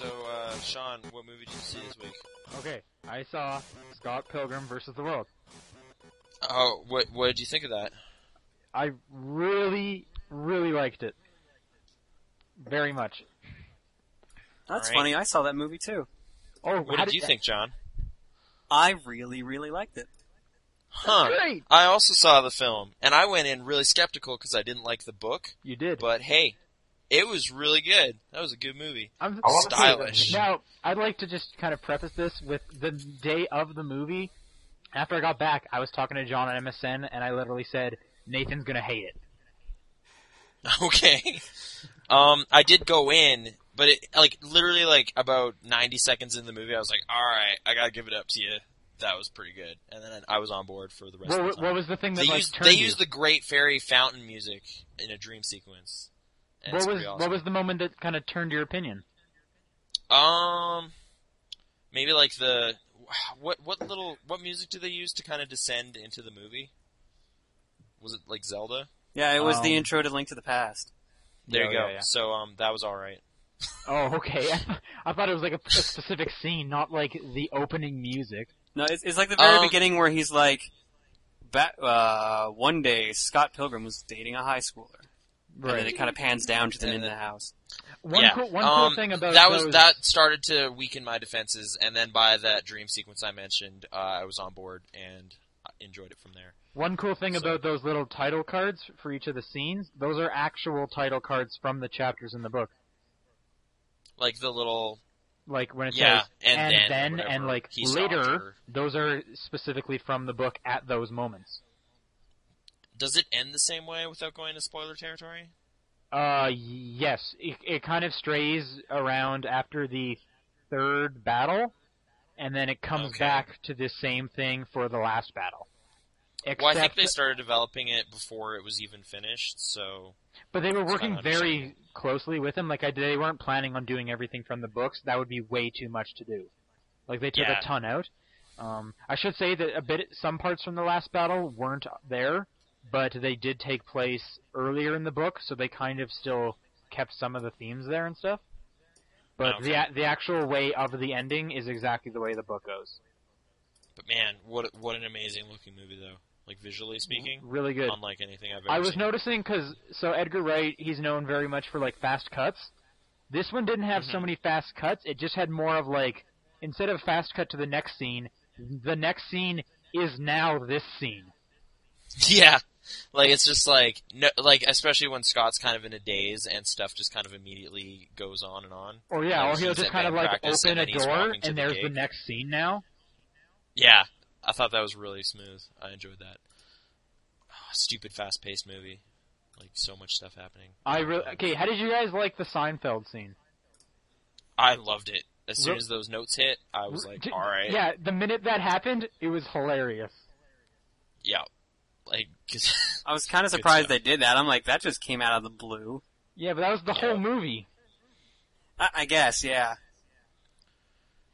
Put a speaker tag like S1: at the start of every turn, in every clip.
S1: uh, Sean, what movie did you see this week?
S2: Okay, I saw Scott Pilgrim versus the World.
S1: Oh, what what did you think of that?
S2: I really, really liked it. Very much.
S3: That's
S1: Right.
S3: funny. I saw that movie too.
S2: Oh,
S1: What
S2: how
S1: did you
S2: that-
S1: think, John?
S3: I really, really liked it.
S1: Huh.
S2: great.
S1: I also saw the film, and I went in really skeptical because I didn't like the book.
S2: You did.
S1: But hey, it was really good. That was a good movie.
S2: I'm
S4: I wanna see that
S1: Stylish.
S4: movie.
S2: Now, I'd like to just kind of preface this with the day of the movie. After I got back, I was talking to John on MSN, and I literally said, Nathan's gonna hate it.
S1: Okay. Um, I did go in, but it like literally like about ninety seconds in the movie, I was like, all right, I gotta give it up to you. That was pretty good, and then I was on board for the rest of
S2: What,
S1: the
S2: what
S1: time.
S2: was the thing that
S1: they
S2: like,
S1: used
S2: turned
S1: they
S2: you?
S1: used the Great Fairy fountain music in a dream sequence. And
S2: what
S1: it's
S2: was
S1: pretty
S2: what
S1: awesome.
S2: was the moment that kind of turned your opinion?
S1: Um, maybe like the what what little what music do they use to kind of descend into the movie? Was it like Zelda?
S3: Yeah, it was
S2: Um,
S3: the intro to Link to the Past.
S1: There
S2: Yeah,
S1: you go.
S2: yeah, yeah.
S1: So um, that was all right.
S2: Oh, okay. I thought it was like a, a specific scene, not like the opening music.
S3: No, it's, it's like the very
S1: Um,
S3: beginning where he's like, ba- uh, one day Scott Pilgrim was dating a high schooler, and then it kind of pans down to them
S1: And
S3: in
S1: then-
S3: the house.
S2: One
S1: yeah.
S2: cool one
S1: um,
S2: cool thing about
S1: that was
S2: those-
S1: that started to weaken my defenses, and then by that dream sequence I mentioned, uh, I was on board and I enjoyed it from there.
S2: One cool thing
S1: So-
S2: about those little title cards for each of the scenes, those are actual title cards from the chapters in the book.
S1: Like the little
S2: Like when it
S1: yeah,
S2: says
S1: and, then,
S2: then,
S1: whatever
S2: and like
S1: he saw
S2: later,
S1: her.
S2: those are specifically from the book at those moments.
S1: Does it end the same way without going to spoiler territory?
S2: Uh, yes, it, it kind of strays around after the third battle, and then it comes
S1: Okay.
S2: back to the same thing for the last battle. Except,
S1: Well, I think they started developing it before it was even finished, so
S2: but they were
S1: it's
S2: working
S1: not
S2: very
S1: understandable.
S2: closely with him. Like I, they weren't planning on doing everything from the books. That would be way too much to do. Like they took
S1: Yeah.
S2: a ton out. Um, I should say that a bit, some parts from the last battle weren't there, but they did take place earlier in the book, so they kind of still kept some of the themes there and stuff. But the
S1: Okay.
S2: a- the actual way of the ending is exactly the way the book goes.
S1: But man, what what an amazing looking movie though. Like visually speaking,
S2: Really Mm-hmm. good.
S1: unlike anything I've ever
S2: I was
S1: seen.
S2: noticing because so Edgar Wright, he's known very much for like fast cuts. This one didn't have so
S1: Mhm.
S2: many fast cuts. It just had more of like instead of fast cut to the next scene, the next scene is now this scene.
S1: yeah. Like it's just like no, like especially when Scott's kind of in a daze and stuff just kind of immediately goes on and on.
S2: Or yeah,
S1: Like,
S2: or he'll
S1: Oh, he's
S2: just
S1: at
S2: kind of
S1: band
S2: like
S1: practice and
S2: open a
S1: then he's
S2: door
S1: walking to
S2: and
S1: the
S2: there's the
S1: gig.
S2: next scene now.
S1: Yeah, I thought that was really smooth. I enjoyed that. Ah, stupid fast-paced movie. Like so much stuff happening.
S2: I really okay. How did you guys like the Seinfeld scene?
S1: I loved it. As soon
S2: Re-
S1: as those notes hit, I was like,
S2: Did-
S1: all right.
S2: Yeah, the minute that happened, it was hilarious.
S1: Yeah. Like 'cause-
S3: I was kind of
S1: Good
S3: surprised they
S1: stuff.
S3: did that. I'm like, that just came out of the blue.
S2: Yeah, but that was the
S1: Yeah.
S2: whole movie.
S3: I, I guess, yeah.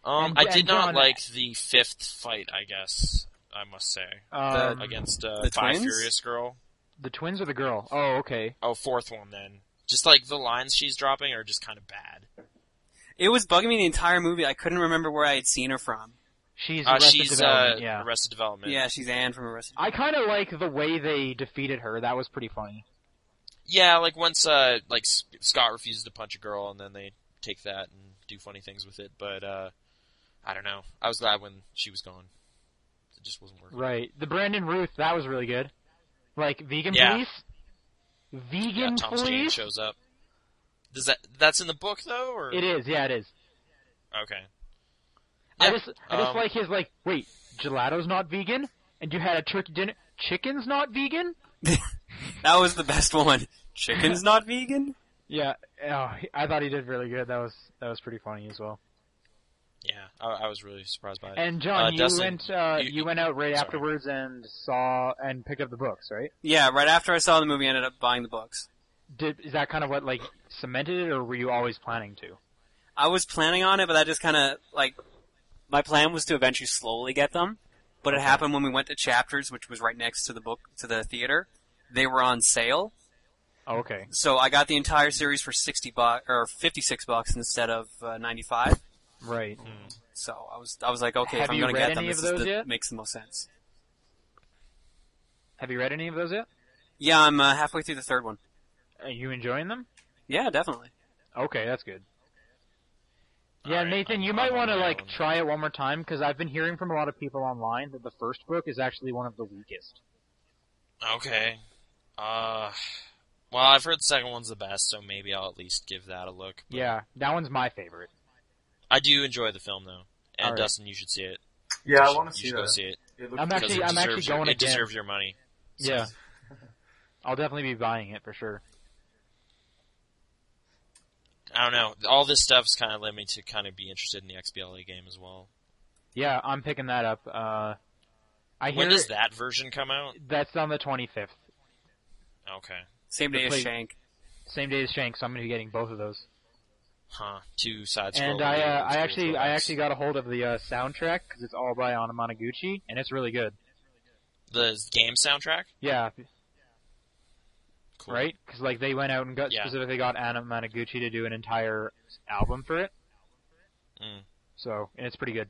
S1: um
S2: And-
S1: I
S2: and
S1: did not
S2: John-
S1: like the fifth fight, I guess. I must say.
S2: Um,
S1: against uh,
S3: The
S1: Five
S3: twins?
S1: Furious Girl.
S2: the twins or the girl? Oh, okay.
S1: Oh, fourth one then. Just like the lines she's dropping are just kind of bad.
S3: It was bugging me the entire movie. I couldn't remember where I had seen her from.
S2: She's
S1: Uh,
S2: Arrested
S1: she's uh,
S2: Development, yeah.
S1: Arrested Development.
S3: Yeah, she's Anne from Arrested.
S2: I kind of like the way they defeated her. That was pretty funny.
S1: Yeah, like once uh, like S- Scott refuses to punch a girl, and then they take that and do funny things with it. But uh, I don't know. I was glad when she was gone. It just wasn't working.
S2: Right. The Brandon Ruth, that was really good. Like vegan
S1: Yeah.
S2: police,
S1: Yeah,
S2: vegan
S1: Thomas Jane
S2: police.
S1: shows up. Does that that's in the book though, or
S2: It is. Yeah, it is.
S1: okay?
S2: I
S1: Yeah,
S2: just, I just
S1: um,
S2: like his like. Wait, gelato's not vegan, and you had a turkey dinner. Chicken's not vegan.
S3: That was the best one. Chicken's not vegan?
S2: Yeah. Oh, he- I thought he did really good. That was that was pretty funny as well.
S1: Yeah, I, I was really surprised by it.
S2: And John,
S1: Uh,
S2: you
S1: Dustin,
S2: went uh,
S1: you-
S2: you, went out right
S1: sorry.
S2: afterwards and saw and picked up the books, right?
S3: Yeah, right after I saw the movie, I ended up buying the books.
S2: Did is that kind of what like cemented it, or were you always planning to?
S3: I was planning on it, but that just kind of like my plan was to eventually slowly get them. But it happened when we went to Chapters, which was right next to the book to the theater. They were on sale,
S2: Oh, okay.
S3: so I got the entire series for sixty bucks or fifty six bucks instead of uh, ninety five.
S2: Right.
S3: So I was I was like, okay,
S2: Have
S3: if I'm
S2: you
S3: gonna
S2: read
S3: get them,
S2: any
S3: this
S2: of
S3: is
S2: those
S3: the,
S2: yet?
S3: makes the most sense.
S2: Have you read any of those yet?
S3: Yeah, I'm uh, halfway through the third one.
S2: Are you enjoying them?
S3: Yeah, definitely.
S2: Okay, that's good. Yeah,
S1: Alright,
S2: Nathan,
S1: I'm-
S2: you
S1: I'm
S2: might
S1: on
S2: want to
S1: my
S2: like
S1: own.
S2: try it one more time because I've been hearing from a lot of people online that the first book is actually one of the weakest.
S1: Okay. Uh, well, I've heard the second one's the best, so maybe I'll at least give that a look. but-
S2: Yeah, that one's my favorite.
S1: I do enjoy the film though, and
S2: Alright.
S1: Dustin, you should see it.
S4: Yeah, I
S1: You
S4: want
S1: should-
S4: to see
S1: you should go
S4: that.
S1: see it.
S4: It looks
S2: I'm
S4: pretty
S1: because
S2: actually-
S1: it
S4: good.
S2: I'm actually
S1: deserves your,
S2: going
S1: It
S2: again.
S1: deserves your money.
S2: Yeah, I'll definitely be buying it for sure.
S1: I don't know. All this stuff's kind of led me to kind of be interested in the XBLA game as well.
S2: Yeah, I'm picking that up. Uh, I hear
S1: When does that version come out?
S2: that's on the 25th,
S1: Okay.
S3: Same day as
S2: Replace-
S3: Shank.
S2: same day as Shank, so I'm gonna be getting both of those.
S1: Huh. Two sides.
S2: and I, uh, I actually, I actually got a hold of the uh, soundtrack because it's all by Anna Monoguchi, and it's really good.
S1: the game soundtrack.
S2: Yeah,
S1: Cool.
S2: right? Because like they went out and got
S1: Yeah.
S2: specifically got Anna Managuchi to do an entire album for it.
S1: Mm.
S2: So and it's pretty good.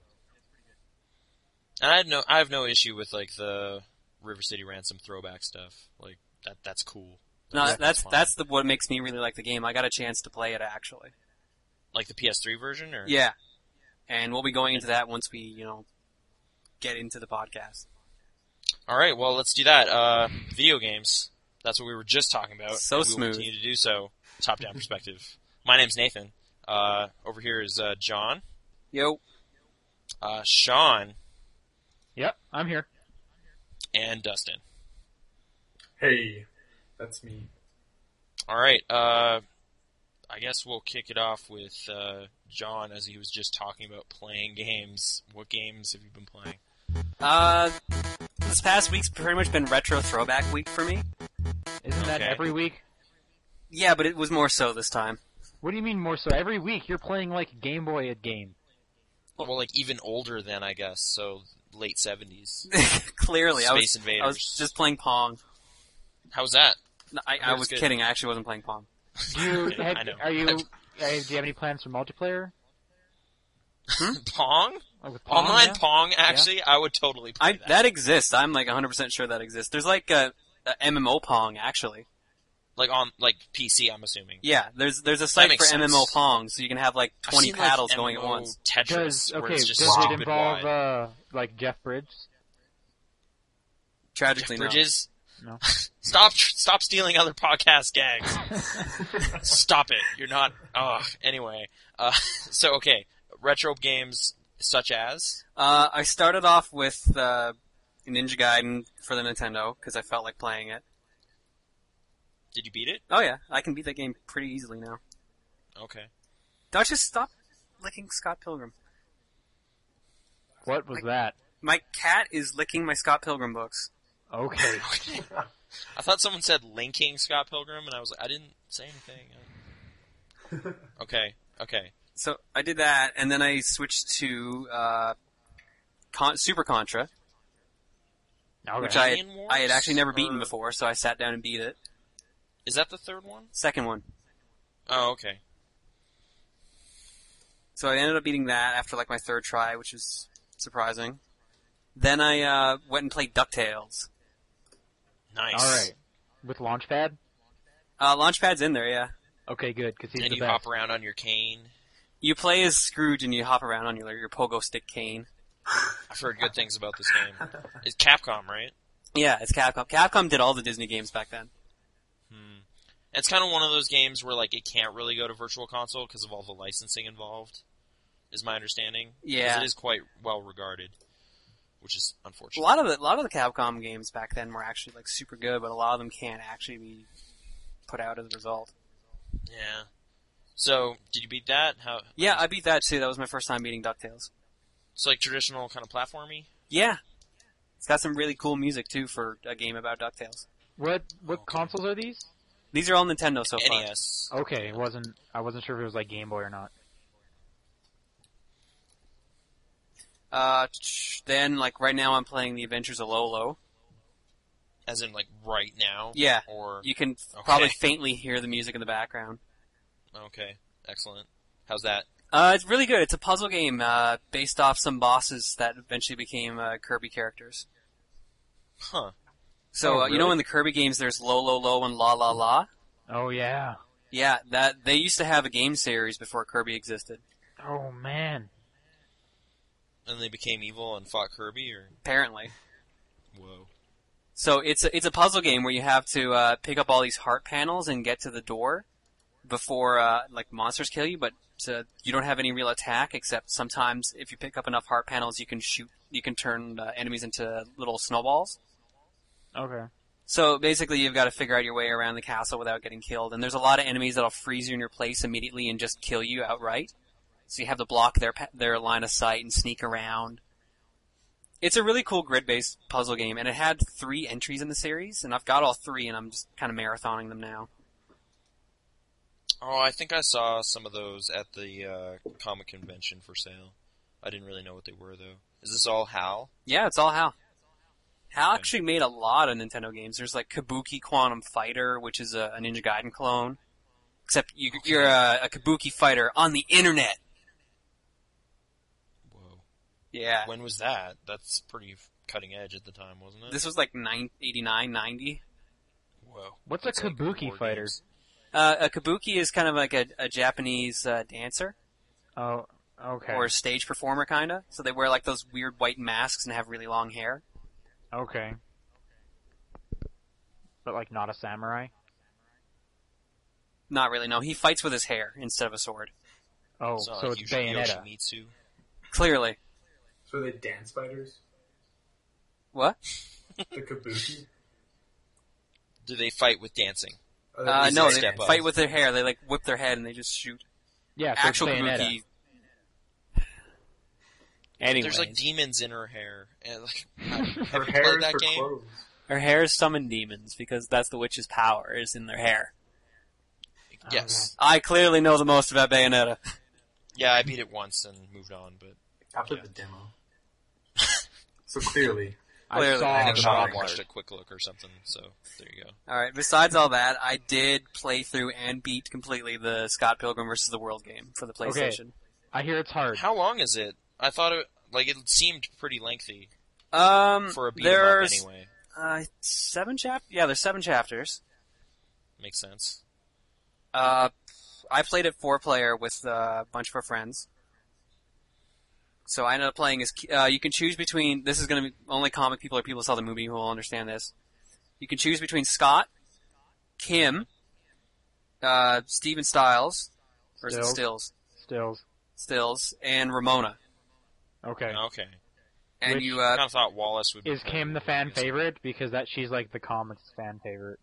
S1: And I had no, I have no issue with like the River City Ransom throwback stuff. Like that, that's cool.
S3: No,
S1: That's-
S3: that's
S1: fine.
S3: that's the what makes me really like the game. I got a chance to play it actually.
S1: Like the PS3 version, or
S3: Yeah, and we'll be going into that once we you know get into the podcast.
S1: All right, well, let's do that. Uh, video games. That's what we were just talking about.
S3: So
S1: and we
S3: smooth.
S1: Will continue to do so. Top down perspective. My name's Nathan. Uh, over here is uh, John.
S3: Yo,
S1: Uh, Sean
S2: Yep, I'm here.
S1: and Dustin.
S4: Hey, that's me.
S1: All right. Uh, I guess we'll kick it off with uh, John as he was just talking about playing games. What games have you been playing?
S3: uh, this past week's pretty much been retro throwback week for me.
S2: Isn't that
S1: Okay.
S2: every week?
S3: Yeah, but it was more so this time.
S2: What do you mean more so? Every week you're playing like Game Boy a game.
S1: Well, like even older than I guess, so late seventies.
S3: Clearly, I was
S1: Space Invaders.
S3: I was just playing Pong.
S1: How's that?
S3: No, I, I
S1: That's
S3: was
S1: good.
S3: kidding. I actually wasn't playing Pong.
S2: Do you
S1: Okay,
S2: have,
S1: I know.
S2: are you? uh, do you have any plans for multiplayer?
S3: Hmm?
S1: Pong?
S2: Like with Pong,
S1: Online
S2: yeah?
S1: Pong? Actually, I would totally play
S3: I that. exists. I'm like 100% sure that exists. There's like a, a MMO Pong actually.
S1: like on like PC. I'm assuming.
S3: Yeah, there's there's a site for
S1: makes sense.
S3: MMO Pong, so you can have like
S1: I've
S3: 20
S1: seen,
S3: paddles
S1: like,
S3: going at
S1: MMO
S3: once.
S1: Tetris,
S2: Does
S1: where
S2: okay?
S1: it's just
S2: Does it
S1: stupid wide.
S2: involve uh, like Jeff Bridges?
S1: Jeff
S3: Tragically, no.
S1: Bridges?
S2: No.
S1: stop! Stop stealing other podcast gags. stop it! You're not. Oh, anyway. Uh, so okay, retro games such as
S3: Uh, I started off with uh, Ninja Gaiden for the Nintendo because I felt like playing it.
S1: did you beat it?
S3: Oh yeah, I can beat that game pretty easily now.
S1: Okay.
S3: Don't just stop licking Scott Pilgrim.
S2: What was that?
S3: My cat is licking my Scott Pilgrim books.
S2: Okay.
S1: I thought someone said linking Scott Pilgrim, and I was like, I didn't say anything. okay. Okay.
S3: So I did that, and then I switched to uh, Con- Super Contra,
S2: okay.
S3: which I had,
S1: Alien Wars?
S3: I had actually never beaten
S1: Or-
S3: before, so I sat down and beat it.
S1: Is that the third one?
S3: Second one.
S1: Oh, okay.
S3: So I ended up beating that after like my third try, which is surprising. Then I uh, went and played DuckTales.
S1: Nice.
S2: All right. With Launchpad.
S3: Uh, Launchpad's in there, yeah.
S2: Okay, good because he's
S1: And
S2: the
S1: you
S2: best.
S1: hop around on your cane.
S3: You play as Scrooge and you hop around on your your pogo stick cane.
S1: I've heard good things about this game. It's Capcom, right?
S3: Yeah, it's Capcom. Capcom did all the Disney games back then.
S1: Hmm. It's kind of one of those games where like it can't really go to virtual console because of all the licensing involved. Is my understanding? 'Cause
S3: Yeah.
S1: it is quite well regarded, which is
S3: A
S1: unfortunate.
S3: lot of the a lot of the Capcom games back then were actually like super good, but a lot of them can't actually be put out as a result.
S1: Yeah. So, did you beat that? How?
S3: Yeah, I beat that too. That was my first time beating DuckTales.
S1: It's like traditional kind of platformy.
S3: Yeah. It's got some really cool music too for a game about DuckTales.
S2: What what
S1: Okay.
S2: consoles are these?
S3: These are all Nintendo so far.
S1: NES.
S2: Okay, it wasn't I wasn't sure if it was like Game Boy or not.
S3: Uh, tch, then like right now I'm playing The Adventures of Lolo.
S1: As in like right now.
S3: Yeah.
S1: Or
S3: You can f-
S1: Okay.
S3: probably faintly hear the music in the background.
S1: okay, excellent. How's that?
S3: Uh, it's really good. It's a puzzle game uh, based off some bosses that eventually became uh, Kirby characters.
S1: Huh.
S3: So
S1: Oh,
S3: uh, you know
S1: really?
S3: in the Kirby games, there's low, low, low, and la, la, la.
S2: Oh yeah.
S3: Yeah, that they used to have a game series before Kirby existed.
S2: Oh man.
S1: And they became evil and fought Kirby, or
S3: Apparently.
S1: whoa.
S3: So it's a, it's a puzzle game where you have to uh, pick up all these heart panels and get to the door before uh, like monsters kill you, but uh you don't have any real attack except sometimes if you pick up enough heart panels, you can shoot, you can turn uh, enemies into little snowballs.
S2: Okay.
S3: So basically, you've got to figure out your way around the castle without getting killed. And there's a lot of enemies that'll freeze you in your place immediately and just kill you outright. So you have to block their pa- their line of sight and sneak around. It's a really cool grid-based puzzle game, and it had three entries in the series, and I've got all three, and I'm just kind of marathoning them now.
S1: Oh, I think I saw some of those at the uh, comic convention for sale. I didn't really know what they were though. Is this all Hal?
S3: Yeah, it's all Hal. Hal
S1: Okay.
S3: actually made a lot of Nintendo games. There's like Kabuki Quantum Fighter, which is a, a Ninja Gaiden clone, except you, you're a, a Kabuki fighter on the internet.
S1: Whoa.
S3: Yeah.
S1: When was that? That's pretty f- cutting edge at the time, wasn't it?
S3: This was like 9, 89, 90.
S1: Whoa.
S2: What's a
S1: That's like
S2: kabuki
S1: war
S2: fighter?
S1: games.
S3: Uh, a kabuki is kind of like a, a Japanese uh, dancer
S2: Oh. Okay.
S3: or a stage performer, kind of. So they wear like those weird white masks and have really long hair.
S2: Okay. But like not a samurai.
S3: Not really. No, he fights with his hair instead of a sword.
S2: Oh,
S1: It's not
S2: so
S1: like
S2: it's
S1: Yoshi-
S2: Bayonetta.
S1: Yoshimitsu.
S3: Clearly,
S4: So are they dance fighters?
S3: what?
S4: The kabuki?
S1: Do they fight with dancing?
S4: Are they
S3: Uh,
S4: just
S3: no,
S4: like
S3: they
S1: step
S4: dance
S1: up.
S3: fight with their hair. They like whip their head and they just shoot.
S2: Yeah, so
S3: Actual
S2: it's Bayonetta.
S3: kabuki. Anyway,
S1: There's like demons in her hair. And, like,
S4: Her
S1: have you
S4: hair
S1: played
S4: is
S1: that
S4: for
S1: game?
S4: clothes.
S3: her hair is summon demons because that's the witch's power is in their hair.
S1: Yes.
S3: I clearly know the most about Bayonetta.
S1: Yeah, I beat it once and moved on, but
S4: I played the demo. so clearly,
S2: I
S3: Clearly,
S2: saw
S1: I
S4: Oh,
S1: think
S2: the
S4: Shaw
S1: Sean
S2: box.
S4: Bob
S1: watched a quick look or something. So there you go.
S3: All right. Besides all that, I did play through and beat completely the Scott Pilgrim versus the World game for the PlayStation.
S2: I hear it's hard.
S1: How long is it? I thought it like it seemed pretty lengthy
S2: Hmm,
S3: Um,
S1: for a beat 'em up
S3: there's
S1: anyway.
S3: uh, seven chap. Yeah, there's seven chapters.
S1: Makes sense.
S3: Uh, I played it four player with uh, a bunch of our friends. So I ended up playing as uh, you can choose between. This is going to be only comic people or people who saw the movie who will understand this. You can choose between Scott, Kim, uh, Steven Stiles, or is it
S2: Stills. Stills.
S3: Stills, Stills, and Ramona.
S2: Okay.
S1: Okay.
S3: And
S2: Which-
S3: you
S1: I
S3: uh,
S1: kind of thought Wallace would. Be
S2: Is Kim the fan favorite? Because that she's like the comics fan favorite.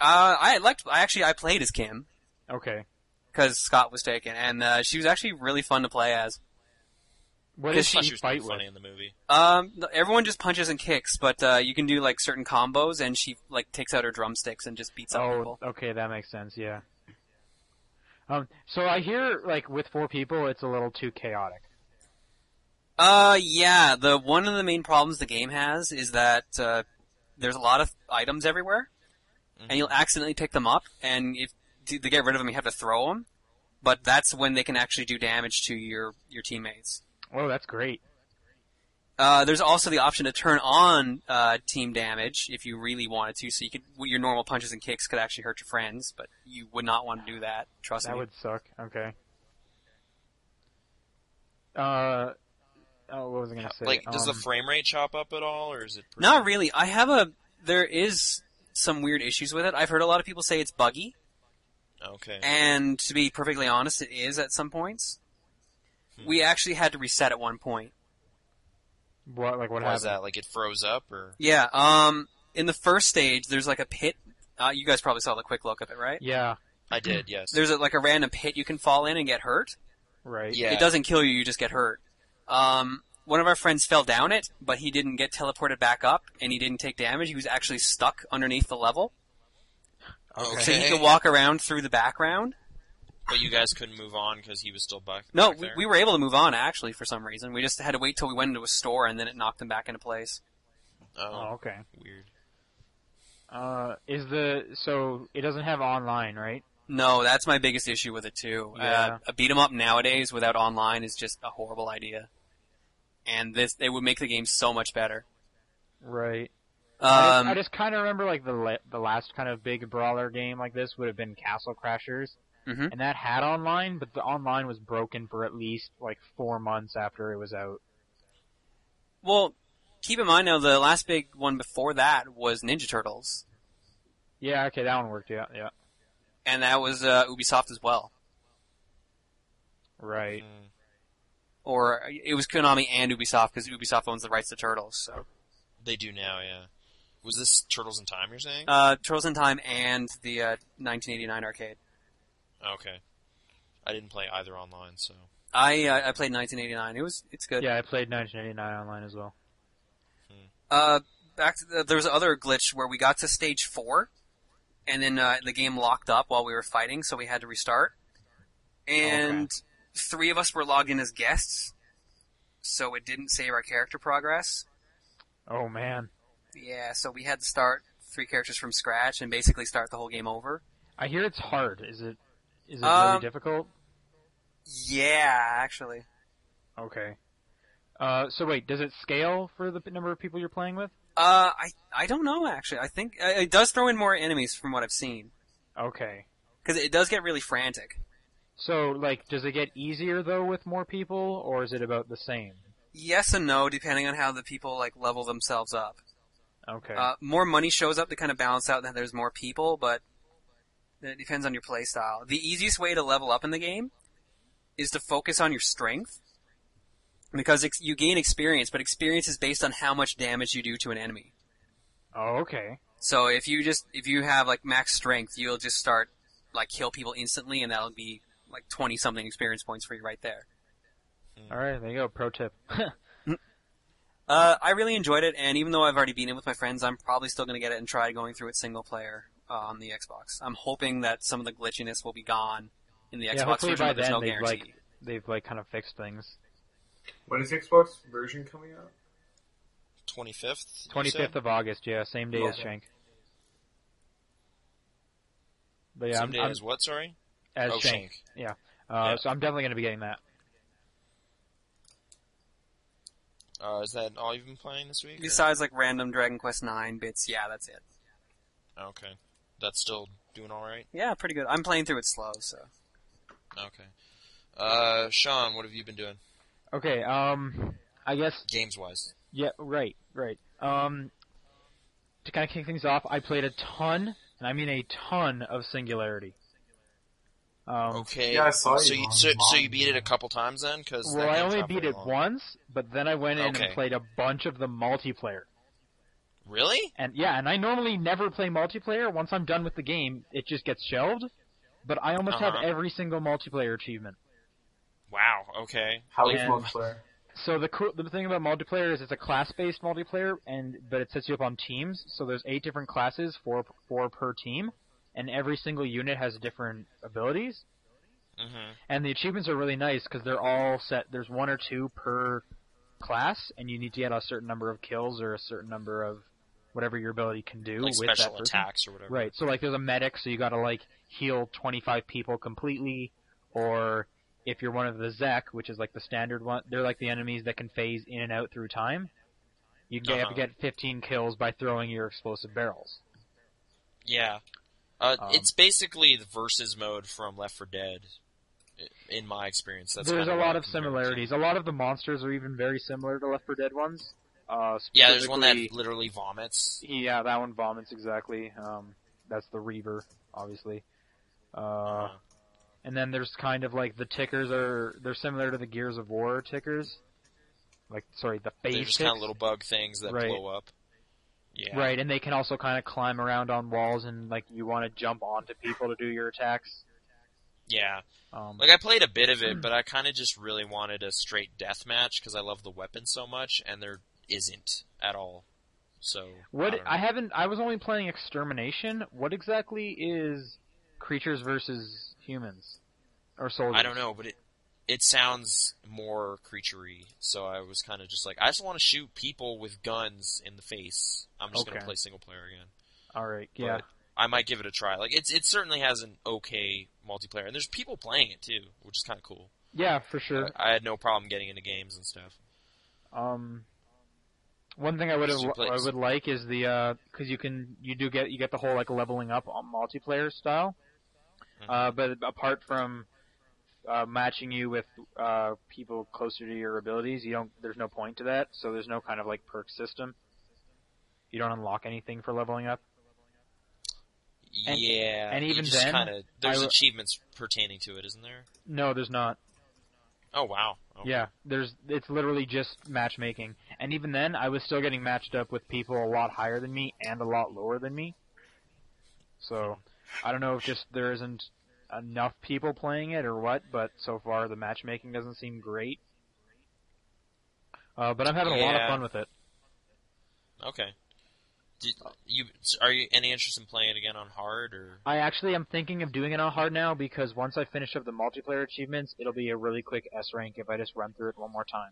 S3: Uh, I liked. I actually I played as Kim
S2: Okay.
S3: because Scott was taken, and uh, she was actually really fun to play as.
S2: What
S1: Because
S2: does
S1: she
S2: she,
S1: was pretty
S2: fight with?
S1: funny in the movie.
S3: Um, no, everyone just punches and kicks, but uh, you can do like certain combos, and she like takes out her drumsticks and just beats up
S2: Oh,
S3: people.
S2: okay, that makes sense. Yeah. Um. So I hear like with four people, it's a little too chaotic.
S3: Uh, yeah. The one of the main problems the game has is that uh, there's a lot of items everywhere, and you'll accidentally pick them up, and if to, to get rid of them, you have to throw them. But that's when they can actually do damage to your your teammates.
S2: Oh, that's great.
S3: Uh, there's also the option to turn on uh, team damage if you really wanted to, so you could your normal punches and kicks could actually hurt your friends, but you would not want to do that. Trust
S2: That
S3: me.
S2: would suck. Okay. Uh. Oh, what was I gonna say?
S1: Like, does the
S2: Um,
S1: frame rate chop up at all, or is it? Pretty...
S3: Not really. I have a there is some weird issues with it. I've heard a lot of people say it's buggy,
S1: Okay.
S3: and to be perfectly honest, it is at some points.
S1: Hmm.
S3: We actually had to reset at one point.
S2: what? Like what
S1: Why is
S2: happened?
S1: that? Like it froze up, or
S3: Yeah. Um. In the first stage, there's like a pit. Uh, you guys probably saw the quick look of it, right?
S2: Yeah.
S1: I did, yes.
S3: There's a, like a random pit you can fall in and get hurt.
S2: Right.
S1: yeah.
S3: It doesn't kill you, you just get hurt. Um, one of our friends fell down it, but he didn't get teleported back up, and he didn't take damage. He was actually stuck underneath the level.
S1: Okay.
S3: So he could walk around through the background.
S1: But you guys couldn't move on because he was still back.
S3: No,
S1: back
S3: we,
S1: there?
S3: we were able to move on, actually, for some reason. We just had to wait till we went into a store, and then it knocked him back into place.
S2: Oh,
S1: Oh,
S2: okay.
S1: weird.
S2: Uh, is the so it doesn't have online, right?
S3: No, that's my biggest issue with it too. Uh,
S2: Yeah.
S3: a beat 'em up nowadays without online is just a horrible idea. And this, it would make the game so much better.
S2: Right. I just,
S3: Um,
S2: I just kind of remember like the la- the last kind of big brawler game like this would have been Castle Crashers,
S3: Mhm.
S2: and that had online, but the online was broken for at least like four months after it was out.
S3: well, keep in mind though, the last big one before that was Ninja Turtles,
S2: Yeah, okay, that one worked. Yeah, yeah,
S3: and that was uh, Ubisoft as well,
S2: right.
S1: Mm.
S3: or it was Konami and Ubisoft because Ubisoft owns the rights to Turtles. So
S1: They do now, yeah. Was this Turtles in Time? You're saying?
S3: uh, Turtles in Time and the uh, 1989 arcade.
S1: okay. I didn't play either online, so
S3: I uh, I played 1989. It was it's good.
S2: Yeah, I played 1989 online as well.
S3: Uh, back to the, there was other glitch where we got to stage four, and then uh, the game locked up while we were fighting, so we had to restart. And three of us were logged in as guests, so it didn't save our character progress.
S2: Oh man,
S3: Yeah, so we had to start three characters from scratch and basically start the whole game over.
S2: I hear it's hard. Is it? Is it
S3: Um,
S2: really difficult?
S3: Yeah, actually.
S2: Okay. Uh, so wait, does it scale for the p- number of people you're playing with?
S3: Uh, I I don't know actually. I think uh, it does throw in more enemies from what I've seen
S2: Okay.
S3: because it does get really frantic.
S2: So like, does it get easier though with more people, or is it about the same?
S3: Yes and no, depending on how the people like level themselves up.
S2: Okay.
S3: Uh, more money shows up to kind of balance out that there's more people, but it depends on your play style. The easiest way to level up in the game is to focus on your strength because ex- you gain experience, but experience is based on how much damage you do to an enemy.
S2: oh, okay.
S3: So if you just if you have like max strength, you'll just start like kill people instantly, and that'll be like twenty something experience points for you right there.
S2: All right, there you go. Pro tip.
S3: Uh, I really enjoyed it, and even though I've already beaten it with my friends, I'm probably still going to get it and try going through it single player uh, on the Xbox. I'm hoping that some of the glitchiness will be gone in the
S2: Yeah,
S3: Xbox
S2: hopefully
S3: version,
S2: by
S3: but there's
S2: then
S3: no
S2: they've,
S3: guarantee.
S2: like- They've like kind of fixed things.
S4: When is the Xbox version coming out?
S1: 25th. you
S2: 25th
S1: said?
S2: of August, yeah, same day as
S4: Yeah.
S2: Shank. But yeah,
S1: Same day
S2: I'm, I'm
S1: as what? Sorry.
S2: as
S1: oh,
S2: Shank.
S1: Shank.
S2: Yeah.
S1: Yeah.
S2: Uh, So I'm definitely going to be getting that.
S1: Uh, is that all you've been playing this week? or-
S3: Besides like random Dragon Quest Nine bits, yeah, that's it.
S1: Okay. That's still doing all right.
S3: Yeah, pretty good. I'm playing through it slow, so
S1: Okay. Uh, Sean, what have you been doing
S2: Okay, um, I guess,
S1: games wise?
S2: yeah, right, right. Um, to kind of kick things off, I played a ton, and I mean a ton of Singularity. Um,
S1: Okay.
S4: Yeah, I saw
S1: so
S4: you
S1: you
S4: on
S1: so, so you
S4: Vine,
S1: beat it
S4: yeah.
S1: a couple times then? Cause
S2: well,
S1: that
S2: I
S1: game's
S2: only
S1: not
S2: beat
S1: very
S2: it
S1: long.
S2: once, but then I went in
S1: Okay.
S2: and played a bunch of the multiplayer.
S1: Really?
S2: And yeah, and I normally never play multiplayer. Once I'm done with the game, it just gets shelved. But I almost have
S1: Uh-huh.
S2: every single multiplayer achievement.
S1: Wow. Okay.
S4: How is
S2: Yeah.
S4: multiplayer?
S2: So the cool the thing about multiplayer is it's a class-based multiplayer, and but it sets you up on teams. So there's eight different classes, four four per team, and every single unit has different abilities.
S1: Mm-hmm.
S2: And the achievements are really nice because they're all set. There's one or two per class, and you need to get a certain number of kills or a certain number of whatever your ability can do
S1: Like
S2: with
S1: special
S2: that person.
S1: attacks or whatever.
S2: Right. So like, there's a medic, so you got to like heal 25 people completely, or if you're one of the Zek, which is like the standard one, they're like the enemies that can phase in and out through time. You get,
S1: Uh-huh.
S2: get 15 kills by throwing your explosive barrels.
S1: Yeah. Uh,
S2: Um,
S1: it's basically the versus mode from Left 4 Dead. i- In my experience, that's
S2: there's
S1: kinda
S2: a
S1: what I
S2: lot of
S1: compare it to.
S2: similarities. A lot of the monsters are even very similar to Left 4 Dead ones. Uh,
S1: Yeah, there's one that
S2: specifically-
S1: literally vomits.
S2: Yeah, that one vomits exactly. Um, that's the Reaver, obviously. Uh,
S1: Uh-huh.
S2: and then there's kind of like the tickers are they're similar to the Gears of War tickers. Like sorry, the phase
S1: They're just
S2: ticks.
S1: kind of little bug things that
S2: Right.
S1: blow up. Yeah.
S2: Right, and they can also kind of climb around on walls and like you want to jump onto people to do your attacks.
S1: Yeah.
S2: Um,
S1: Like I played a bit of it, but I kind of just really wanted a straight death match because I love the weapon so much, and there isn't at all. So
S2: what
S1: I, don't know.
S2: I haven't I was only playing extermination. What exactly is creatures versus humans or soldiers?
S1: I don't know, but it it sounds more creaturey. So I was kind of just like, I just want to shoot people with guns in the face. I'm just
S2: Okay.
S1: gonna play single player again.
S2: All right, yeah.
S1: I might give it a try. Like it's it certainly has an okay multiplayer, and there's people playing it too, which is kind of cool.
S2: Yeah, for sure.
S1: I, I had no problem getting into games and stuff.
S2: Um, one thing I would have,
S1: Two plays.
S2: I would like is the because you can you do get you get the whole like leveling up on multiplayer style,
S1: Mhm.
S2: uh, but apart from uh, matching you with uh, people closer to your abilities, you don't. There's no point to that, so there's no kind of like perk system. You don't unlock anything for leveling up. And-
S1: yeah,
S2: and
S1: you
S2: even
S1: just
S2: then,
S1: kinda, there's
S2: w-
S1: achievements pertaining to it, isn't there?
S2: No, there's not.
S1: Oh wow. Okay.
S2: Yeah, there's. It's literally just matchmaking, and even then, I was still getting matched up with people a lot higher than me and a lot lower than me. So, I don't know if just there isn't enough people playing it or what, but so far the matchmaking doesn't seem great. Uh, but I'm having a lot
S1: Yeah.
S2: of fun with it.
S1: Okay. Did you are you any interest in playing it again on hard or?
S2: I actually am thinking of doing it on hard now because once I finish up the multiplayer achievements, it'll be a really quick S rank if I just run through it one more time.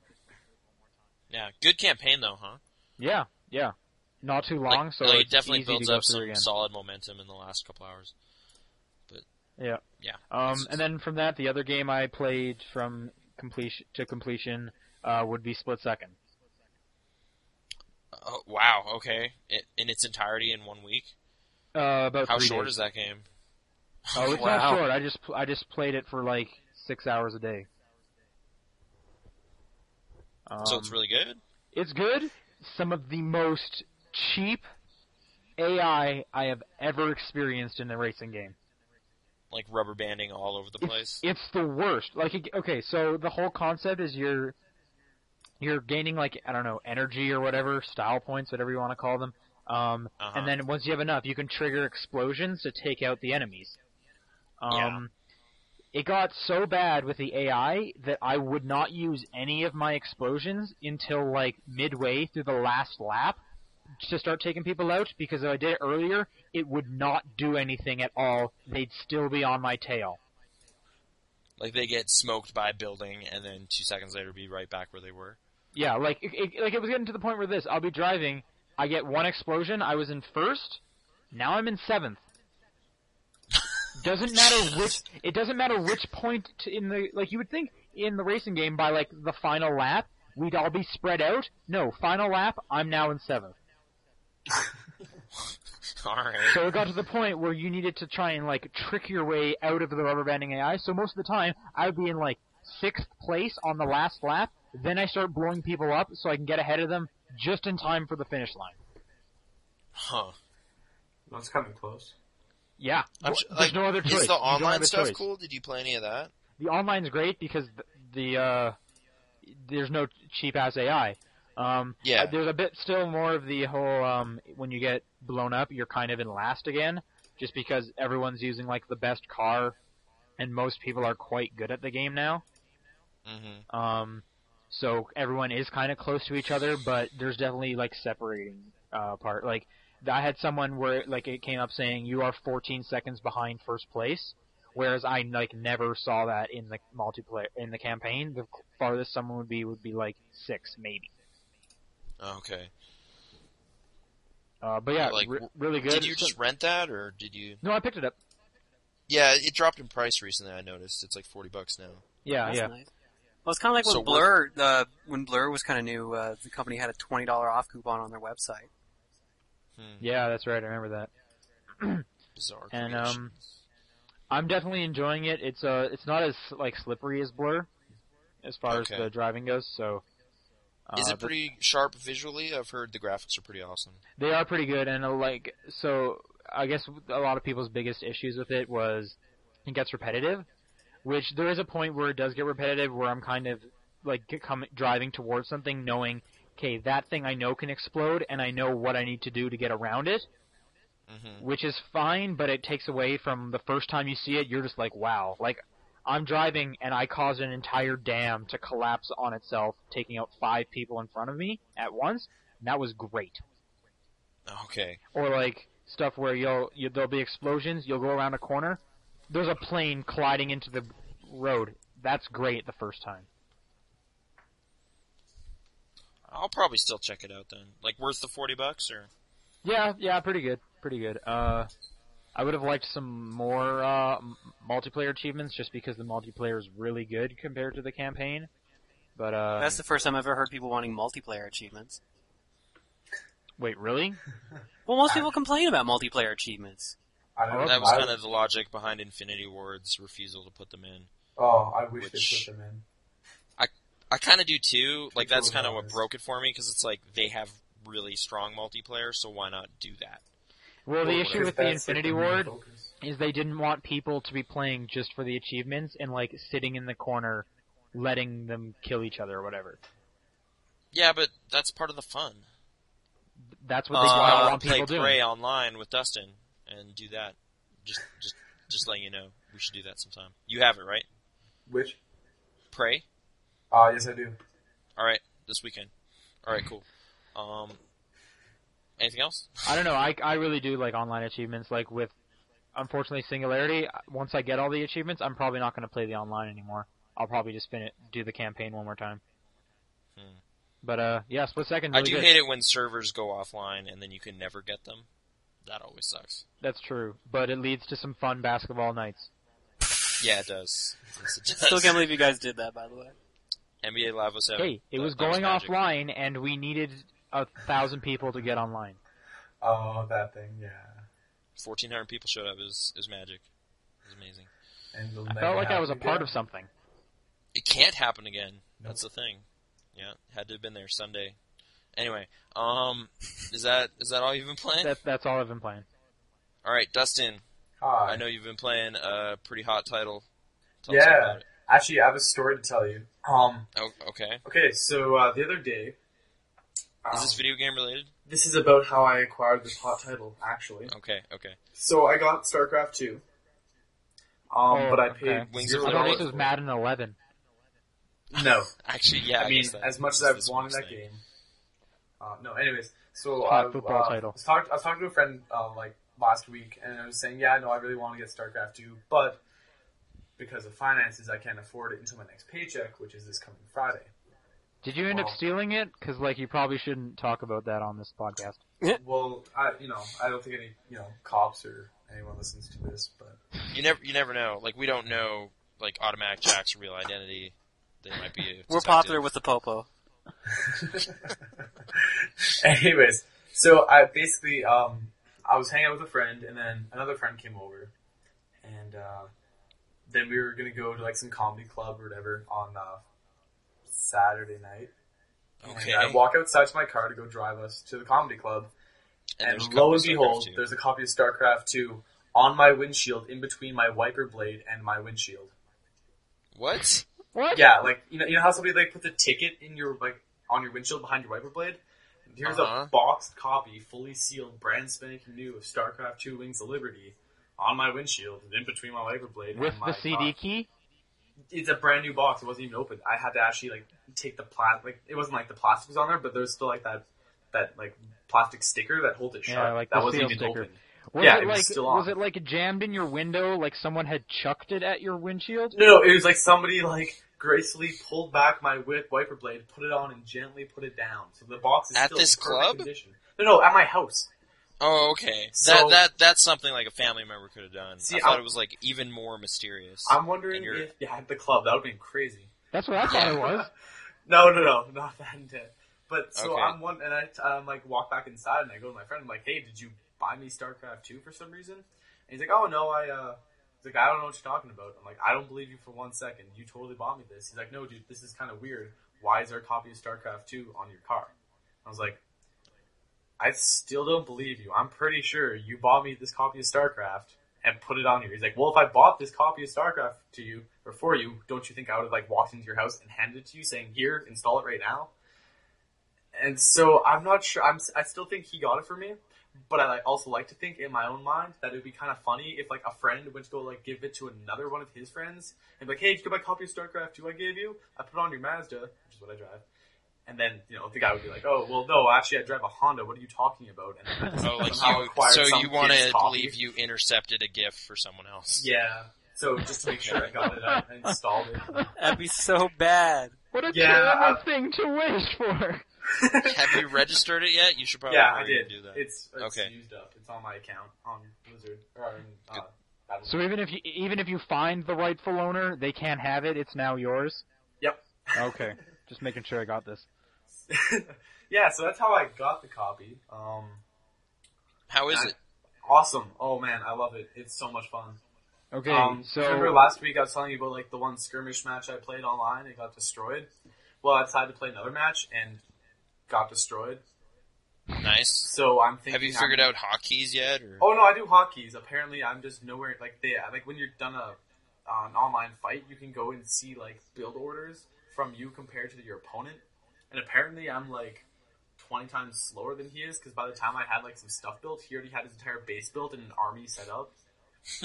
S1: Yeah, good campaign though, huh?
S2: Yeah, yeah. Not too long, so
S1: like, it
S2: it's
S1: definitely
S2: easy
S1: builds
S2: to go
S1: up
S2: through
S1: some
S2: again.
S1: solid momentum in the last couple hours.
S2: Yeah.
S1: Yeah.
S2: Um, and then from that, the other game I played from completion to completion uh, would be Split Second.
S1: Oh, wow. Okay. It, in its entirety in one week.
S2: Uh, about
S1: How
S2: three
S1: short
S2: days.
S1: is that game?
S2: Oh, it's
S3: Wow.
S2: not short. I just pl- I just played it for like six hours a day. Um,
S1: so it's really good.
S2: it's good. Some of the most cheap AI I have ever experienced in a racing game.
S1: Like rubber banding all over the place.
S2: It's, it's the worst. Like it- okay, so the whole concept is you're you're gaining like I don't know energy or whatever style points, whatever you want to call them. Um,
S1: Uh-huh.
S2: And then once you have enough, you can trigger explosions to take out the enemies. Um, It got so bad with the AI that I would not use any of my explosions until like midway through the last lap to start taking people out because if I did it earlier, it would not do anything at all. They'd still be on my tail.
S1: Like they get smoked by a building and then two seconds later be right back where they were.
S2: Yeah, like it, it, like it was getting to the point where this. I'll be driving. I get one explosion. I was in first. Now I'm in seventh. Doesn't matter which. It doesn't matter which point to, in the like. You would think in the racing game by like the final lap we'd all be spread out. No, final lap. I'm now in seventh.
S1: all right.
S2: So it got to the point where you needed to try and like trick your way out of the rubber banding AI. So most of the time I would be in like sixth place on the last lap. Then I start blowing people up so I can get ahead of them just in time for the finish line.
S1: Huh.
S4: That's kind of close.
S2: Yeah,
S1: I'm
S2: Well,
S1: su-
S2: there's
S1: like,
S2: no other choice.
S1: Is the
S2: You don't have
S1: online
S2: a
S1: stuff
S2: choice.
S1: cool? Did you play any of that?
S2: The online's great because the, the uh, there's no cheap ass AI. Um,
S1: Yeah.
S2: uh, there's a bit still more of the whole um, when you get blown up, you're kind of in last again, just because everyone's using like the best car, and most people are quite good at the game now.
S1: Mm-hmm.
S2: Um, so everyone is kind of close to each other, but there's definitely like separating uh, part. Like th- I had someone where like it came up saying you are 14 seconds behind first place, whereas I like never saw that in the multiplayer in the campaign. The farthest someone would be would be like six maybe.
S1: Oh, Okay.
S2: Uh, but yeah,
S1: Like,
S2: re- really good.
S1: Did you
S2: So-
S1: just rent that or did you?
S2: no, I picked it up.
S1: Yeah, it dropped in price recently. I noticed it's like forty bucks now.
S2: Yeah,
S3: That's
S2: yeah.
S3: nice. Well, it's kind of like when
S1: So
S3: Blur, uh, when Blur was kind of new, uh, the company had a twenty dollar off coupon on their website.
S1: Hmm.
S2: Yeah, that's right. I remember that.
S1: Bizarre.
S2: And,
S1: creations.
S2: um, I'm definitely enjoying it. It's uh, it's not as like slippery as Blur, as far
S1: Okay.
S2: as the driving goes. So, uh,
S1: Is it
S2: but
S1: pretty sharp visually? I've heard the graphics are pretty awesome.
S2: They are pretty good, and uh, like so, I guess a lot of people's biggest issues with it was it gets repetitive, which there is a point where it does get repetitive, where I'm kind of like get- come driving towards something, knowing, okay, that thing I know can explode, and I know what I need to do to get around it,
S1: Mm-hmm.
S2: which is fine, but it takes away from the first time you see it, you're just like, wow. Like, I'm driving and I caused an entire dam to collapse on itself, taking out five people in front of me at once, and that was great.
S1: Okay.
S2: Or like stuff where you'll you, there'll be explosions, you'll go around a corner, there's a plane colliding into the road. That's great the first time.
S1: I'll probably still check it out then. Like worth the forty bucks or
S2: Yeah, yeah, pretty good, pretty good. Uh, I would have liked some more uh, m- multiplayer achievements, just because the multiplayer is really good compared to the campaign. But uh,
S3: That's the first time I've ever heard people wanting multiplayer achievements.
S2: wait, really?
S3: Well, most people complain about multiplayer achievements.
S4: I don't know.
S1: That was
S4: I-
S1: kind of the logic behind Infinity Ward's refusal to put them in.
S4: Oh, I wish
S1: Which-
S4: they put them in.
S1: I kind of do too. Like that's kind of what
S4: Controllers.
S1: broke it for me because it's like they have really strong multiplayer, so why not do that?
S2: Well, the
S1: Well,
S2: issue
S1: if
S2: with the Infinity Ward is they didn't want people to be playing just for the achievements and like sitting in the corner, letting them kill each other or whatever.
S1: Yeah, but that's part of the fun.
S2: That's what
S1: That's
S2: they
S1: why
S2: don't
S1: I
S2: want
S1: want to play
S2: people doing.
S1: Prey online with Dustin and do that. Just, just, just letting you know, we should do that sometime. You have it right,
S4: Which?
S1: Prey.
S4: Ah, yes, I do.
S1: All right, this weekend. All right, cool. Um, anything else?
S2: I don't know. I I really do like online achievements. Like with, unfortunately, Singularity. Once I get all the achievements, I'm probably not going to play the online anymore. I'll probably just fin- do the campaign one more time.
S1: Hmm.
S2: But uh, yeah, split second.
S1: I
S2: Really
S1: do
S2: good.
S1: hate it when servers go offline and then you can never get them. That always sucks.
S2: That's true, but it leads to some fun basketball nights.
S1: Yeah, it does. Yes, it
S3: Still
S1: does.
S3: can't believe you guys did that, by the way.
S1: NBA Live 07.
S2: Hey, it
S1: That-
S2: was
S1: that
S2: going
S1: magic.
S2: offline, and we needed a thousand people to get online.
S4: Oh, that thing, yeah.
S1: 1,400 people showed up. Is is magic. It's amazing.
S4: And it'll
S2: I
S4: never
S2: felt like I was a
S4: happen
S2: part
S4: again.
S2: of something.
S1: It can't happen again. That's the thing. Yeah, had to have been there Sunday. Anyway, um, is that is that all you've been playing?
S2: That, that's all I've been playing.
S1: all right, Dustin.
S4: Hi.
S1: I know you've been playing a pretty hot title. Tell us
S4: Yeah.
S1: about it.
S4: Actually, I have a story to tell you. Um,
S1: Oh, okay.
S4: okay, so uh, the other day, um,
S1: Is this video game related?
S4: this is about how I acquired this hot title, actually.
S1: Okay, okay.
S4: So I got StarCraft 2, um,
S2: Oh,
S4: but I
S2: okay.
S4: paid
S1: Wings
S4: zero
S1: of
S2: I thought this
S4: dollars
S2: was
S4: for it.
S2: Madden 11.
S4: No,
S1: Actually, yeah.
S4: I,
S1: I,
S4: mean,
S1: guess that
S4: as much as
S1: is
S4: I've
S1: this
S4: wanted
S1: week's
S4: that
S1: thing.
S4: game. Uh, no, anyways, so
S2: Hot
S4: I,
S2: football
S4: uh,
S2: title.
S4: I was, talk- I was talking to a friend uh, like last week, and I was saying, yeah, no, I really want to get StarCraft 2, but because of finances, I can't afford it until my next paycheck, which is this coming Friday.
S2: Did you end up
S4: Wow.
S2: stealing it? Because like you probably shouldn't talk about that on this podcast.
S4: Well, I, you know, I don't think any, you know, cops or anyone listens to this, but
S1: You never, you never know. Like we don't know, like automatic Jack's real identity. They might be. a
S3: We're
S1: detective.
S3: popular with the popo.
S4: Anyways, so I basically um, I was hanging out with a friend, and then another friend came over, and uh, then we were gonna go to like some comedy club or whatever on uh, Saturday night.
S1: Okay.
S4: And I walk outside to my car to go drive us to the comedy club, and,
S1: there's a couple
S4: lo
S1: of
S4: and
S1: StarCraft
S4: behold,
S1: too.
S4: there's a copy of StarCraft Two on my windshield, in between my wiper blade and my windshield.
S1: what?
S2: What?
S4: Yeah, like you know, you know how somebody like put the ticket in your like on your windshield behind your wiper blade. Here's
S1: Uh-huh.
S4: a boxed copy, fully sealed, brand spanking new of StarCraft Two: Wings of Liberty on my windshield, and in between my wiper blade
S2: With
S4: and my
S2: the CD
S4: cock.
S2: key?
S4: It's a brand new box. It wasn't even opened. I had to actually like take the plastic. Like it wasn't like the plastic was on there, but there was still like that that like plastic sticker that holds it
S2: Yeah,
S4: shut.
S2: like
S4: that
S2: the
S4: wasn't
S2: seal
S4: even
S2: sticker.
S4: open.
S2: Was
S4: Yeah,
S2: it
S4: it was
S2: like
S4: still
S2: was
S4: on.
S2: it like jammed in your window? Like someone had chucked it at your windshield?
S4: No, it was like somebody like gracefully pulled back my whip wiper blade, put it on, and gently put it down. So the box is
S1: At
S4: still
S1: this
S4: in perfect
S1: club?
S4: Condition. No, no, at my house.
S1: Oh, okay.
S4: So-
S1: that that that's something like a family member could have done.
S4: See,
S1: I thought
S4: I'm-
S1: it was like even more mysterious.
S4: I'm wondering
S1: And you're-
S4: if yeah, at the club that would have been crazy.
S2: That's what I thought it was.
S4: No, no, no, not that intent. But so
S1: Okay.
S4: I'm one, and I um, like walk back inside, and I go to my friend. I'm like, "Hey, did you buy me StarCraft two for some reason?" And he's like, "Oh no, I." uh He's like, "I don't know what you're talking about." I'm like, "I don't believe you for one second. You totally bought me this." He's like, "No, dude, this is kind of weird. Why is there a copy of StarCraft two on your car?" I was like, "I still don't believe you. I'm pretty sure you bought me this copy of StarCraft." And put it on here. He's like, "Well, if I bought this copy of StarCraft to you or for you, don't you think I would have like walked into your house and handed it to you, saying, "Here, install it right now"? And so I'm not sure. I'm I still think he got it for me, but I like, also like to think in my own mind that it would be kind of funny if like a friend went to go like give it to another one of his friends and be like, hey, did you get my copy of StarCraft 2 I gave you? I put it on your Mazda, which is what I drive. And then you know the guy would be like, oh well, no, actually I drive a Honda. What are you talking about? And then
S1: oh, like
S4: somehow
S1: you.
S4: acquired
S1: So
S4: some
S1: you want
S4: kid's
S1: to
S4: copy.
S1: believe you intercepted a gift for someone else?
S4: Yeah. So just to make sure I got it, I installed it.
S3: That'd be so bad.
S2: What a
S4: Yeah,
S2: terrible
S4: I-
S2: thing to wish for.
S1: Have you registered it yet? You should probably
S4: yeah, I
S1: hurry
S4: did.
S1: and do that.
S4: It's, it's
S1: Okay.
S4: used up. It's on my account on Blizzard or on uh, Battle.
S2: So even if you even if you find the rightful owner, they can't have it. It's now yours.
S4: Yep.
S2: Okay, just making sure I got this.
S4: yeah, so that's how I got the copy. Um,
S1: How is
S4: I-
S1: it?
S4: awesome. Oh man, I love it. It's so much fun.
S2: Okay,
S4: um,
S2: so
S4: remember last week I was telling you about like the one skirmish match I played online and got destroyed. Well, I decided to play another match and got destroyed.
S1: Nice.
S4: So I'm thinking.
S1: Have you
S4: I'm-
S1: figured out hotkeys yet? Or
S4: Oh no, I do hotkeys. Apparently, I'm just nowhere like they like when you're done a uh, an online fight, you can go and see like build orders from you compared to your opponent. And apparently, I'm like 20 times slower than he is because by the time I had like some stuff built, he already had his entire base built and an army set up,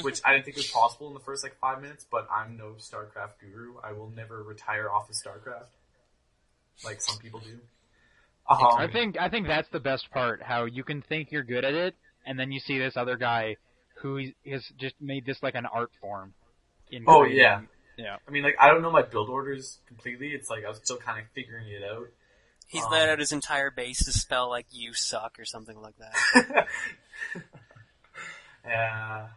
S4: which I didn't think was possible in the first like five minutes. But I'm no StarCraft guru. I will never retire off of StarCraft, like some people do.
S2: I
S4: Um,
S2: think I think that's the best part. How you can think you're good at it, and then you see this other guy who has just made this like an art form. In
S4: Oh,
S2: creating-
S4: yeah.
S2: yeah.
S4: I mean, like I don't know my build orders completely. It's like I was still kind of figuring it out.
S3: He's
S4: Um,
S3: let out his entire base to spell like "you suck" or something like that.
S4: Yeah,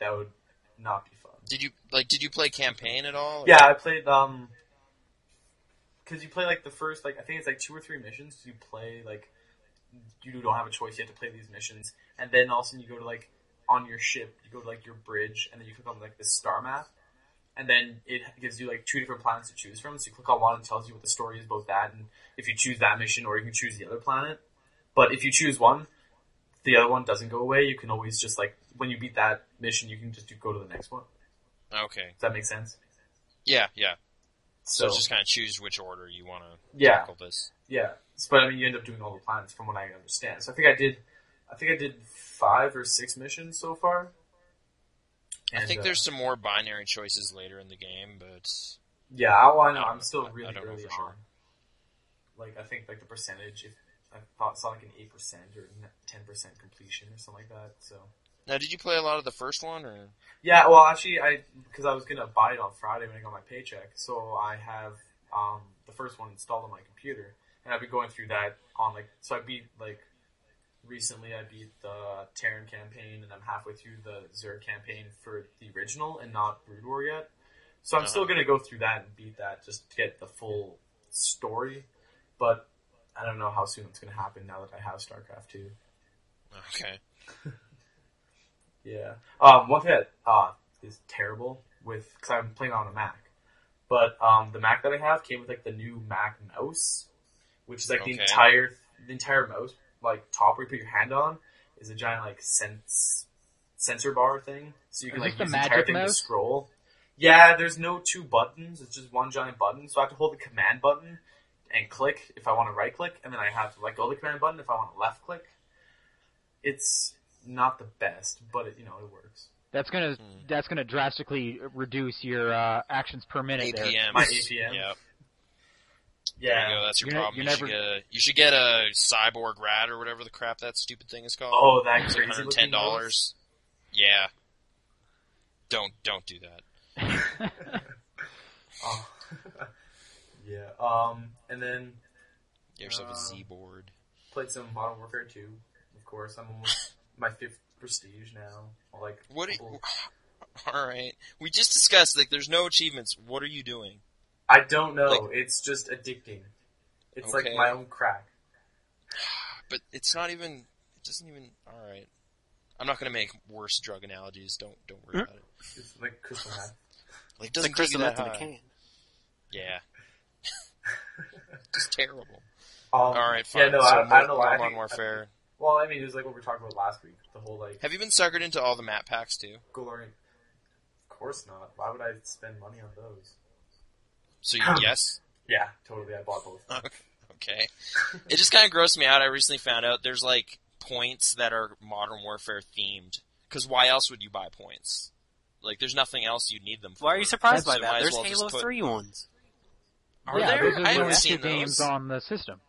S4: that would not be fun.
S1: did you like? Did you play campaign at all? or-
S4: Yeah, I played um, because you play like the first like I think it's like two or three missions. You play like you don't have a choice. You have to play these missions, and then all of a sudden you go to like on your ship. You go to like your bridge, and then you click on like the star map, and then it gives you like two different planets to choose from. So you click on one and it tells you what the story is about that, and if you choose that mission, or you can choose the other planet. But if you choose one, the other one doesn't go away. You can always just like when you beat that mission, you can just do, go to the next one.
S1: Okay.
S4: Does that make sense?
S1: Yeah, yeah. So,
S4: So,
S1: just kind of choose which order you want to
S4: yeah,
S1: tackle this.
S4: Yeah, S- but I mean, you end up doing all the planets from what I understand. So I think I did, I think I did five or six missions so far.
S1: I
S4: And,
S1: think
S4: uh,
S1: there's some more binary choices later in the game, but
S4: yeah. I, well, I know
S1: I
S4: I'm still
S1: don't- I- I
S4: really
S1: don't know
S4: early
S1: for
S4: on.
S1: sure.
S4: Like I think like the percentage, if I thought saw like an eight percent or ten percent completion or something like that. So
S1: now did you play a lot of the first one or?
S4: yeah, well actually I because I was gonna buy it on Friday when I got my paycheck, so I have um, the first one installed on my computer, and I've been going through that on like so I beat like recently I beat the Terran campaign and I'm halfway through the Zerg campaign for the original and not Brood War yet. So I'm
S1: Uh-huh.
S4: still gonna go through that and beat that just to get the full story, but I don't know how soon it's gonna happen now that I have StarCraft two.
S1: Okay.
S4: Yeah. Um, one thing that uh, is terrible with because I'm playing on a Mac, but um, the Mac that I have came with like the new Mac mouse, which is like the
S1: Okay.
S4: entire the entire mouse like top where you put your hand on is a giant like sense sensor bar thing, so you can
S2: Is this
S4: like
S2: the
S4: use the entire
S2: magic
S4: thing to
S2: mouse?
S4: scroll. Yeah, there's no two buttons. It's just one giant button. So I have to hold the command button and click if I want to right click, and then I have to let go of the command button if I want to left click. It's not the best, but it, you know it works.
S2: That's gonna
S1: Hmm.
S2: that's gonna drastically reduce your uh, actions per minute. There.
S1: APM.
S4: My APM.
S1: Yep. There you
S4: Yeah.
S1: go. That's your
S2: You're
S1: problem.
S2: ne- you're
S1: You should, get a, you should get a cyborg rat or whatever the crap that stupid thing is called.
S4: Oh, that
S1: It's
S4: crazy
S1: like
S4: looking
S1: $110.
S4: mouse.
S1: Yeah. Don't don't do that.
S4: Oh. yeah. Um, and then
S1: Get yourself
S4: Uh,
S1: a Z board.
S4: played some Modern Warfare Two. Of course, I'm almost my fifth prestige now. Like
S1: What? Are,
S4: couple-
S1: all right. We just discussed like there's no achievements. What are you doing?
S4: I don't know.
S1: like-
S4: it's just addicting. It's
S1: Okay.
S4: like my own crack.
S1: But it's not even. It doesn't even. All right. I'm not gonna make worse drug analogies. Don't don't worry about it.
S4: It's like crystal meth.
S1: Like it
S3: It's
S1: doesn't
S3: like
S1: take you
S3: crystal
S1: that
S3: meth in
S1: high.
S3: a can.
S1: Yeah. it's terrible.
S4: Um,
S1: All right. Fine.
S4: Yeah. No,
S1: so
S4: I, I don't know.
S1: Modern
S4: why. I think,
S1: Warfare.
S4: well, I mean, it was like what we talked about last week. The whole like
S1: Have you been suckered into all the map packs too?
S4: glory. Of course not. Why would I spend money on those?
S1: So you, yes.
S4: Yeah, totally. I bought both.
S1: Okay. It just kind of grossed me out. I recently found out there's like points that are Modern Warfare themed. Because why else would you buy points? Like, there's nothing else you'd need them for.
S3: Why are you surprised
S1: So
S3: by
S1: might
S3: that?
S1: as
S3: There's
S1: well just
S3: Halo
S1: put-
S3: Three ones.
S1: Are
S2: yeah,
S1: there?
S2: those are
S1: I
S2: the
S1: haven't
S2: extra
S1: seen those.
S2: games on the system.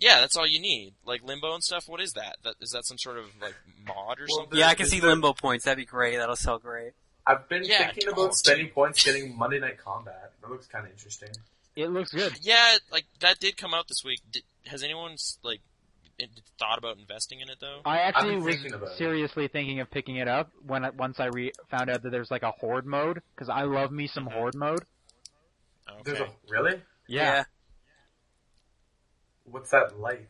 S1: Yeah, that's all you need. Like Limbo and stuff. What is that? that is that some sort of like mod or
S4: Well,
S1: something?
S3: Yeah, I can
S4: Is
S3: see
S4: there-
S3: limbo points. That'd be great. That'll sell great.
S4: I've been
S1: Yeah,
S4: thinking
S1: oh,
S4: about spending
S1: dude.
S4: points getting Monday Night Combat. That looks kind of interesting.
S2: It looks good.
S1: Yeah, like that did come out this week. Did, has anyone s- like in- thought about investing in it though?
S2: I actually
S4: been
S2: was
S4: thinking about it.
S2: seriously thinking of picking it up when I, once I re- found out that there's like a horde mode because I love me
S4: Mm-hmm.
S2: some horde mode.
S4: There's
S1: Okay.
S4: a, really?
S3: yeah.
S4: What's that like?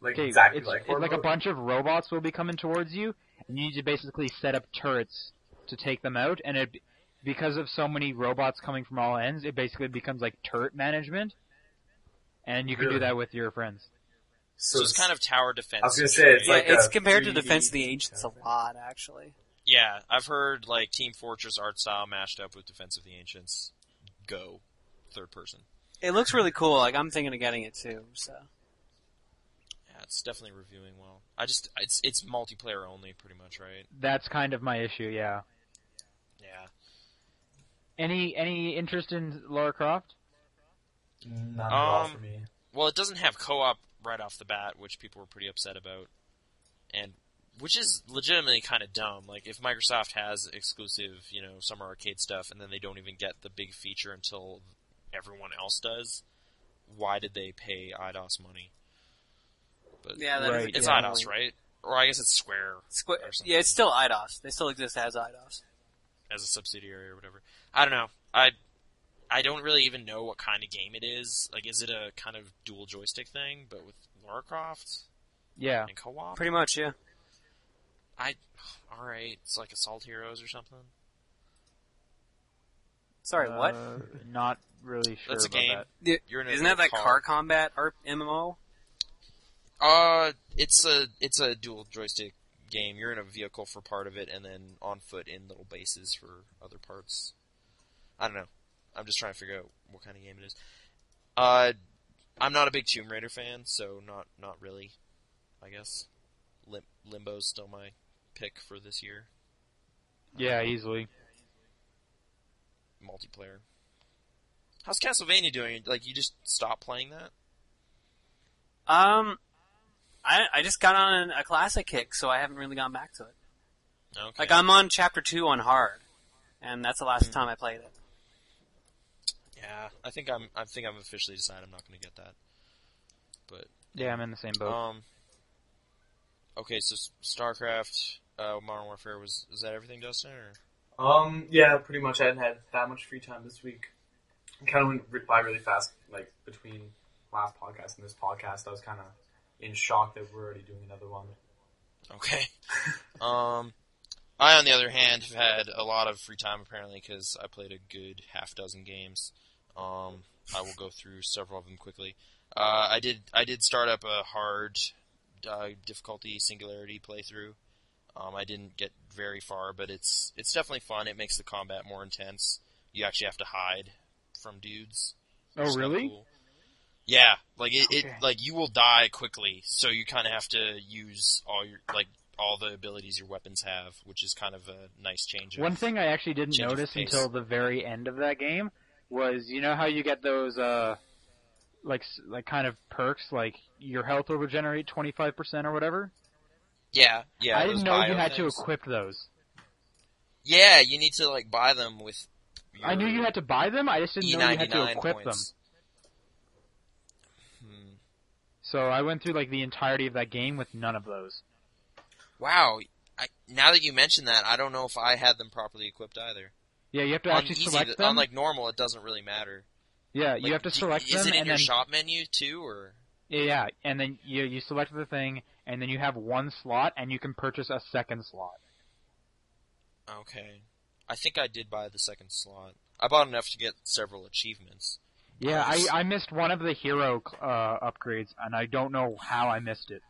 S4: Like
S2: Okay,
S4: exactly
S2: it's,
S4: like
S2: it's like a
S4: Hormone?
S2: bunch of robots will be coming towards you, and you need to basically set up turrets to take them out. And it, because of so many robots coming from all ends, it basically becomes like turret management, and you can
S4: Really?
S2: do that with your friends.
S1: So it's kind of tower defense.
S4: I was gonna say, it's
S1: situation.
S4: like
S3: yeah, it's
S4: a
S3: compared to
S4: 3D
S3: Defense of the Ancients a lot, actually.
S1: yeah, I've heard like Team Fortress art style mashed up with Defense of the Ancients. Go, third person.
S3: It looks really cool. Like I'm thinking of getting it too. So
S1: Yeah, it's definitely reviewing well. I just it's it's multiplayer only, pretty much, right?
S2: That's kind of my issue. Yeah.
S1: Yeah.
S2: Any any interest in Lara Croft?
S4: Not at all
S1: Um,
S4: for me.
S1: Well, it doesn't have co-op right off the bat, which people were pretty upset about, and which is legitimately kind of dumb. Like if Microsoft has exclusive, you know, summer arcade stuff, and then they don't even get the big feature until everyone else does, why did they pay IDOS money? But
S3: yeah, that is
S2: Right,
S3: a good
S1: it's
S2: yeah.
S3: point.
S1: IDOS, right? Or I guess it's Square
S3: Squ-
S1: or something.
S3: yeah, it's still IDOS. They still exist as IDOS.
S1: as a subsidiary or whatever. I don't know. I I don't really even know what kind of game it is. Like, is it a kind of dual joystick thing, but with Lara Croft
S2: Yeah.
S1: and co-op?
S3: Pretty much, yeah.
S1: I all right. It's like Assault Heroes or something.
S3: Sorry, what?
S2: Uh, not really sure.
S1: That's a
S2: about
S1: game.
S2: That.
S1: You're in a
S3: Isn't that that
S1: car.
S3: car combat or MMO?
S1: Uh, it's a it's a dual joystick game. You're in a vehicle for part of it, and then on foot in little bases for other parts. I don't know. I'm just trying to figure out what kind of game it is. Uh, I'm not a big Tomb Raider fan, so not not really. I guess Lim- Limbo's still my pick for this year.
S2: Yeah, easily.
S1: Multiplayer. How's Castlevania doing? Like, you just stopped playing that?
S3: Um, I I just got on a classic kick, so I haven't really gone back to it.
S1: Okay.
S3: Like I'm on chapter two on hard, and that's the last time I played it.
S1: yeah, I think I'm. I think I've officially decided I'm not going to get that. But
S2: Yeah, I'm in the same boat.
S1: Um. Okay, so S- StarCraft, uh, Modern Warfare was is that everything, Dustin? Or?
S4: Um, yeah, pretty much. I hadn't had that much free time this week. It kind of went re- by really fast, like between last podcast and this podcast. I was kind of in shock that we're already doing another one.
S1: Okay. um, I, on the other hand, have had a lot of free time apparently because I played a good half dozen games. Um, I will go through several of them quickly. Uh, I did I did start up a hard uh, difficulty singularity playthrough. Um, I didn't get very far, but it's it's definitely fun. It makes the combat more intense. You actually have to hide from dudes.
S2: oh,
S1: It's kinda
S2: really?
S1: cool. Yeah, like it,
S2: Okay.
S1: it, like you will die quickly, so you kind of have to use all your like all the abilities your weapons have, which is kind of a nice change. Of,
S2: One thing I actually didn't
S1: change of
S2: notice
S1: pace.
S2: until the very end of that game was you know how you get those uh like s- like kind of perks like your health will regenerate 25% or whatever.
S1: yeah, yeah.
S2: I
S1: those
S2: didn't know you
S1: bio
S2: had
S1: things.
S2: to equip those.
S1: Yeah, you need to like buy them with.
S2: I knew you had to buy them. I just didn't
S1: E
S2: know you
S1: ninety
S2: had to
S1: nine
S2: equip
S1: points.
S2: them.
S1: Hmm.
S2: So I went through like the entirety of that game with none of those.
S1: Wow. I, now that you mention that, I don't know if I had them properly equipped either.
S2: Yeah, you have to
S1: on
S2: actually
S1: easy,
S2: select
S1: th-
S2: them.
S1: on like normal, it doesn't really matter.
S2: yeah,
S1: Like,
S2: you have to
S1: d-
S2: select
S1: Is
S2: them
S1: it in
S2: and
S1: your
S2: then
S1: shop menu too, or?
S2: yeah, yeah, and then you you select the thing and then you have one slot and you can purchase a second slot.
S1: Okay. I think I did buy the second slot. I bought enough to get several achievements.
S2: Yeah,
S1: Nice.
S2: I, I missed one of the hero uh, upgrades, and I don't know how I missed it,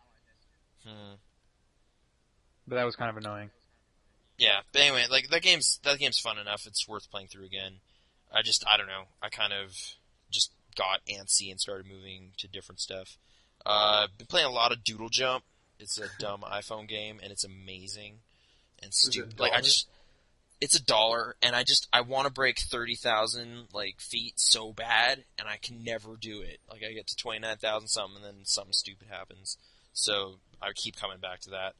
S1: Hmm.
S2: but that was kind of annoying.
S1: Yeah, but anyway, like that game's that game's fun enough. It's worth playing through again. I just I don't know. I kind of just got antsy and started moving to different stuff. Uh, been playing a lot of Doodle Jump. It's a dumb iPhone game and it's amazing and
S4: it
S1: stupid.
S4: a
S1: Like I
S4: dollar?
S1: just it's a dollar and I just I want to break 30,000 like feet so bad and I can never do it. Like I get to 29,000 something and then something stupid happens. So I keep coming back to that.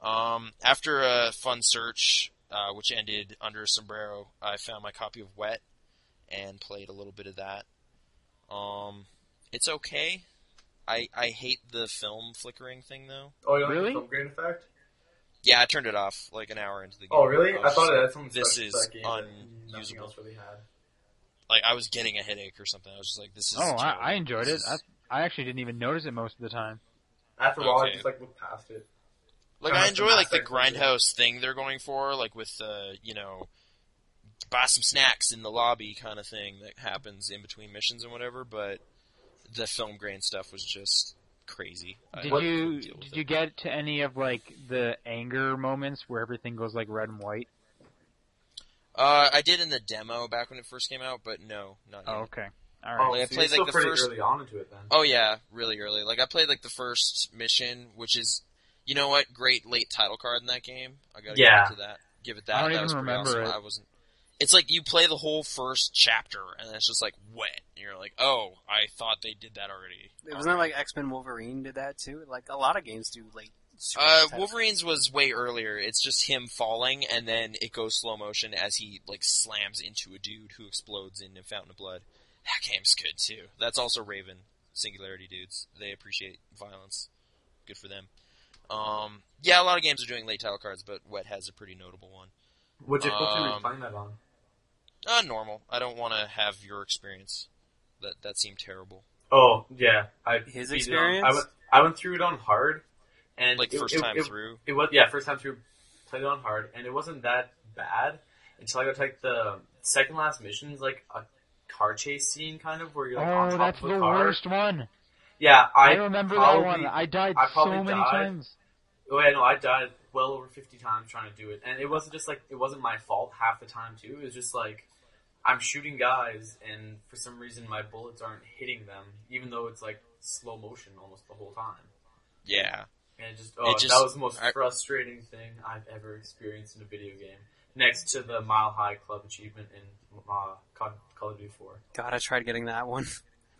S1: Um, after a fun search, uh, which ended under a sombrero, I found my copy of Wet and played a little bit of that. Um, it's okay. I I hate the film flickering thing though.
S4: Oh, you don't
S2: Really?
S4: like the upgrade effect?
S1: Yeah, I turned it off like an hour into the game.
S4: Oh, really?
S1: I
S4: I
S1: was
S4: thought
S1: just
S4: that's something
S1: this
S4: special
S1: is
S4: to that game that nothing
S1: unusable.
S4: else really had.
S1: like, like I was getting a headache or something. I was just like, this is.
S2: Oh, I,
S1: terrible.
S2: I enjoyed it.
S1: This is-
S2: I, I actually didn't even notice it most of the time.
S4: After a while,
S1: Okay.
S4: I just like looked past it.
S1: Like
S4: Kinda
S1: I
S4: like the
S1: enjoy like the
S4: Mass Effect movie.
S1: grindhouse thing they're going for, like with uh, you know, buy some snacks in the lobby kind of thing that happens in between missions and whatever. But the film grain stuff was just crazy. I
S2: Did
S1: couldn't
S2: you
S1: deal with
S2: did
S1: it.
S2: you get to any of like the anger moments where everything goes like red and white?
S1: Uh, I did in the demo back when it first came out, but no, not yet.
S2: Oh, okay. All right.
S4: Oh,
S1: Like, I
S4: so
S1: played,
S4: you're still
S1: like, the
S4: pretty
S1: first-
S4: early on into it then.
S1: Oh yeah, really early. Like I played like the first mission, which is, you know what, great late title card in that game. I gotta
S4: Yeah.
S1: give it to that. Give it that.
S2: I don't
S1: that
S2: even
S1: was pretty
S2: remember
S1: awesome.
S2: it.
S1: I wasn't. It's like you play the whole first chapter, and it's just like wet. And you're like, oh, I thought they did that already.
S3: Wasn't that like X Men Wolverine did that too? Like a lot of games do late. super
S1: Uh,
S3: type-
S1: Wolverine's was way earlier. It's just him falling, and then it goes slow motion as he like slams into a dude who explodes in a fountain of blood. That game's good too. That's also Raven Singularity dudes. They appreciate violence. Good for them. Um, yeah, a lot of games are doing late title cards, but Wet has a pretty notable one.
S4: What you what you were
S1: Um,
S4: playing that on?
S1: Uh, normal. I don't want to have your experience. That that seemed terrible.
S4: Oh yeah, I
S3: His
S4: beat it on-
S3: experience?
S4: I went, I went through it on hard, and
S1: Like
S4: it-
S1: first
S4: it-
S1: time
S4: it-
S1: through.
S4: It was yeah, first time through, played it on hard, and it wasn't that bad until I got to like the second last missions, like a car chase scene kind of where you're like on
S2: oh,
S4: top
S2: that's
S4: of
S2: the
S4: a car.
S2: worst one.
S4: Yeah,
S2: I,
S4: I,
S2: remember
S4: probably,
S2: that one. I died
S4: I
S2: so
S4: probably
S2: many
S4: died.
S2: times.
S4: Oh yeah, no, I died well over fifty times trying to do it, and it wasn't just like it wasn't my fault half the time too. It was just like I'm shooting guys, and for some reason my bullets aren't hitting them, even though it's like slow motion almost the whole time.
S1: Yeah.
S4: And it just, oh,
S1: It just-
S4: that was the most
S1: I-
S4: frustrating thing I've ever experienced in a video game. Next to the Mile High Club achievement in uh, Call Call of Duty 4.
S3: God, I tried getting that one.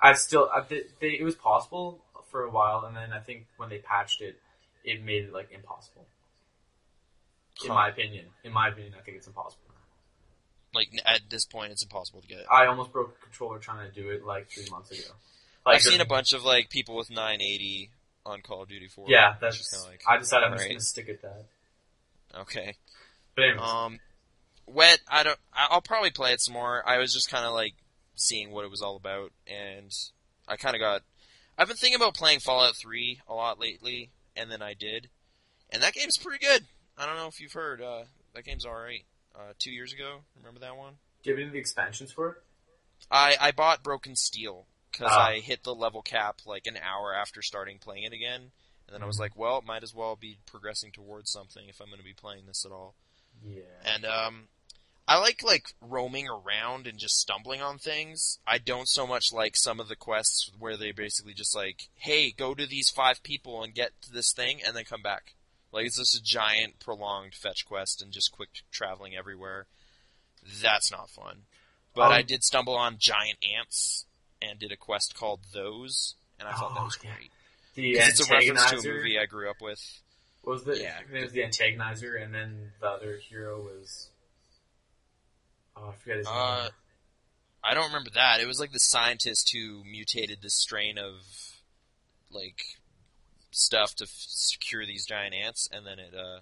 S4: I still, I, they, they, it was possible for a while, and then I think when they patched it, it made it like impossible. In
S1: Huh.
S4: my opinion, in my opinion, I think it's impossible.
S1: Like n- at this point, it's impossible to get it.
S4: I almost broke a controller trying to do it like three months ago. Like,
S1: I've seen a bunch of like people with 980 on Call of Duty 4.
S4: Yeah,
S1: It's
S4: that's.
S1: just kinda like,
S4: I decided I'm just
S1: alright.
S4: gonna stick at that.
S1: okay.
S4: But anyways,
S1: Um, Wet. I don't. I- I'll probably play it some more. I was just kind of like seeing what it was all about, and I kind of got. I've been thinking about playing Fallout 3 a lot lately, and then I did, and that game's pretty good. I don't know if you've heard. Uh, that game's all right. Uh, two years ago, remember that one?
S4: do you have any of the expansions for it?
S1: I I bought Broken Steel because
S4: Ah.
S1: I hit the level cap like an hour after starting playing it again, and then I was like, well, might as well be progressing towards something if I'm going to be playing this at all.
S4: Yeah.
S1: And um, I like like roaming around and just stumbling on things. I don't so much like some of the quests where they basically just like, hey, go to these five people and get to this thing, and then come back. Like it's just a giant prolonged fetch quest and just quick traveling everywhere. That's not fun. But
S4: Um,
S1: I did stumble on giant ants and did a quest called Those, and I thought that
S4: Oh,
S1: was
S4: yeah.
S1: great.
S4: The
S1: 'Cause it's a reference to a
S4: Antagonizer
S1: movie I grew up with.
S4: Was the
S1: Yeah.
S4: it was the antagonizer, and then the other hero was. Oh, I forget his name.
S1: Uh, I don't remember that. It was like the scientist who mutated this strain of like stuff to f- secure these giant ants, and then it uh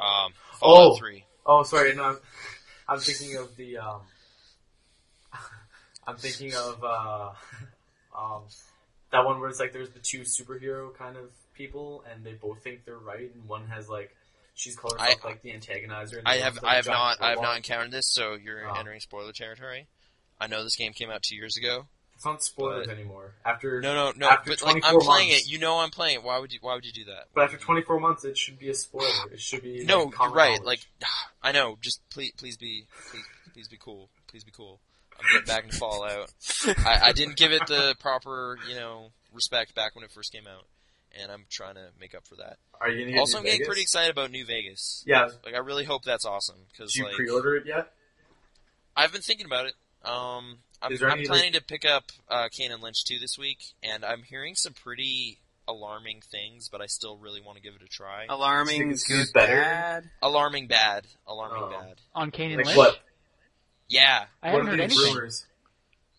S1: um Fallout
S4: Oh.
S1: Three.
S4: oh, sorry, no, I'm, I'm thinking of the um. I'm thinking of uh, um, that one where it's like there's the two superhero kind of people, and they both think they're right, and one has like she's called herself
S1: I-
S4: like the antagonizer. And
S1: I
S4: the
S1: have
S4: other's, like,
S1: I have
S4: a giant
S1: not I have
S4: robot.
S1: not encountered this, so you're
S4: Oh.
S1: entering spoiler territory. I know this game came out two years ago.
S4: It's not spoilers
S1: but-
S4: anymore. After
S1: No, no, no.
S4: After
S1: but like, I'm
S4: 24
S1: playing
S4: months.
S1: it. You know I'm playing it. Why would you? Why would you do that?
S4: but after 24 months, it should be a spoiler. It should be like,
S1: No, you're
S4: common
S1: right.
S4: knowledge.
S1: Like, I know. Just please, please be, please, please be cool. Please be cool. I'm getting back into Fallout. I, I didn't give it the proper, you know, respect back when it first came out, and I'm trying to make up for that.
S4: Are you gonna get
S1: also,
S4: New
S1: I'm getting
S4: Vegas?
S1: pretty excited about New Vegas.
S4: Yeah.
S1: Like, I really hope that's awesome because
S4: Did you
S1: like
S4: pre-order it yet?
S1: I've been thinking about it. Um, I'm,
S4: Is there
S1: I'm
S4: any,
S1: planning to pick up uh, Kane and Lynch 2 this week, and I'm hearing some pretty alarming things, but I still really want to give it a try.
S3: Oh. Alarming,
S4: Think it's
S3: good,
S4: better?
S3: bad.
S1: Alarming bad. Alarming
S4: Oh.
S1: bad.
S2: On Kane and
S4: Like
S2: Lynch.
S4: what?
S1: Yeah.
S2: I
S4: what
S2: haven't
S4: are
S2: heard
S4: the
S2: anything.
S4: rumors?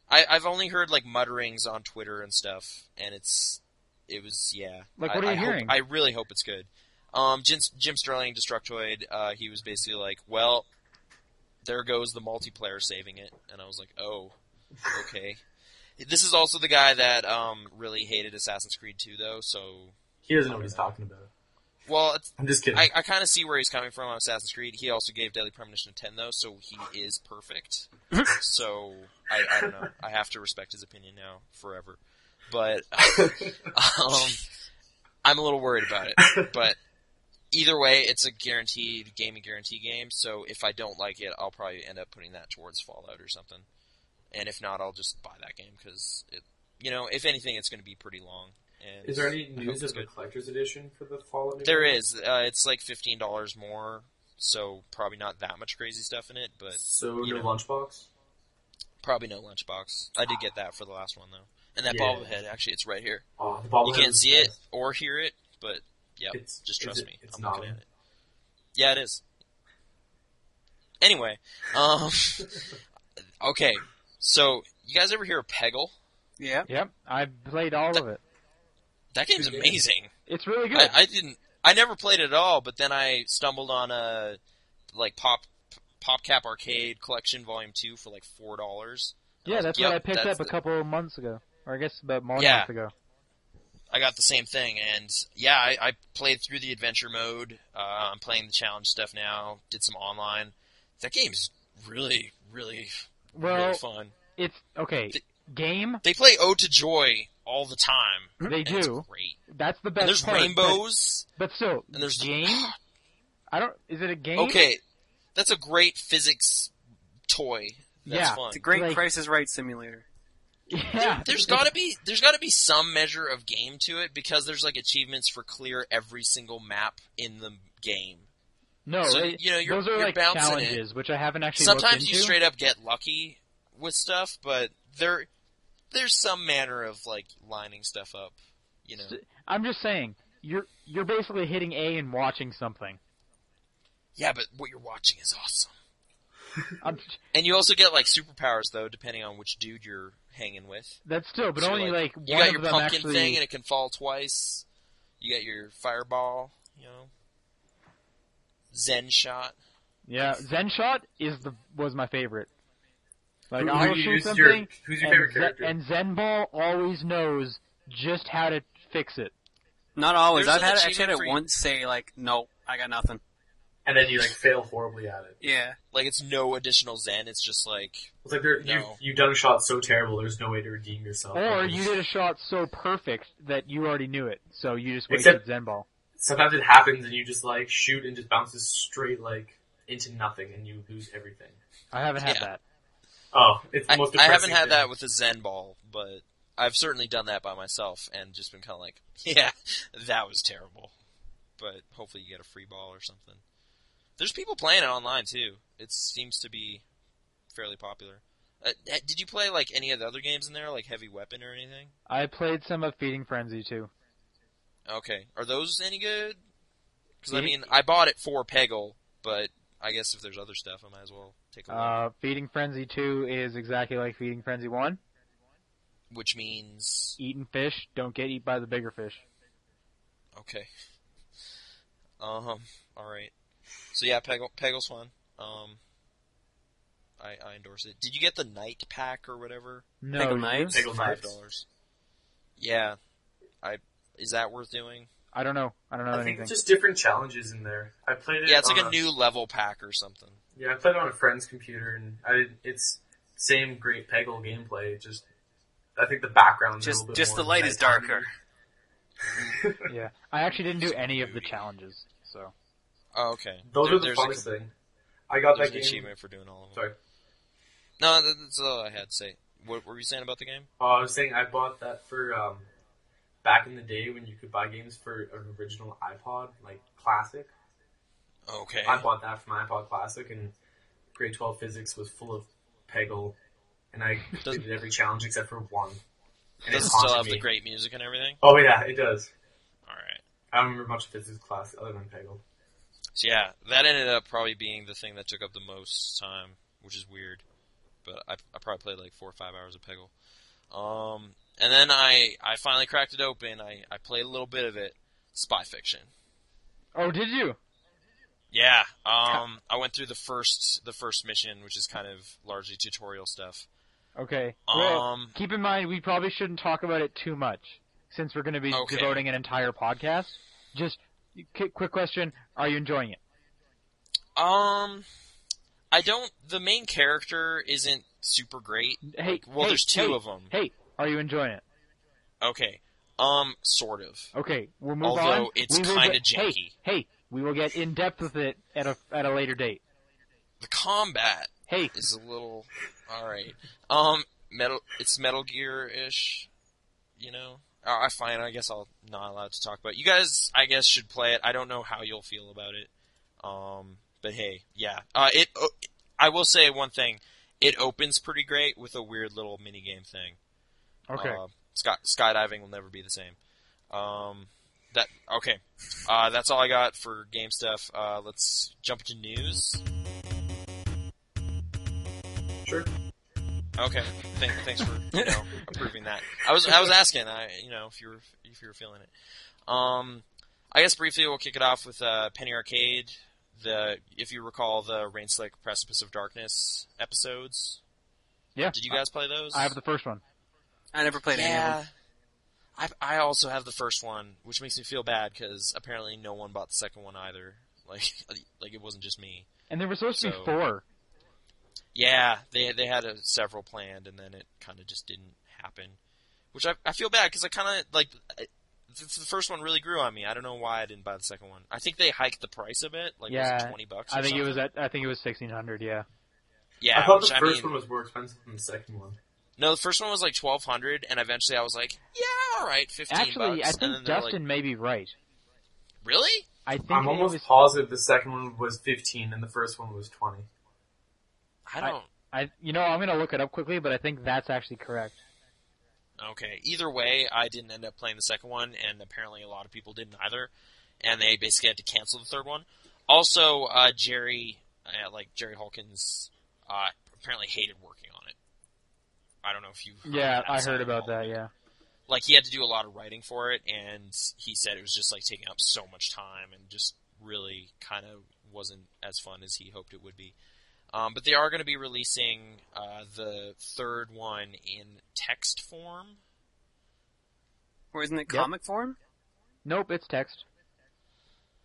S1: I I, I've only heard like mutterings on Twitter and stuff, and it's it was yeah.
S2: Like,
S1: I-
S2: what are you
S1: I hope-
S2: hearing?
S1: I really hope it's good. Um, Jim, Jim Sterling, Destructoid, uh, he was basically like, well, there goes the multiplayer saving it, and I was like, oh, okay. this is also the guy that um really hated Assassin's Creed 2 though, so
S4: He doesn't know what he's talking about.
S1: well, it's
S4: I'm just kidding.
S1: I, I kind of see where he's coming from on Assassin's Creed. He also gave Deadly Premonition a 10, though, so he is perfect. so, I, I don't know. I have to respect his opinion now forever. But, um, I'm a little worried about it. But either way, it's a guaranteed gaming guarantee game, so if I don't like it, I'll probably end up putting that towards Fallout or something. And if not, I'll just buy that game because, you know, if anything, it's going to be pretty long. And
S4: Is there any
S1: I hope
S4: news
S1: it's
S4: of the
S1: good.
S4: collector's edition for the Fallout? new
S1: There
S4: game?
S1: is. Uh, it's like fifteen dollars more, so probably not that much crazy stuff in it, but
S4: So
S1: you
S4: no
S1: know.
S4: lunchbox.
S1: probably no lunchbox. I did get that for the last one though, and that
S4: Yeah.
S1: bobblehead actually, it's right here.
S4: Oh, the
S1: You
S4: bobblehead
S1: can't
S4: was
S1: see
S4: the
S1: it
S4: best.
S1: or hear it, but yeah,
S4: It's-
S1: just
S4: is
S1: trust
S4: it-
S1: me.
S4: it's
S1: I'm
S4: not
S1: looking
S4: in-
S1: at it. Yeah, it is. Anyway, um, okay, so you guys ever hear of Peggle?
S3: Yeah.
S2: Yep, I played all of it.
S1: That game's
S4: Good game.
S1: amazing.
S2: It's really good.
S1: I, I didn't. I never played it at all, but then I stumbled on a like pop PopCap Arcade Collection Volume Two for like four dollars.
S2: yeah, that's
S1: Yep,
S2: what I picked
S1: that's
S2: up a
S1: the-
S2: couple of months ago, or I guess about more
S1: Yeah.
S2: months ago.
S1: I got the same thing, and yeah, I, I played through the adventure mode. Uh, I'm playing the challenge stuff now. Did some online. That game's really, really,
S2: Well,
S1: really fun.
S2: it's okay.
S1: Th-
S2: Game
S1: They play Ode to Joy all the time.
S2: they
S1: and It's
S2: do.
S1: great.
S2: That's the
S1: And
S2: best
S1: there's
S2: part.
S1: rainbows.
S2: but, but still,
S1: and there's-
S2: game. I don't. Is it a game?
S1: Okay, that's a great physics toy. That's
S2: Yeah.
S1: fun.
S3: It's a great
S2: Like-
S3: crisis right simulator.
S2: Yeah.
S1: there's got to be there's got to be some measure of game to it because there's like achievements for clear every single map in the game.
S2: No,
S1: So,
S2: it-
S1: you know, you're-
S2: those are
S1: you're
S2: like
S1: bouncing it.
S2: challenges, which I haven't actually. looked
S1: Sometimes you
S2: into.
S1: straight up get lucky with stuff, but there there's some manner of like lining stuff up, you know.
S2: I'm just saying, you're you're basically hitting A and watching something.
S1: Yeah, but what you're watching is awesome.
S2: I'm,
S1: And you also get like superpowers though depending on which dude you're hanging with.
S2: that's still, but
S1: So,
S2: only like,
S1: you
S2: one
S1: got
S2: of
S1: your
S2: them
S1: pumpkin
S2: actually.
S1: thing and it can fall twice. You got your fireball, you know. Zen shot.
S2: Yeah, Zen Shot is the was my favorite. Like
S4: Who- who
S2: I'll
S4: do you
S2: shoot
S4: use as
S2: something.
S4: your- who's your
S2: and
S4: favorite
S2: Ze-
S4: character?
S2: and Zen Ball always knows just how to fix it.
S3: Not always.
S1: There's
S3: I've
S1: an
S3: had actually
S1: achievement
S3: had it
S1: for you-
S3: once say like, nope, I got nothing.
S4: And then you like fail horribly at it.
S3: Yeah.
S1: Like it's no additional Zen. It's just like
S4: It's like you're,
S1: No.
S4: you've you've done a shot so terrible. There's no way to redeem yourself.
S2: Or you did a shot so perfect that you already knew it, so you just wasted
S4: Except-
S2: Zen Ball.
S4: sometimes it happens and you just like shoot and just bounces straight like into nothing and you lose everything.
S2: I haven't had
S1: Yeah.
S2: that.
S4: Oh, it's the
S1: I,
S4: most.
S1: I haven't
S4: Depressing
S1: had
S4: thing.
S1: that with a Zen ball, but I've certainly done that by myself and just been kind of like, yeah, that was terrible. But hopefully you get a free ball or something. There's people playing it online too. It seems to be fairly popular. Uh, eh, did you play like any of the other games in there, like Heavy Weapon or anything?
S2: I played some of Feeding Frenzy too.
S1: Okay, are those any good? Because I
S2: Ye-
S1: mean, I bought it for Peggle, but I guess if there's other stuff, I might as well take a look.
S2: Uh, Feeding Frenzy two is exactly like Feeding Frenzy one.
S1: Which means
S2: Eating fish, don't get eat by the bigger fish.
S1: Okay. Um. All right. So yeah, Peggle, Peggle's fun. Um. I I endorse it. Did you get the night pack or whatever?
S2: No,
S3: Pickle
S2: you-
S3: knives.
S4: Pickle
S1: Five
S4: knives.
S1: dollars. Yeah. I is that worth doing?
S2: I don't know. I don't know
S4: I think
S2: anything.
S4: it's just different challenges in there. I played it. Uh-huh.
S1: Yeah, it's like
S4: on
S1: a new level pack or something.
S4: Yeah, I played it on a friend's computer, and I did, it's same great Peggle gameplay. Just I think the background
S3: Just-
S4: a little bit
S3: just
S4: more
S3: the light is
S4: nighttime.
S2: yeah, I actually didn't do any of the challenges. So
S1: Oh, okay.
S4: Those
S1: There-
S4: are the
S1: there's a-
S4: funnest thing. I got
S1: there's
S4: that
S1: an
S4: game.
S1: achievement for doing all of them.
S4: Sorry,
S1: No, that- that's all I had to say. What were you saying about the game?
S4: oh, I was saying I bought that for um, back in the day when you could buy games for an original iPod, like classic.
S1: Okay.
S4: I bought that for my iPod Classic, and grade 12 physics was full of Peggle, and I completed every challenge except for one. And
S1: Does it
S4: haunted
S1: still have
S4: me.
S1: the great music and everything?
S4: Oh yeah, it does.
S1: All right.
S4: I don't remember much of physics class other than Peggle.
S1: So yeah, that ended up probably being the thing that took up the most time, which is weird. but I, I probably played like four or five hours of Peggle. Um, and then I, I finally cracked it open. I, I played a little bit of it. Spy Fiction.
S2: Oh, did you?
S1: Yeah. Um, I went through the first the first mission, which is kind of largely tutorial stuff.
S2: Okay. well,
S1: Um,
S2: keep in mind, we probably shouldn't talk about it too much since we're going to be
S1: Okay.
S2: devoting an entire podcast. Just qu- quick question: Are you enjoying it?
S1: um, I don't. The main character isn't super great.
S2: Hey,
S1: Like, well,
S2: hey,
S1: there's two
S2: hey,
S1: of them.
S2: Hey, are you enjoying it?
S1: Okay. Um, sort of.
S2: Okay, we'll move on.
S1: Although it's
S2: We will
S1: kinda
S2: get- hey,
S1: janky.
S2: Hey, we will get in depth with it at a at a later date.
S1: The combat
S2: Hey,
S1: is a little all right. Um, metal. It's Metal Gear ish. You know. Uh, I fine. I guess I'll not allowed to talk about. It. You guys, I guess, should play it. I don't know how you'll feel about it. Um, but hey, yeah. Uh, it. o I I will say one thing. It opens pretty great with a weird little mini game thing.
S2: okay,
S1: Uh, sky, skydiving will never be the same. Um, that okay. Uh, that's all I got for game stuff. Uh, let's jump to news.
S4: Sure.
S1: Okay. Thank, thanks for you know, approving that. I was I was asking. I you know if you were if you were feeling it. Um, I guess briefly we'll kick it off with uh, Penny Arcade. The if you recall the Rainslake Precipice of Darkness episodes.
S2: yeah.
S1: Did you guys play those?
S2: I have the first one.
S3: I never played any of them.
S1: yeah. I I also have the first one, which makes me feel bad because apparently no one bought the second one either. Like like it wasn't just me.
S2: And there were supposed to be
S1: So-
S2: four.
S1: Yeah, they they had a, several planned, and then it kind of just didn't happen, which I I feel bad because I kind of like I- the, the first one really grew on me. I don't know why I didn't buy the second one. I think they hiked the price a bit, like was it
S2: Yeah,
S1: twenty bucks.
S2: I
S1: or
S2: think it
S1: something?
S2: was at I think it was sixteen hundred. Yeah.
S1: yeah.
S4: I thought
S1: which,
S4: the first
S1: mean,
S4: one was more expensive than the second one.
S1: no, the first one was like twelve hundred, and eventually I was like, yeah, all right, fifteen
S2: Actually,
S1: bucks.
S2: I
S1: and then
S2: think
S1: they're
S2: Dustin may be right.
S1: like, really?
S2: I think
S4: I'm
S2: it
S4: almost
S2: was-
S4: positive the second one was 15 and the first one was 20.
S1: I
S2: I-
S1: don't.
S2: I you know I'm gonna look it up quickly, but I think that's actually correct.
S1: Okay. Either way, I didn't end up playing the second one, and apparently a lot of people didn't either, and they basically had to cancel the third one. Also, uh, Jerry, uh, like Jerry Hawkins, uh, apparently hated working on it. I don't know if you.
S2: Yeah,
S1: that
S2: I
S1: side
S2: heard
S1: of
S2: about
S1: all of
S2: that.
S1: it.
S2: Yeah.
S1: Like he had to do a lot of writing for it, and he said it was just like taking up so much time, and just really kind of wasn't as fun as he hoped it would be. Um, but they are going to be releasing uh, the third one in text form.
S3: Or isn't it comic form?
S2: Nope, it's text.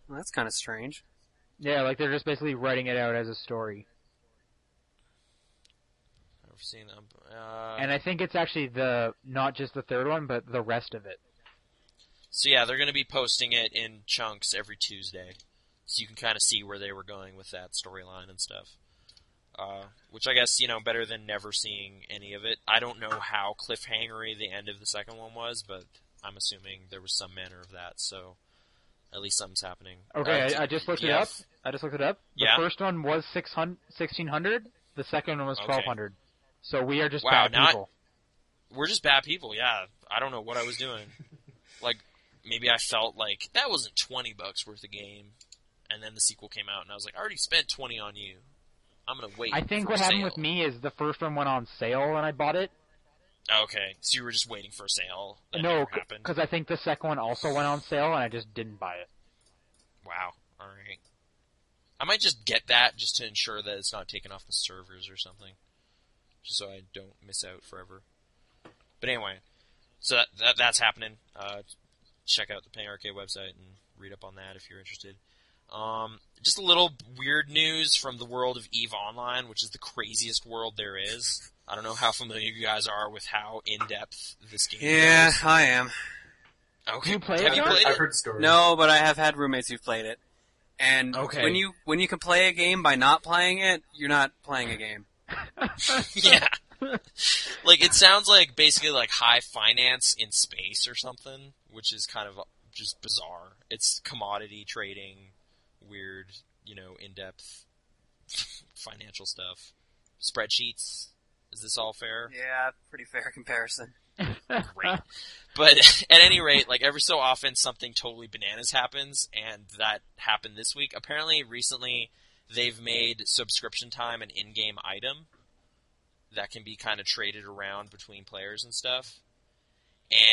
S3: Well, that's kind of strange.
S2: Yeah, like they're just basically writing it out as a story.
S1: I've seen them. Uh,
S2: And I think it's actually the not just the third one, but the rest of it.
S1: so yeah, they're going to be posting it in chunks every Tuesday, so you can kind of see where they were going with that storyline and stuff. Uh, which I guess you know better than never seeing any of it. I don't know how cliffhangery the end of the second one was, but I'm assuming there was some manner of that. So at least something's happening.
S2: Okay,
S1: Uh,
S2: I, I
S1: d-
S2: just looked
S1: yeah,
S2: it up. I just looked it up. The
S1: Yeah.
S2: first one was 600, 1600. The second one was
S1: Okay.
S2: 1200. So we are just
S1: Wow,
S2: bad
S1: not-
S2: people.
S1: We're just bad people. Yeah, I don't know what I was doing. like maybe I felt like that wasn't twenty bucks worth of game, and then the sequel came out, and I was like, I already spent twenty on you. I'm gonna wait.
S2: I think
S1: for
S2: what
S1: a
S2: happened
S1: sale.
S2: with me is the first one went on sale and I bought it.
S1: Okay, so you were just waiting for a sale. That
S2: no,
S1: never happened.
S2: because I think the second one also went on sale and I just didn't buy it.
S1: Wow. All right. I might just get that just to ensure that it's not taken off the servers or something, just so I don't miss out forever. But anyway, so that, that that's happening. Uh, check out the Penny Arcade website and read up on that if you're interested. Um, just a little weird news from the world of Eve Online, which is the craziest world there is. I don't know how familiar you guys are with how in depth this game
S3: Yeah,
S1: is.
S3: I am.
S1: Okay.
S2: You play it,
S1: Have you
S2: Mark?
S1: played
S4: I've
S1: it?
S4: heard stories.
S3: No, but I have had roommates who've played it. And
S1: Okay.
S3: when you when you can play a game by not playing it, you're not playing a game.
S1: yeah. like it sounds like basically like high finance in space or something, which is kind of just bizarre. It's commodity trading, weird, you know, in-depth financial stuff. Spreadsheets. Is this all fair?
S3: Yeah, pretty fair comparison.
S1: Great. But at any rate, like every so often something totally bananas happens and that happened this week. Apparently recently they've made subscription time an in-game item that can be kind of traded around between players and stuff.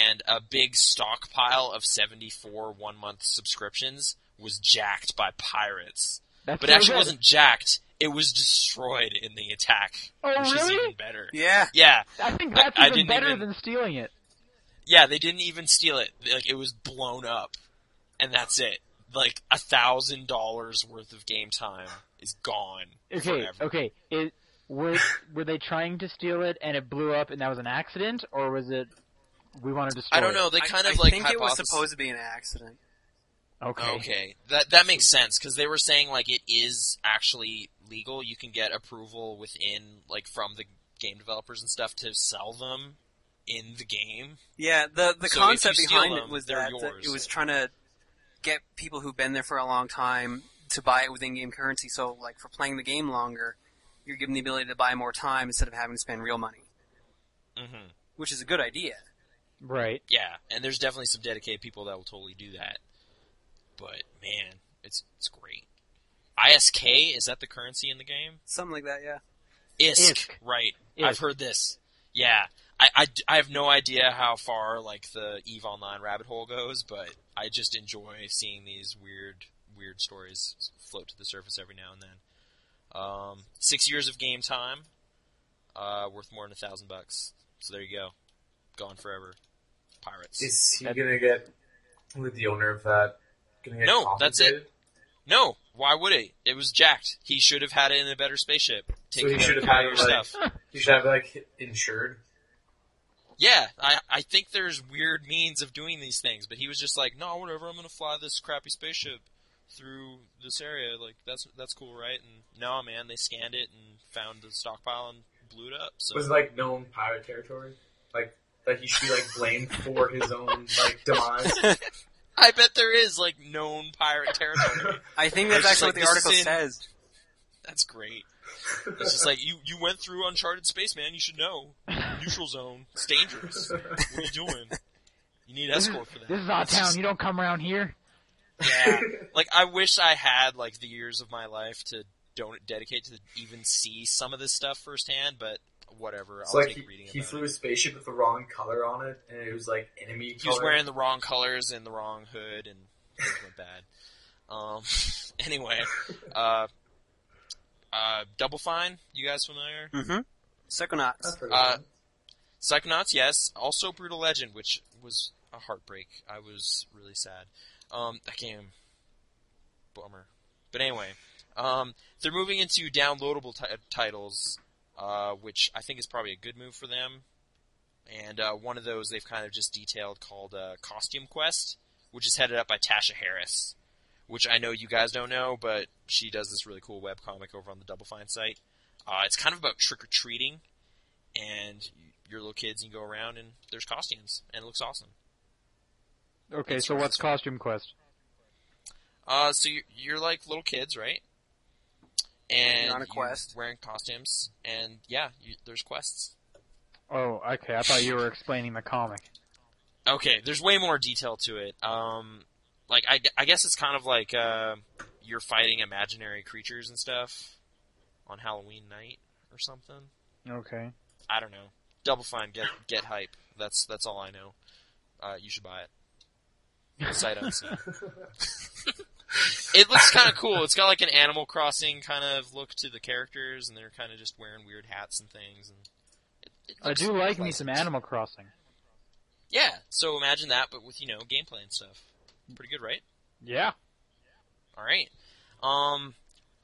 S1: And a big stockpile of 74 one month subscriptions was jacked by pirates.
S2: That's
S1: But it
S2: so
S1: actually
S2: good.
S1: wasn't jacked, it was destroyed in the attack.
S2: Oh,
S1: which is
S2: really?
S1: even better.
S3: Yeah.
S1: Yeah,
S2: I think
S1: I-
S2: that's
S1: I
S2: even
S1: didn't
S2: better
S1: even-
S2: than stealing it.
S1: yeah, they didn't even steal it. Like it was blown up, and that's it. Like a thousand dollars worth of game time is gone
S2: Okay,
S1: forever.
S2: okay. It were were they trying to steal it and it blew up and that was an accident or was it we want to destroy?
S1: I don't
S2: it?
S1: know. They kind
S3: I,
S1: of like
S3: I think it was
S1: hypothesis-
S3: supposed to be an accident.
S2: Okay.
S1: Oh, Okay, that that makes sense because they were saying like it is actually legal. You can get approval within like from the game developers and stuff to sell them in the game.
S3: Yeah, the the
S1: So if
S3: concept
S1: you steal
S3: behind
S1: them,
S3: it was
S1: they're
S3: that
S1: yours.
S3: it was trying to get people who've been there for a long time to buy it with in-game currency. So, like for playing the game longer, you're given the ability to buy more time instead of having to spend real money,
S1: hmm
S3: which is a good idea.
S2: Right.
S1: Yeah, and there's definitely some dedicated people that will totally do that. But man, it's it's great. ISK is that the currency in the game?
S3: Something like that, yeah.
S1: ISK,
S2: Isk.
S1: right?
S2: Isk.
S1: I've heard this. Yeah, I, I, I have no idea how far like the Eve Online rabbit hole goes, but I just enjoy seeing these weird weird stories float to the surface every now and then. Um, six years of game time, uh, worth more than a thousand bucks. So there you go, gone forever. Pirates.
S4: Is he
S2: That-
S4: gonna get with the owner of that? Gonna get
S1: No, that's it.
S4: compensated?
S1: no, why would he? It was jacked. He should have had it in a better spaceship. Take
S4: he
S1: care of
S4: should have
S1: all
S4: had
S1: your
S4: it, like-
S1: stuff.
S4: You should have like insured.
S1: Yeah, I, I think there's weird means of doing these things, but he was just like, no, whatever, I'm gonna fly this crappy spaceship through this area. Like that's that's cool, right? And no, man, they scanned it and found the stockpile and blew it up. So
S4: Was it like known pirate territory? Like that he should be like blamed for his own like demise.
S1: I bet there is like known pirate territory.
S3: I think
S1: I was
S3: that's
S1: just
S3: actually
S1: like,
S3: what the
S1: this
S3: article
S1: is in-
S3: says.
S1: that's great. It's just like you you went through uncharted space, man. You should know neutral zone. It's dangerous. What are you doing? You need
S2: This is,
S1: escort for that.
S2: this is our
S1: It's just-
S2: town. You don't come around here.
S1: Yeah. like I wish I had like the years of my life to don't dedicate to even see some of this stuff firsthand, but whatever.
S4: It's
S1: I'll
S4: like
S1: take
S4: he,
S1: reading
S4: he
S1: about
S4: flew
S1: it.
S4: a spaceship with the wrong color on it, and it was like enemy.
S1: He was
S4: color.
S1: wearing the wrong colors and the wrong hood, and things went bad. Um. anyway, uh, uh, Double Fine. You guys familiar?
S3: Mm-hmm. Psychonauts.
S4: That's pretty
S1: uh,
S4: good.
S1: Psychonauts, yes. Also Brutal Legend, which was a heartbreak. I was really sad. Um, that game, bummer. But anyway, um, they're moving into downloadable ti- titles, uh, which I think is probably a good move for them. And uh, one of those they've kind of just detailed called uh, Costume Quest, which is headed up by Tasha Harris, which I know you guys don't know, but she does this really cool webcomic over on the Double Fine site. Uh, it's kind of about trick or treating and you're little kids and you go around and there's costumes and it looks awesome.
S2: Okay,
S1: That's
S2: so
S1: right.
S2: what's costume quest?
S1: Uh, so you're, you're like little kids, right? And
S3: You're on a quest.
S1: wearing costumes, and yeah, you, there's quests.
S2: Oh, okay. I thought you were explaining the comic.
S1: Okay, there's way more detail to it. Um, like I, I guess it's kind of like uh, you're fighting imaginary creatures and stuff on Halloween night or something.
S2: Okay.
S1: I don't know. Double Fine, get get hype. That's that's all I know. Uh, you should buy it. Sight unseen. it looks kind of cool. It's got like an Animal Crossing kind of look to the characters, and they're kind of just wearing weird hats and things. And it, it
S2: I
S1: looks
S2: do like me
S1: pleasant.
S2: some Animal Crossing.
S1: Yeah. So imagine that, but with you know gameplay and stuff. Pretty good, right?
S2: Yeah.
S1: All right. Um,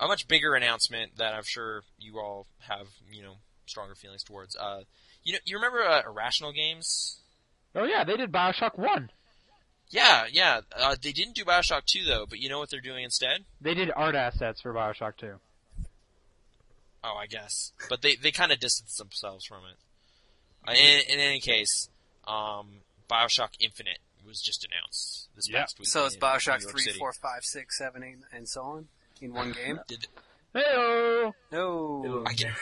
S1: a much bigger announcement that I'm sure you all have you know stronger feelings towards. Uh, you know, you remember uh, Irrational Games?
S2: Oh yeah, they did Bioshock One.
S1: Yeah, yeah. Uh, they didn't do Bioshock 2, though, but you know what they're doing instead?
S2: They did art assets for Bioshock Two.
S1: Oh, I guess. But they, they kind of distanced themselves from it. Uh, in, in any case, um, Bioshock Infinite was just announced this
S2: Yeah.
S1: past week.
S3: So it's
S1: in
S3: Bioshock
S1: New York
S3: 3,
S1: City. Uh,
S3: 4, 5, 6, 7, 8, and so on in one game.
S1: Did-
S2: Hey.
S3: No.
S4: It'll-
S1: I get-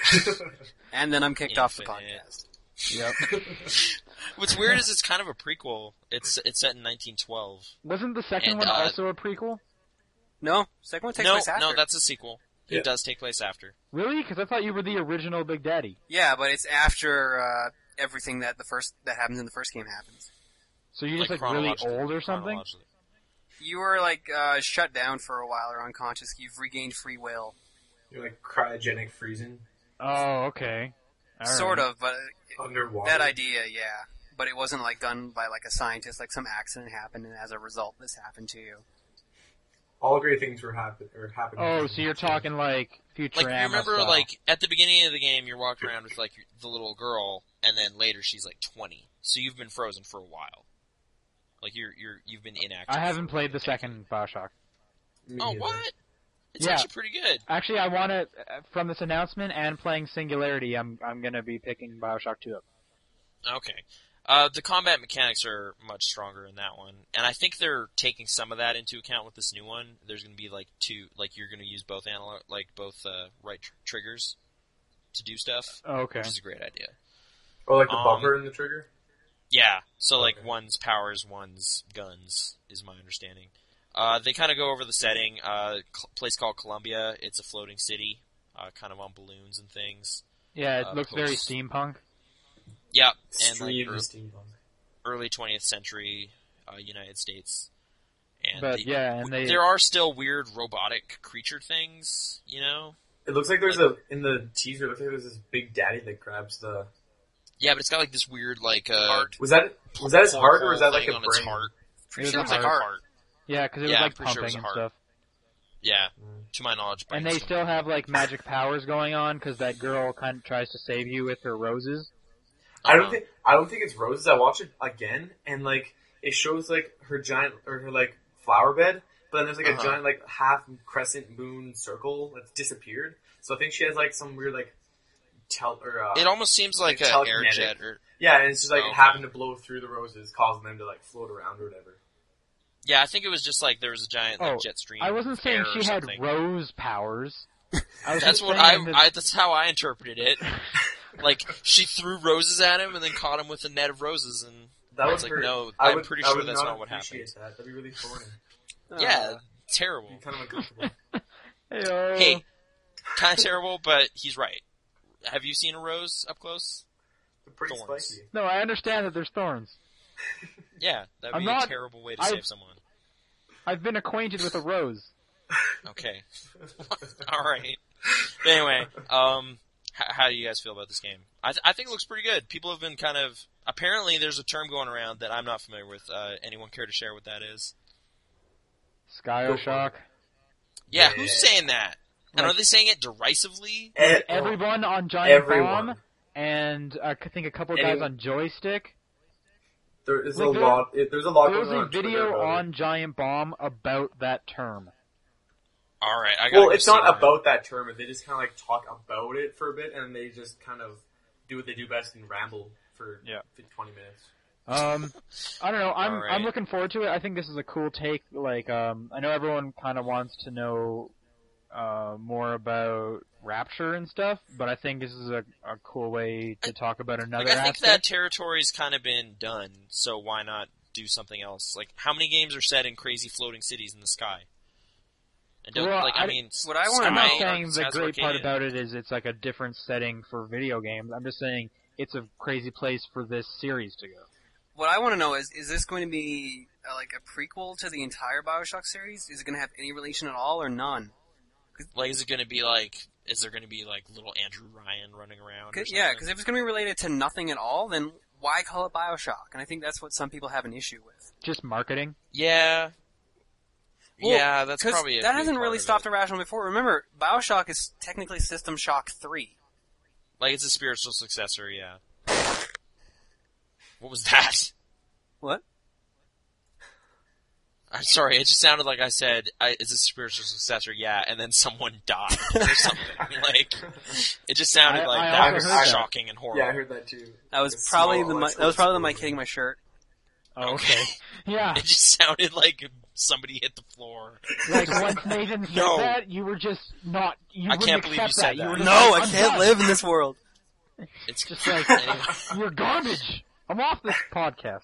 S3: And then I'm kicked off the
S1: Infinite.
S3: podcast.
S2: Yep.
S1: what's weird is it's kind of a prequel. It's it's set in 1912.
S2: Wasn't the second
S1: And,
S2: one
S1: uh,
S2: also a prequel?
S3: No, second one takes
S1: no,
S3: place after.
S1: no, that's a sequel. It does take place after.
S2: Really? Because I thought you were the original Big Daddy.
S3: Yeah, but it's after uh, everything that the first that happens in the first game happens.
S2: So you're just like really
S1: chronologically-
S2: old or something?
S1: chronologically.
S3: You were like uh, shut down for a while or unconscious. You've regained free will,
S4: You're like cryogenic freezing
S2: Oh, okay. All right.
S3: sort of. But
S4: underwater.
S3: that idea, yeah. But it wasn't like done by like a scientist. Like some accident happened, and as a result, this happened to you.
S4: All great things were happen or happening.
S2: Oh, so you're talking like Futurama
S1: Like you remember,
S2: style.
S1: like at the beginning of the game, you're walking around with like your- the little girl, and then later she's like 20. So you've been frozen for a while. Like you're you're you've been inactive.
S2: I haven't
S1: for
S2: played the
S1: a decade.
S2: second Bioshock.
S4: Me
S1: Oh
S4: neither.
S1: what? It's
S2: Yeah.
S1: actually pretty good.
S2: Actually, I want to from this announcement and playing Singularity. I'm I'm gonna be picking Bioshock Two up.
S1: Okay. Uh, the combat mechanics are much stronger in that one, and I think they're taking some of that into account with this new one. There's going to be like two, like you're going to use both analog, like both uh, right tr- triggers to do stuff,
S2: Oh, Okay.
S1: which is a great idea.
S4: Or like the
S1: Um,
S4: bumper and the trigger.
S1: Yeah. So like
S4: Okay.
S1: one's powers, one's guns is my understanding. Uh, they kind of go over the setting. Uh, cl- place called Columbia. It's a floating city, uh, kind of on balloons and things.
S2: Yeah, it
S1: Uh,
S2: looks very
S1: close.
S2: steampunk.
S1: Yeah, and like
S4: Extreme
S1: ear-
S4: steampunk.
S1: early 20th century uh, United States. And
S2: But
S1: they-
S2: yeah, and they-
S1: there are still weird robotic creature things, you know.
S4: It looks like there's a in the teaser. It looks like there's this big daddy that grabs the.
S1: Yeah, but it's got like this weird like uh,
S3: Heart.
S4: Was that was that his heart or was that like
S1: thing
S4: a
S1: on its
S4: brain?
S1: heart?
S3: Pretty
S2: sure it
S3: sure it
S2: was
S3: like
S2: a
S3: art.
S2: Yeah, because it was
S1: Yeah,
S2: like
S1: I'm pretty
S2: pumping
S1: sure it was
S2: and
S1: a heart.
S2: stuff.
S1: Yeah,
S4: Mm.
S1: to my knowledge,
S2: And
S1: brains
S2: they
S1: don't-
S2: still have like magic powers going on because that girl kind of tries to save you with her roses.
S4: I don't
S1: Uh,
S4: think I don't think it's roses. I watched it again and like it shows like her giant or her like flower bed, but then there's like
S1: Uh-huh.
S4: a giant like half crescent moon circle that's disappeared. So I think she has like some weird like tel or uh,
S1: It almost seems like
S4: It's
S1: a
S4: telekinetic.
S1: air jet, or
S4: yeah, and it's just like
S1: Oh,
S4: it
S1: okay.
S4: happened to blow through the roses, causing them to like float around or whatever.
S1: yeah, I think it was just like there was a giant like
S2: Oh,
S1: jet stream.
S2: I wasn't saying
S1: pair or
S2: she had
S1: something.
S2: rose powers. I was
S1: That's
S2: just
S1: what I,
S2: saying that-
S1: I. That's how I interpreted it. like she threw roses at him and then caught him with a net of roses, and
S4: That
S1: I
S4: would
S1: was like,
S4: hurt.
S1: no,
S4: I
S1: I'm
S4: would-
S1: pretty
S4: I
S1: sure
S4: would
S1: that's not what happened.
S4: appreciate Uh, That. That'd be really foreign.
S3: Uh,
S1: Yeah,
S4: It'd
S1: terrible.
S4: be kind of uncomfortable.
S2: Heyo.
S1: Hey, kind of terrible, but he's right. Have you seen a rose up close?
S4: They're pretty
S1: Thorns.
S4: spicy.
S2: No, I understand that there's thorns.
S1: Yeah, that'd
S2: I'm
S1: be
S2: not-
S1: a terrible way to
S2: I-
S1: save someone.
S2: I've been acquainted with a rose.
S1: Okay, all right. Anyway, um, h- how do you guys feel about this game? I, th- I think it looks pretty good. People have been kind of apparently there's a term going around that I'm not familiar with. Uh, anyone care to share what that is?
S4: Go for it.
S2: Skyo-shock.
S1: Yeah,
S4: Yeah.
S1: who's saying that? And
S2: Like-
S1: are they saying it derisively?
S4: Eh, oh,
S2: Everyone on Giant
S4: everyone.
S2: Bomb, and uh, I could think a couple
S4: Anyone-
S2: guys on Joystick.
S4: There is
S2: Like,
S4: a
S2: there-
S4: lot. It, there's a lot
S2: There was
S4: going on.
S2: a
S4: Twitter
S2: video
S4: about it.
S2: on Giant Bomb about that term.
S1: All right, I got.
S4: Well, it's not about that term. They just kind of like talk about it for a bit, and they just kind of do what they do best and ramble for
S2: Yeah.
S4: 50, twenty minutes.
S2: Um, I don't know. I'm
S1: Alright.
S2: I'm looking forward to it. I think this is a cool take. Like, um, I know everyone kind of wants to know uh, more about Rapture and stuff, but I think this is a, a cool way to talk about another
S1: Like, I think that
S2: aspect.
S1: territory's kind of been done, so why not do something else? Like, how many games are set in crazy floating cities in the sky? And don't
S2: Well,
S1: like, I,
S2: I-
S1: mean, s-
S3: what I wanna
S1: Sky,
S2: I'm not
S3: Right.
S2: saying the
S1: Sky's
S2: great part
S1: Arcadia.
S2: about it is it's like a different setting for video games. I'm just saying it's a crazy place for this series to go.
S3: What I want to know is, is this going to be uh, like a prequel to the entire Bioshock series? Is it going to have any relation at all or none?
S1: like, is it going to be like, is there going to be like little Andrew Ryan running around? Or
S3: Cause, yeah, because
S1: something?
S3: if it's going to be related to nothing at all, then why call it Bioshock? And I think that's what some people have an issue with.
S2: Just marketing.
S1: yeah,
S3: Well,
S1: yeah, that's
S3: 'Cause
S1: probably a
S3: that
S1: big
S3: hasn't
S1: part
S3: really
S1: of
S3: stopped
S1: It.
S3: Irrational before. Remember, Bioshock is technically System Shock three.
S1: Like, it's a spiritual successor. Yeah. What was that?
S3: What?
S1: I'm sorry, it just sounded like I said I, it's a spiritual successor, yeah, and then someone died or something. like it just sounded
S2: I-
S1: like
S2: I
S1: that
S4: also
S1: was
S4: heard that.
S1: shocking and horrible.
S4: Yeah, I heard that too.
S3: That was
S4: It's
S3: probably
S4: small
S3: the mi- that
S4: electrical
S3: was probably the Mike
S4: screen.
S3: hitting my shirt.
S2: Oh, okay. yeah.
S1: It just sounded like somebody hit the floor.
S2: Like once Nathan said
S1: No.
S2: that, you were just not. You
S1: I
S2: wouldn't
S1: can't believe you
S2: accept
S1: said
S2: that. You
S1: that.
S2: were just
S3: No, I
S2: like, "I'm
S3: can't
S2: done."
S3: live in this world.
S1: It's
S2: Just like-
S1: anyway.
S2: You're garbage. I'm off this podcast.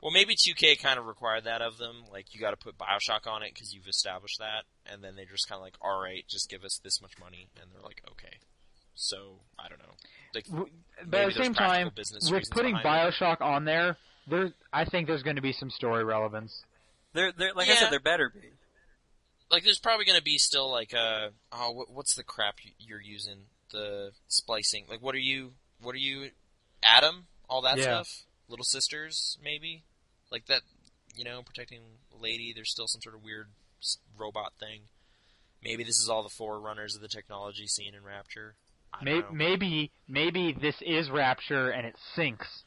S1: Well, maybe 2K kind of required that of them. Like, you got to put Bioshock on it because you've established that, and then they just kind of like, all right, just give us this much money, and they're like, okay. So I don't know. Like,
S2: W-
S1: maybe
S2: But at the
S1: there's
S2: same
S1: practical
S2: time,
S1: business
S2: with
S1: reasons
S2: putting
S1: behind it.
S2: Bioshock on there, there I think there's going to be some story relevance.
S3: They're, they're like I
S1: Yeah.
S3: said, they're better be.
S1: like, there's probably going to be still like, uh, oh, what, what's the crap you- you're using? The splicing. Like, what are you? What are you? Adam. All that
S2: Yeah.
S1: stuff. Little sisters, maybe. Like that. You know, protecting lady. There's still some sort of weird s- robot thing. Maybe this is all the forerunners of the technology seen in Rapture. I
S2: Maybe,
S1: don't know.
S2: maybe maybe this is Rapture and it sinks.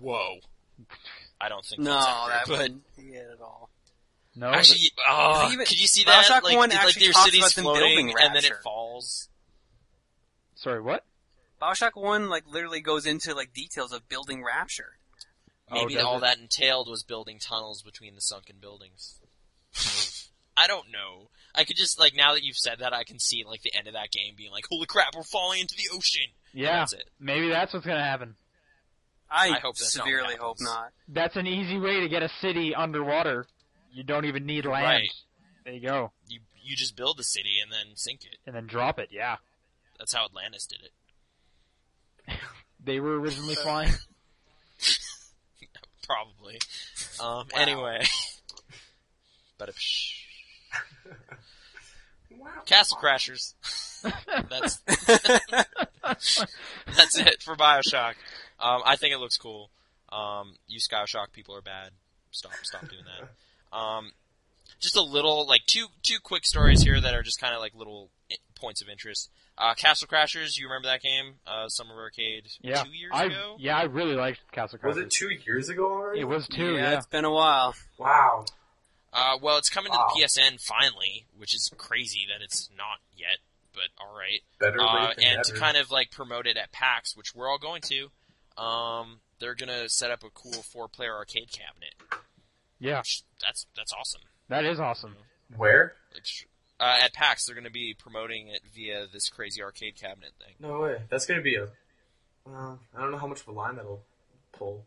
S1: Whoa. I don't think.
S3: No,
S1: that's accurate,
S3: that
S1: but-
S3: wouldn't be it at all.
S2: No,
S1: Actually, oh,
S3: Even-
S1: could you see that?
S3: Bioshock
S1: like,
S3: 1
S1: it's like
S3: actually
S1: their
S3: talks
S1: city's
S3: about them
S1: floating,
S3: building
S1: and then it
S3: Rapture.
S1: falls.
S2: th- sorry, what?
S3: Bioshock One like literally goes into like details of building Rapture.
S2: Oh,
S1: Maybe
S2: does
S1: all
S2: it?
S1: that entailed was building tunnels between the sunken buildings. I don't know. I could just like now that you've said that, I can see like the end of that game being like, "Holy crap, we're falling into the ocean!"
S2: Yeah,
S1: That's it.
S2: maybe that's what's going to happen.
S3: I,
S1: I hope that's not what
S3: severely hope
S1: happens.
S3: not.
S2: That's an easy way to get a city underwater. You don't even need land.
S1: Right.
S2: There you go,
S1: You you just build the city and then sink it.
S2: and then drop it. Yeah,
S1: That's how Atlantis did it.
S2: they were originally flying.
S1: Probably. Um, Anyway, but if
S4: Wow.
S1: Castle Crashers. that's that's it for Bioshock. Um, I think it looks cool. Um, you Skyshock people are bad. Stop, stop doing that. Um, just a little like two two quick stories here that are just kind of like little i- points of interest. Uh, Castle Crashers, you remember that game? Uh, Summer Arcade
S2: Yeah,
S1: two years
S2: I
S1: ago.
S2: yeah, I really liked Castle
S4: Was
S2: Crashers.
S4: it two years ago already?
S2: It was too.
S3: yeah,
S2: Yeah,
S3: it's been a while.
S4: Wow.
S1: Uh, well, it's coming
S4: Wow.
S1: to the PSN finally, which is crazy that it's not yet. But all right.
S4: Better
S1: uh,
S4: late than
S1: and
S4: never.
S1: to kind of like promote it at PAX, which we're all going to. Um, they're gonna set up a cool four-player arcade cabinet.
S2: yeah,
S1: Which, that's that's awesome.
S2: that is awesome.
S4: Where?
S1: Like, sh- uh, at PAX, they're gonna be promoting it via this crazy arcade cabinet thing.
S4: No way. That's gonna be a. Well, I don't know how much of a line that'll pull.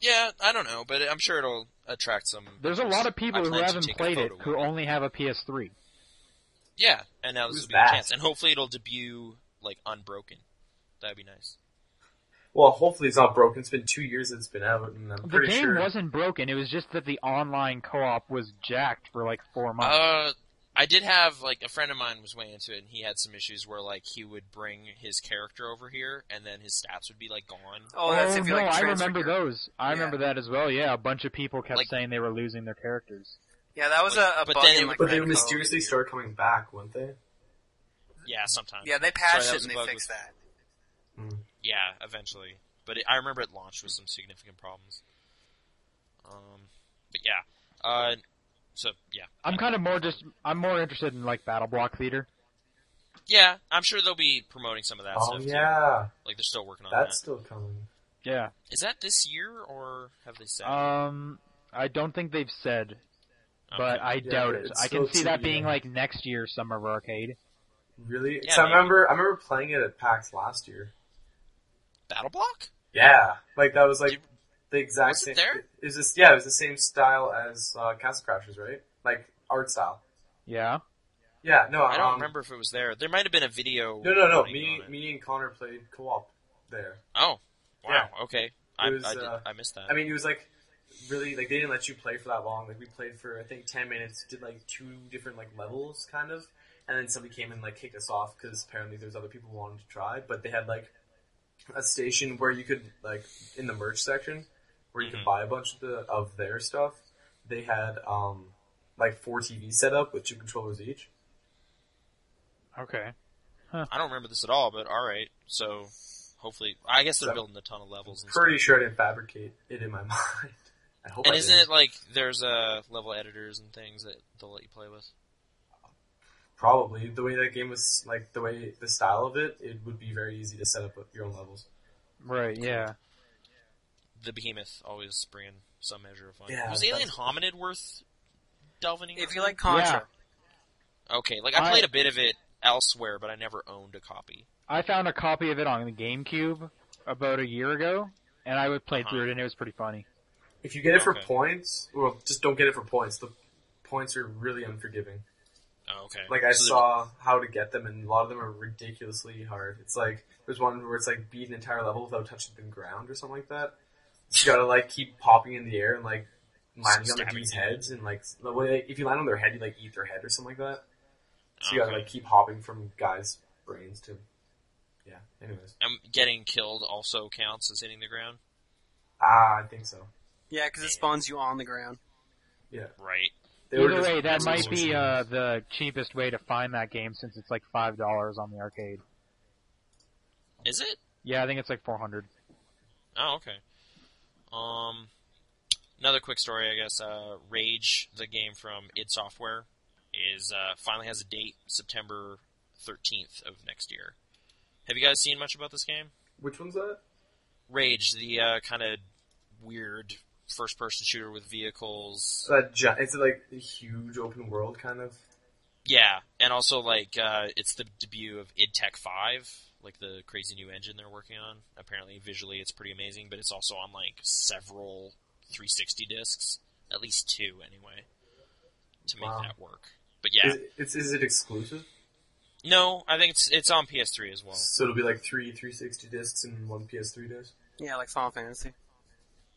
S1: Yeah, I don't know, but I'm sure it'll attract some.
S2: There's a lot of
S1: I
S2: people who
S1: plan to
S2: haven't
S1: take a
S2: played it
S1: photo
S2: who
S1: of
S2: only have a PS3.
S1: Yeah, and now this
S4: Who's
S1: will be the
S4: that?
S1: chance, and hopefully it'll debut like unbroken. That'd be nice.
S4: Well, hopefully it's not broken. It's been two years it's been out, and I'm
S2: The
S4: pretty
S2: game
S4: sure.
S2: wasn't broken. It was just that the online co-op was jacked for like four months.
S1: Uh, I did have like a friend of mine was way into it, and he had some issues where like he would bring his character over here, and then his stats would be like gone.
S3: Oh, that's if you
S2: no,
S3: like
S2: I
S3: transfer
S2: remember
S3: your-
S2: those. I
S3: Yeah.
S2: remember that as well. Yeah, a bunch of people kept
S1: Like-
S2: saying they were losing their characters.
S3: Yeah, that was
S1: Like,
S3: a, a
S1: but
S3: bug
S1: then
S3: in,
S1: it-
S3: like,
S4: But they
S3: Red Code.
S4: mysteriously start coming back, wouldn't they?
S1: Yeah, sometimes.
S3: Yeah, they patched
S1: Sorry, that was
S3: it and
S1: a
S3: they
S1: bug
S3: fixed
S1: with-
S3: that.
S1: Yeah, eventually. But it, I remember it launched with some significant problems. Um, but yeah. Uh, so yeah.
S2: I'm kind of more just. I'm more interested in like battle block theater.
S1: Yeah, I'm sure they'll be promoting some of that
S4: Oh
S1: stuff too. Oh,
S4: yeah,
S1: Like they're still working on
S4: that's still coming.
S2: Yeah.
S1: that. Is that this year or have they said?
S2: Um, I don't think they've said,
S1: Okay.
S2: but I
S4: Yeah,
S2: doubt
S4: it's
S2: it. I
S4: still
S2: can see that
S4: TBD.
S2: being like next year summer of arcade.
S4: Really?
S1: Yeah,
S4: 'Cause I
S1: maybe.
S4: remember, I remember playing it at PAX last year.
S1: Battle Block?
S4: Yeah, like that was like
S1: Did-
S4: the exact
S1: was it
S4: same.
S1: there?
S4: It was just yeah, it was the same style as uh, Castle Crashers, right? Like art style.
S2: Yeah.
S4: Yeah, no,
S1: I don't
S4: um,
S1: remember if it was there. There might have been a video.
S4: No, no, no.
S1: running
S4: Me,
S1: on it.
S4: me and Connor played co-op there.
S1: Oh, wow. Okay, I,
S4: was,
S1: I, did,
S4: uh,
S1: I missed that.
S4: I mean, it was like really like they didn't let you play for that long. Like we played for I think ten minutes, did like two different like levels, kind of, and then somebody came and like kicked us off because apparently there's other people who wanted to try, but they had like a station where you could like in the merch section where you
S1: Mhm.
S4: could buy a bunch of the of their stuff. They had um like four TVs set up with two controllers each.
S2: Okay.
S1: I don't remember this at all, but all right. So hopefully, I guess they're
S4: So-
S1: building a ton of levels. And, stuff.
S4: Pretty sure I didn't fabricate it in my mind. I hope.
S1: and
S4: I
S1: isn't
S4: didn't.
S1: it like there's uh, level editors and things that they'll let you play with?
S4: Probably the way that game was like the way the style of it, it would be very easy to set up your own levels.
S2: Right. Yeah.
S1: The behemoth always bringing some measure of fun.
S4: Yeah,
S1: Was Alien
S4: that's-
S1: Hominid worth delving into?
S3: If you like Contra,
S1: okay, like I
S2: I-
S1: played a bit of it elsewhere, but I never owned a copy.
S2: I found a copy of it on the GameCube about a year ago, and I would play through it, and it was pretty funny.
S4: If you get it for
S1: Okay.
S4: points, well, just don't get it for points. The points are really unforgiving.
S1: Oh, okay.
S4: Like I
S1: So the-
S4: saw how to get them, and a lot of them are ridiculously hard. It's like there's one where it's like beat an entire level without touching the ground or something like that. So you gotta like keep popping in the air and like landing on the
S1: Stabbing
S4: dude's
S1: them.
S4: heads, and like the way if you land on their head, you like eat their head or something like that. So you
S1: okay.
S4: gotta like keep hopping from guys' brains to, yeah. Anyways,
S1: Um, getting killed also counts as hitting the ground.
S4: ah, I think so.
S3: Yeah, because it spawns you on the ground.
S1: Right.
S4: They were
S2: Either
S4: just-
S2: way, that
S4: that's
S2: might
S4: what
S2: be
S4: it
S2: uh,
S4: was.
S2: the cheapest way to find that game since it's like five dollars on the arcade.
S1: Is it?
S2: Yeah, I think it's like four hundred.
S1: Oh, okay. Um, another quick story, I guess. Uh, Rage, the game from id Software, is uh, finally has a date, September 13th of next year. Have you guys seen much about this game?
S4: Which one's that?
S1: Rage, the uh, kind of weird first-person shooter with vehicles.
S4: That gi- it's like a huge open world kind of.
S1: Yeah, and also like uh, it's the debut of id Tech Five, like the crazy new engine they're working on. Apparently, visually it's pretty amazing, but it's also on like several 360 discs, at least two anyway, to make
S4: Wow.
S1: that work. But yeah,
S4: Is, it's, is it exclusive?
S1: no, I think it's it's on PS3 as well.
S4: So it'll be like three 360 discs and one PS3 disc.
S3: Yeah, like Final Fantasy.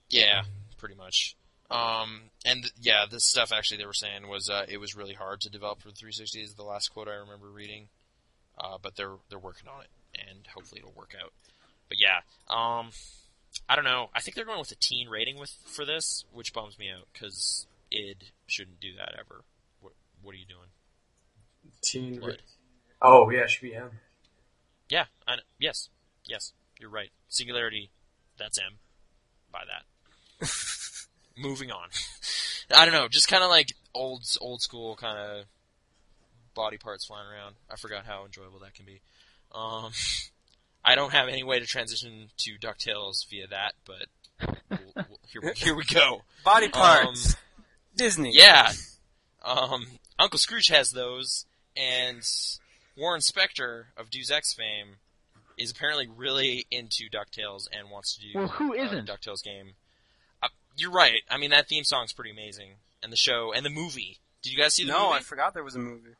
S1: Yeah, pretty much. Um, and th- yeah, this stuff actually they were saying was uh, it was really hard to develop for the 360 is the last quote I remember reading. Uh, but they're they're working on it, and hopefully it'll work out. But yeah, um, I don't know. I think they're going with a teen rating with for this, which bums me out because id shouldn't do that ever. What what are you doing?
S4: Teen.
S1: Blood.
S4: Oh yeah, it should be M.
S1: Yeah, I, kn- yes, yes, you're right. Singularity, that's M. By that. Moving on. I don't know, just kind of like old old school kind of body parts flying around. I forgot how enjoyable that can be. Um, I don't have any way to transition to Ducktales via that, but we'll, we'll, here, we, here we go.
S3: Body
S1: parts.
S3: parts. Um, Disney.
S1: Yeah. Um, Uncle Scrooge has those, and Warren Spector of Deus Ex fame is apparently really into DuckTales and wants to do
S2: Well, who
S1: uh,
S2: isn't?
S1: a DuckTales game. Uh, you're right. I mean, that theme song's pretty amazing. And the show, and the movie. Did you guys see the
S3: No,
S1: movie?
S3: I forgot there was a movie.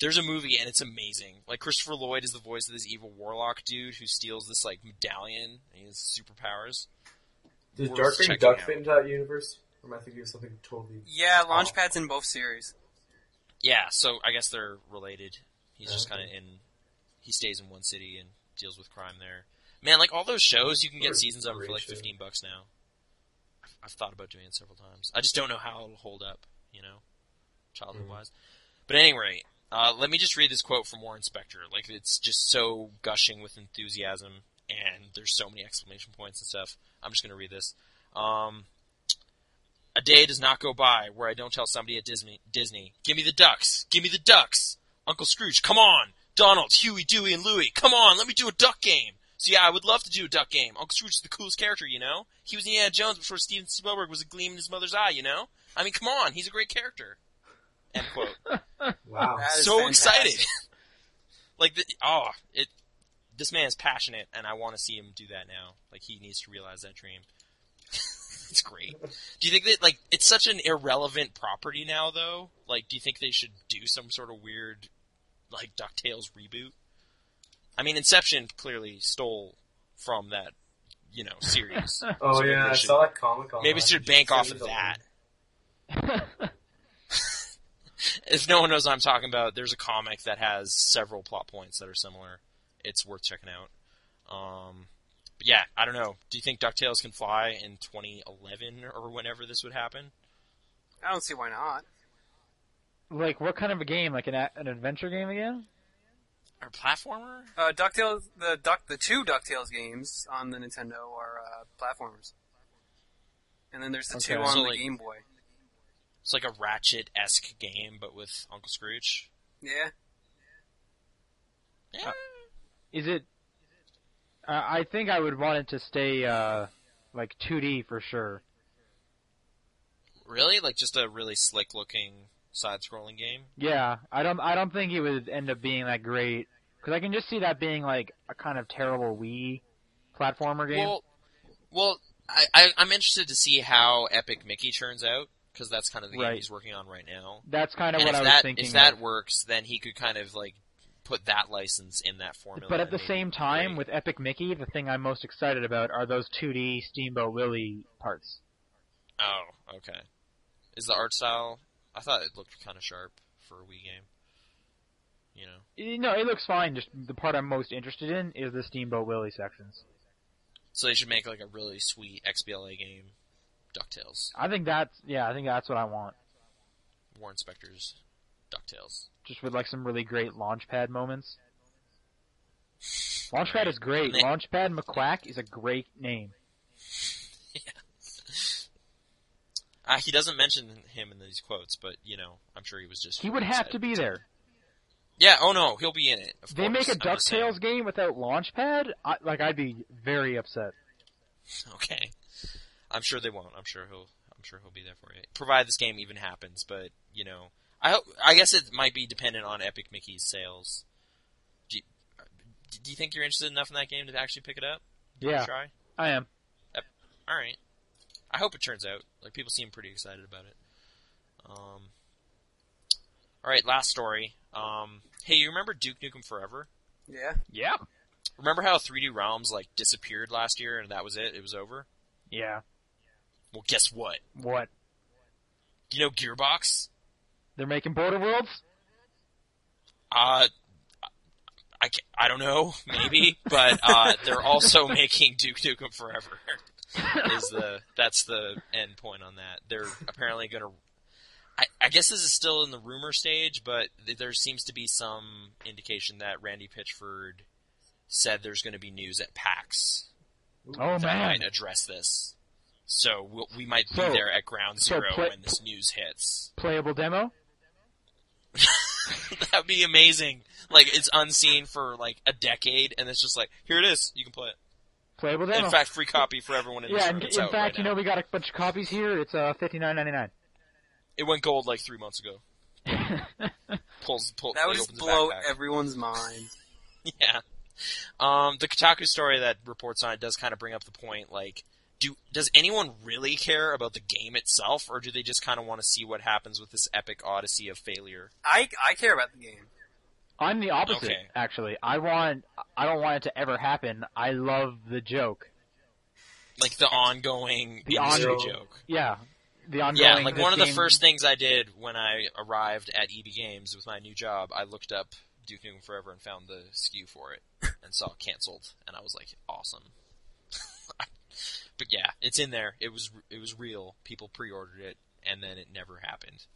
S1: There's a movie, and it's amazing. Like, Christopher Lloyd is the voice of this evil warlock dude who steals this, like, medallion, and he has superpowers.
S4: Does
S1: Worth
S4: Dark Darkwing
S1: checking
S4: Duck
S1: out.
S4: fit into that universe? Or am I thinking of something totally?
S3: Yeah,
S1: Oh.
S3: Launchpad's in both series.
S1: Yeah, so I guess they're related. He's just
S4: Okay.
S1: kind of in. He stays in one city and deals with crime there. Man, like all those shows, you can
S4: Or
S1: get seasons of for like
S4: Rachel.
S1: fifteen bucks now. I've, I've thought about doing it several times. I just don't know how it'll hold up, you know, childhood wise. But anyway, uh, let me just read this quote from Warren Spector. Like it's just so gushing with enthusiasm, and there's so many exclamation points and stuff. I'm just gonna read this. Um, a day does not go by where I don't tell somebody at Disney, Disney, give me the ducks, give me the ducks. Uncle Scrooge, come on. Donald, Huey, Dewey, and Louie, come on, let me do a duck game. So yeah, I would love to do a duck game. Uncle Scrooge is the coolest character, you know? He was Indiana Jones before Steven Spielberg was a gleam in his mother's eye, you know? I mean, come on, he's a great character. End quote
S4: Wow.
S3: That is
S1: so
S3: fantastic.
S1: excited. like the, oh, it this man is passionate and I want to see him do that now. Like he needs to realize that dream. it's great. Do you think that like it's such an irrelevant property now though? Like do you think they should do some sort of weird like DuckTales reboot? I mean Inception clearly stole from that, you know, series.
S4: oh
S1: So maybe
S4: yeah,
S1: they
S4: I
S1: should-
S4: saw that comic on.
S1: Maybe it should bank off of that. if no one knows what I'm talking about, there's a comic that has several plot points that are similar. It's worth checking out. Um, but yeah, I don't know. Do you think DuckTales can fly in 2011 or whenever this would happen?
S3: I don't see why not.
S2: Like what kind of a game? Like an a- an adventure game again?
S1: Or platformer?
S3: Uh, Ducktales, the Duck, the two Ducktales games on the Nintendo are uh, platformers, and then there's the
S2: Okay.
S3: two on
S1: So,
S3: the
S1: like-
S3: Game Boy.
S1: It's like a Ratchet esque game, but with Uncle Scrooge.
S3: Yeah,
S1: Yeah.
S2: Is it? Uh, I think I would want it to stay uh, like 2D for sure.
S1: Really? Like just a really slick looking side scrolling game?
S2: Yeah, I don't I don't think it would end up being that great because I can just see that being like a kind of terrible Wii platformer game.
S1: Well, well, I, I I'm interested to see how Epic Mickey turns out because that's kind of the
S2: Right.
S1: game he's working on right now.
S2: That's kind of
S1: and
S2: what
S1: if
S2: I was
S1: that
S2: thinking.
S1: if that
S2: of.
S1: works, then he could kind of like put that license in that formula.
S2: But at
S1: and
S2: the
S1: maybe
S2: same
S1: create-
S2: time, with Epic Mickey, the thing I'm most excited about are those 2D Steamboat Willie parts.
S1: oh okay, is the art style? I thought it looked kind of sharp for a Wii game. You know,
S2: Eh, No, it looks fine. Just the part I'm most interested in is the Steamboat Willie sections.
S1: so they should make like a really sweet XBLA game, Ducktales,
S2: I think that's yeah. I think that's what I want.
S1: War Inspectors, Ducktales.
S2: Just with like some really great launchpad moments. Launchpad is great.
S1: Man.
S2: Launchpad McQuack is a great name.
S1: Uh, he doesn't mention him in these quotes, but you know, I'm sure he was just.
S2: He would have to be there.
S1: Yeah. Oh no, he'll be in it. Of
S2: They
S1: course,
S2: make a
S1: I'm just saying.
S2: Ducktales game without Launchpad. I, like I'd be very upset.
S1: Okay. I'm sure they won't. I'm sure he'll. I'm sure he'll be there for you. Provided this game even happens, but you know, I hope. I guess it might be dependent on Epic Mickey's sales. Do you, do you think you're interested enough in that game to actually pick it up?
S2: Yeah,
S1: Try.
S2: I am.
S1: All right. I hope it turns out. Like people seem pretty excited about it. Um. All right. Last story. Um. Hey, you remember Duke Nukem Forever?
S3: Yeah.
S2: Yeah.
S1: Remember how 3D Realms like disappeared last year and that was it? It was over.
S2: Yeah.
S1: Well, guess what?
S2: What?
S1: Do you know Gearbox?
S2: They're making Border Worlds?
S1: Uh, I, ca- I don't know, maybe, but uh, they're also making Duke Nukem Forever. is the that's the end point on that? They're apparently going to. I, I guess this is still in the rumor stage, but th- there seems to be some indication that Randy Pitchford said there's going to be news at PAX
S2: Oh
S1: that
S2: man.
S1: might address this. So we'll, we might be
S2: So-
S1: there at Ground
S2: so
S1: Zero
S2: play-
S1: when this news hits.
S2: Playable demo?
S1: That'd be amazing. Like it's unseen for like a decade, and it's just like here it is. You can play it.
S2: Playable demo.
S1: In fact, free copy for everyone in this
S2: yeah,
S1: room.
S2: in,
S1: It's
S2: in
S1: out
S2: fact,
S1: right
S2: you
S1: now.
S2: know we got a bunch of copies here. It's uh fifty nine ninety nine.
S1: it went gold like three months ago. Pulls, pull,
S3: That would
S1: Oh, like,
S3: just
S1: opens the
S3: blow
S1: backpack.
S3: everyone's mind.
S1: Yeah. Um, the Kotaku story that reports on it does kind of bring up the point, like, do does anyone really care about the game itself, or do they just kind of want to see what happens with this epic odyssey of failure?
S3: I, I care about the game.
S2: I'm the opposite,
S1: Okay.
S2: actually. I want I don't want it to ever happen. I love the joke.
S1: Like the ongoing
S2: The
S1: industry
S4: ongoing-
S1: joke.
S2: Yeah. The ongoing
S1: Yeah, like
S2: this
S1: one of the
S2: game-
S1: first things I did when I arrived at EB Games with my new job, I looked up Duke Nukem Forever and found the SKU for it and saw canceled, and I was like, awesome. but yeah, it's in there. It was it was real. People pre-ordered it, and then it never happened.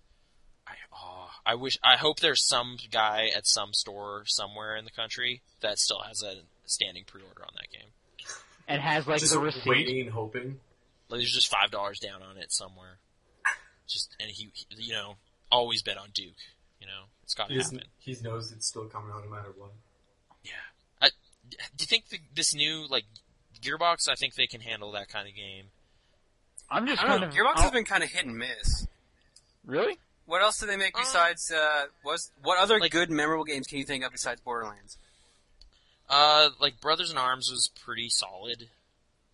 S1: I oh, I wish I hope there's some guy at some store somewhere in the country that still has a standing pre-order on that game.
S2: and has like
S4: just
S2: the receipt.
S4: waiting and hoping.
S1: Like there's just five dollars down on it somewhere. Just and he, he- you know, always bet on Duke. You know, it's got to
S4: He, just,
S1: happen.
S4: he knows it's still coming out no matter what.
S1: Yeah. I, do you think the, this new like Gearbox? I think they can handle that kind of game.
S2: I'm just
S3: I
S2: kind
S3: don't know.
S2: of
S3: Gearbox
S2: I'll-
S3: has been kind of hit and miss.
S2: Really?
S3: What else do they make
S1: Uh,
S3: besides? Uh, was what other
S1: like-
S3: good memorable games can you think of besides Borderlands?
S1: Uh, like Brothers in Arms was pretty solid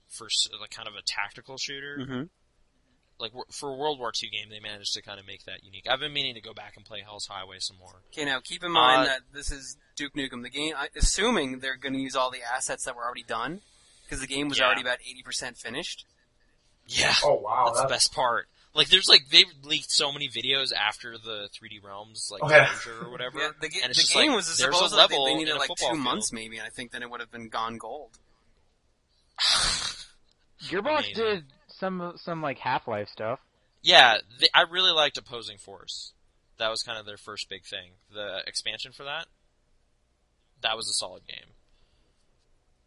S1: for s- like kind of a tactical shooter.
S3: Mm-hmm.
S1: Like wor- for a World War II game, they managed to kind of make that unique. I've been meaning to go back and play Hell's Highway some more.
S3: Okay, now keep in mind
S1: Uh,
S3: that this is Duke Nukem. The game, I, assuming they're going to use all the assets that were already done, because the game was
S1: Yeah.
S3: already about eighty percent finished.
S1: Yeah.
S4: Oh wow,
S1: That's the
S4: that's,
S1: best part. Like, there's like they leaked so many videos after the 3D Realms like
S4: Oh, yeah.
S1: closure or whatever.
S3: Yeah, the, ga-
S1: and
S3: the
S1: it's just
S3: game
S1: like,
S3: was
S1: there's
S3: supposed
S1: a
S3: that they-
S1: level
S3: they
S1: in
S3: needed
S1: a
S3: like two
S1: football
S3: months maybe, and I think then it would have been gone gold.
S2: Gearbox
S1: Amazing.
S2: did some some like Half Life stuff.
S1: Yeah, th I really liked Opposing Force. That was kind of their first big thing. The expansion for that, that was a solid game.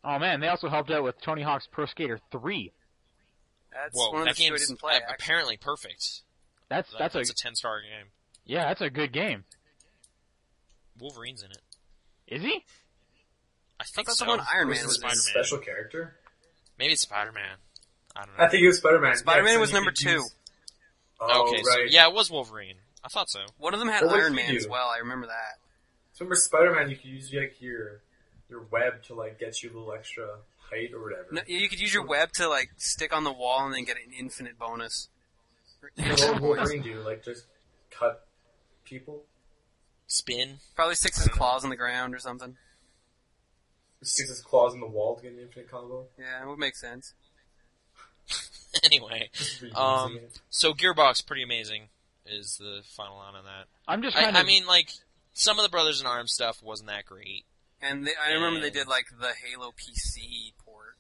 S2: Oh man, they also helped out with Tony Hawk's Pro Skater 3.
S3: That's
S1: Whoa,
S3: one of
S1: that
S3: the few I
S1: game's
S3: didn't play.
S1: a-
S3: actually.
S1: apparently perfect.
S2: That's
S1: That-
S2: that's,
S1: that's
S2: a,
S1: a ten star game.
S2: yeah, that's a good game.
S1: Wolverine's in it.
S2: Is he?
S1: I think
S3: that's the
S1: so.
S3: one Iron Man
S4: was
S3: was
S4: this
S1: Spider-Man.
S4: a special character.
S1: Maybe it's Spider Man. I don't know.
S4: I think it was Spider Man.
S3: Spider-Man was number two.
S4: Oh
S1: okay, so
S4: right.
S1: yeah, it was Wolverine. I thought so.
S3: One of them had
S4: What was
S3: Iron
S4: he
S3: Man
S4: do?
S3: as well. I remember that.
S4: So remember Spider Man, you could use like your your web to like get you a little extra height or whatever.
S3: No, you could use your web to like stick on the wall and then get an infinite bonus.
S4: You know what Wolverine do? Like just cut people?
S1: Spin.
S3: Probably sticks his claws on the ground or something.
S4: Sticks his claws in the wall to get an infinite combo?
S3: Yeah, it would make sense.
S1: anyway,
S4: Just reusing
S1: Um,
S4: it.
S1: so Gearbox, pretty amazing, is the final line on that.
S2: I'm just trying
S1: I, I
S2: to.
S1: mean, like some of the Brothers in Arms stuff wasn't that great.
S3: And they, I remember they did like the Halo PC port.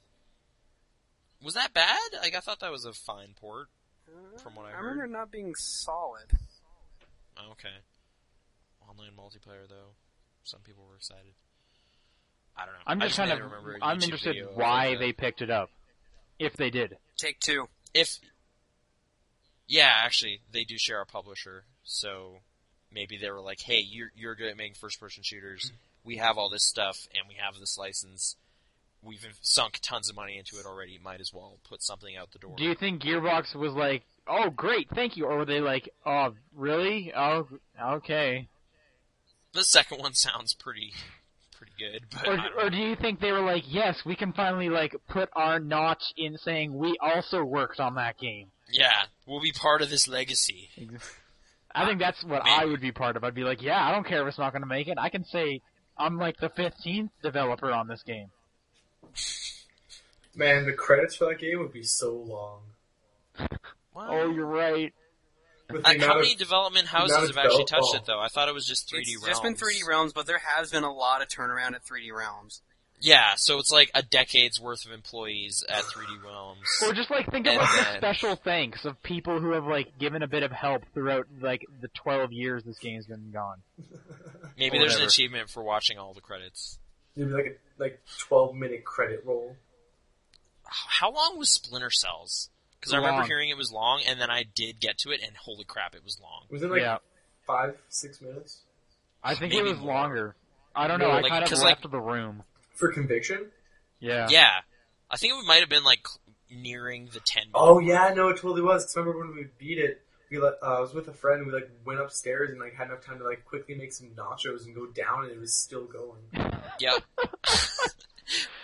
S1: Was that bad? Like I thought that was a fine port. From what I
S3: I remember
S1: heard.
S3: it not being solid.
S1: Oh, Okay. Online multiplayer though, some people were excited. I don't know.
S2: I'm
S1: I
S2: just trying
S1: mainly
S2: to.
S1: remember a
S2: I'm
S1: YouTube
S2: interested
S1: video of,
S2: why
S1: like, the-
S2: they picked it up, if they did.
S3: Take two.
S1: if yeah actually they do share a publisher so maybe they were like hey you're, you're good at making first person shooters we have all this stuff and we have this license we've sunk tons of money into it already might as well put something out the door
S2: Do you think Gearbox was like, "Oh, great, thank you," or were they like, "Oh, really? Oh, okay"?
S1: the second one sounds pretty pretty good but I
S2: Or,
S1: don't
S2: or
S1: know.
S2: do you think they were like, "Yes, we can finally like put our notch in saying we also worked on that game"?
S1: yeah we'll be part of this legacy
S2: I think that's what I would be part of. I'd be like, "Yeah, I don't care if it's not going to make it. I can say I'm like the 15th developer on this game."
S4: Man, the credits for that game would be so long.
S1: Wow.
S2: Oh, you're right.
S4: With the
S1: I- how
S4: amount of-
S1: many development
S4: amount
S1: houses
S4: of
S1: have actually
S4: develop-
S1: touched it though i thought it was just 3d
S3: it's
S1: realms
S3: just been 3D Realms, but there has been a lot of turnaround at 3D Realms.
S1: yeah so it's like a decade's worth of employees at 3d realms
S2: Or just like think
S1: And
S2: of like the
S1: then-
S2: special thanks of people who have like given a bit of help throughout like the 12 years this game's been gone.
S1: Maybe
S2: Or
S1: there's an
S2: whatever.
S1: achievement for watching all the credits.
S4: it'd be like a like twelve minute credit roll.
S1: H- How long was Splinter Cells? Because I remember
S2: Long.
S1: hearing it was long, and then I did get to it, and holy crap, it was long.
S4: Was it like
S2: yeah.
S4: five, six minutes?
S2: I think
S1: Maybe
S2: it was
S1: more.
S2: longer. I don't know.
S4: More,
S2: I
S1: like-
S2: kind of
S1: 'cause,
S2: left the room.
S4: For conviction?
S2: Yeah.
S1: Yeah, I think it might have been like nearing the ten.
S4: Oh yeah, no, it totally was. 'Cause remember when we beat it, we like uh, I was with a friend. and We like went upstairs and like had enough time to like quickly make some nachos and go down, and it was still going.
S1: yep.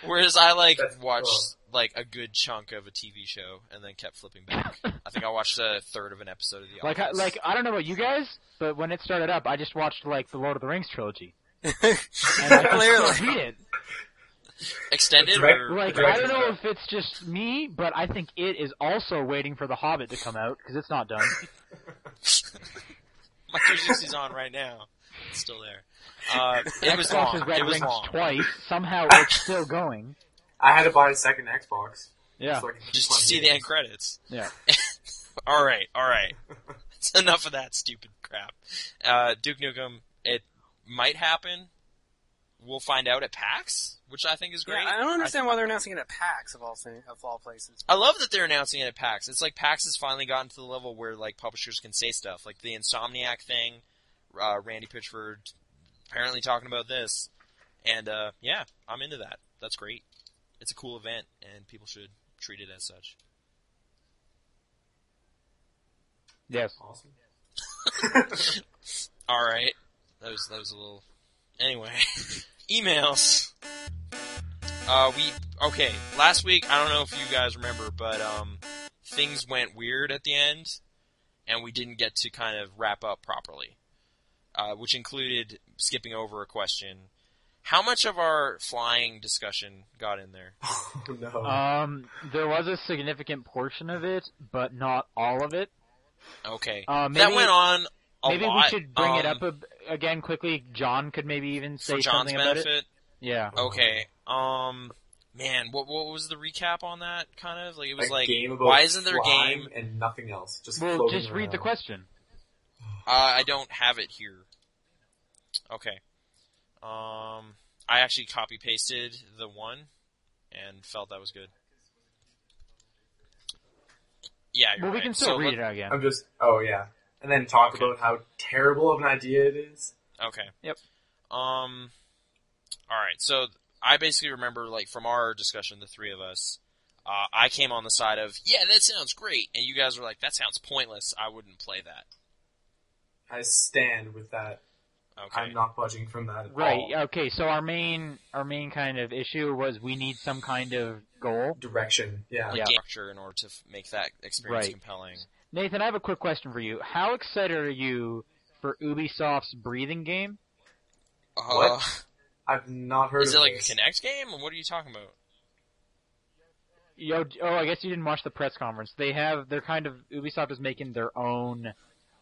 S1: Whereas I like
S4: That's
S1: watched
S4: cool.
S1: like a good chunk of a TV show and then kept flipping back. I think I watched a third of an episode of The
S2: Like, I,
S1: Office.
S2: like I don't know about you guys, but when it started up, I just watched like the Lord of the Rings trilogy. And I just
S3: Clearly.
S2: couldn't beat it.
S1: extended.
S4: Direct-
S1: or-
S2: Like
S4: Right.
S2: I don't know if it's just me, but I think it is also waiting for The Hobbit to come out because it's not done.
S1: my 360's on right now. It's still there. Uh, it was
S2: Xbox
S1: long.
S2: has Red
S1: It was
S2: Rings
S1: long.
S2: twice. Somehow it's still going.
S4: I had to buy a second Xbox.
S2: Yeah.
S4: so I could keep
S1: Just to
S4: playing
S1: see the end
S4: games.
S1: credits.
S2: Yeah.
S1: All right, all right. It's enough of that stupid crap. Uh, Duke Nukem, it might happen. We'll find out at PAX, which I think is great.
S3: Yeah, I don't understand why they're announcing it at PAX of all thing, of all places.
S1: I love that they're announcing it at PAX. It's like PAX has finally gotten to the level where like publishers can say stuff, like the Insomniac thing. Uh, Randy Pitchford apparently talking about this, and uh, yeah, I'm into that. That's great. It's a cool event, and people should treat it as such.
S2: Yes.
S4: Awesome.
S1: All right. That was that was a little. Anyway, emails. Uh, we okay. Last week, I don't know if you guys remember, but um, things went weird at the end, and we didn't get to kind of wrap up properly, uh, which included skipping over a question. How much of our flying discussion got in there?
S4: Oh, no.
S2: Um, there was a significant portion of it, but not all of it.
S1: Okay,
S2: Uh, maybe,
S1: that went on a
S2: maybe
S1: lot.
S2: we should bring it
S1: um,
S2: up a, again quickly. John could maybe even say
S1: for John's
S2: something about
S1: benefit.
S2: it. Yeah.
S1: Okay. Um. Man, what what was the recap on that? Kind of like it was
S4: A
S1: like,
S4: game about
S1: why isn't there a
S4: flying
S1: game?
S4: and nothing else? Just
S2: Well,
S4: floating
S2: just read the
S4: around.
S2: question.
S1: Uh, I don't have it here. Okay. Um. I actually copy pasted the one, and felt that was good. Yeah. You're
S2: Well, we
S1: right.
S2: can still
S1: so
S2: read
S1: let-
S2: it again.
S4: I'm just oh yeah, and then talk
S1: Okay.
S4: about how terrible of an idea it is.
S1: Okay.
S2: Yep.
S1: Um. All right. So I basically remember, like, from our discussion, the three of us, uh, I came on the side of, yeah, that sounds great, and you guys were like, that sounds pointless. I wouldn't play that.
S4: I stand with that
S1: Okay.
S4: I'm not budging from that at
S2: Right.
S4: all.
S2: Okay. So our main our main kind of issue was we need some kind of goal.
S4: Direction. Yeah.
S1: Like
S2: Yeah.
S1: game structure in order to f- make that experience
S2: Right.
S1: compelling.
S2: Nathan, I have a quick question for you. How excited are you for Ubisoft's breathing game?
S4: What? I've not
S1: Uh,
S4: heard
S1: is
S4: of
S1: it like a
S4: this.
S1: Connect game? Or what are you talking about?
S2: Yo, oh, I guess you didn't watch the press conference. They have they're kind of Ubisoft is making their own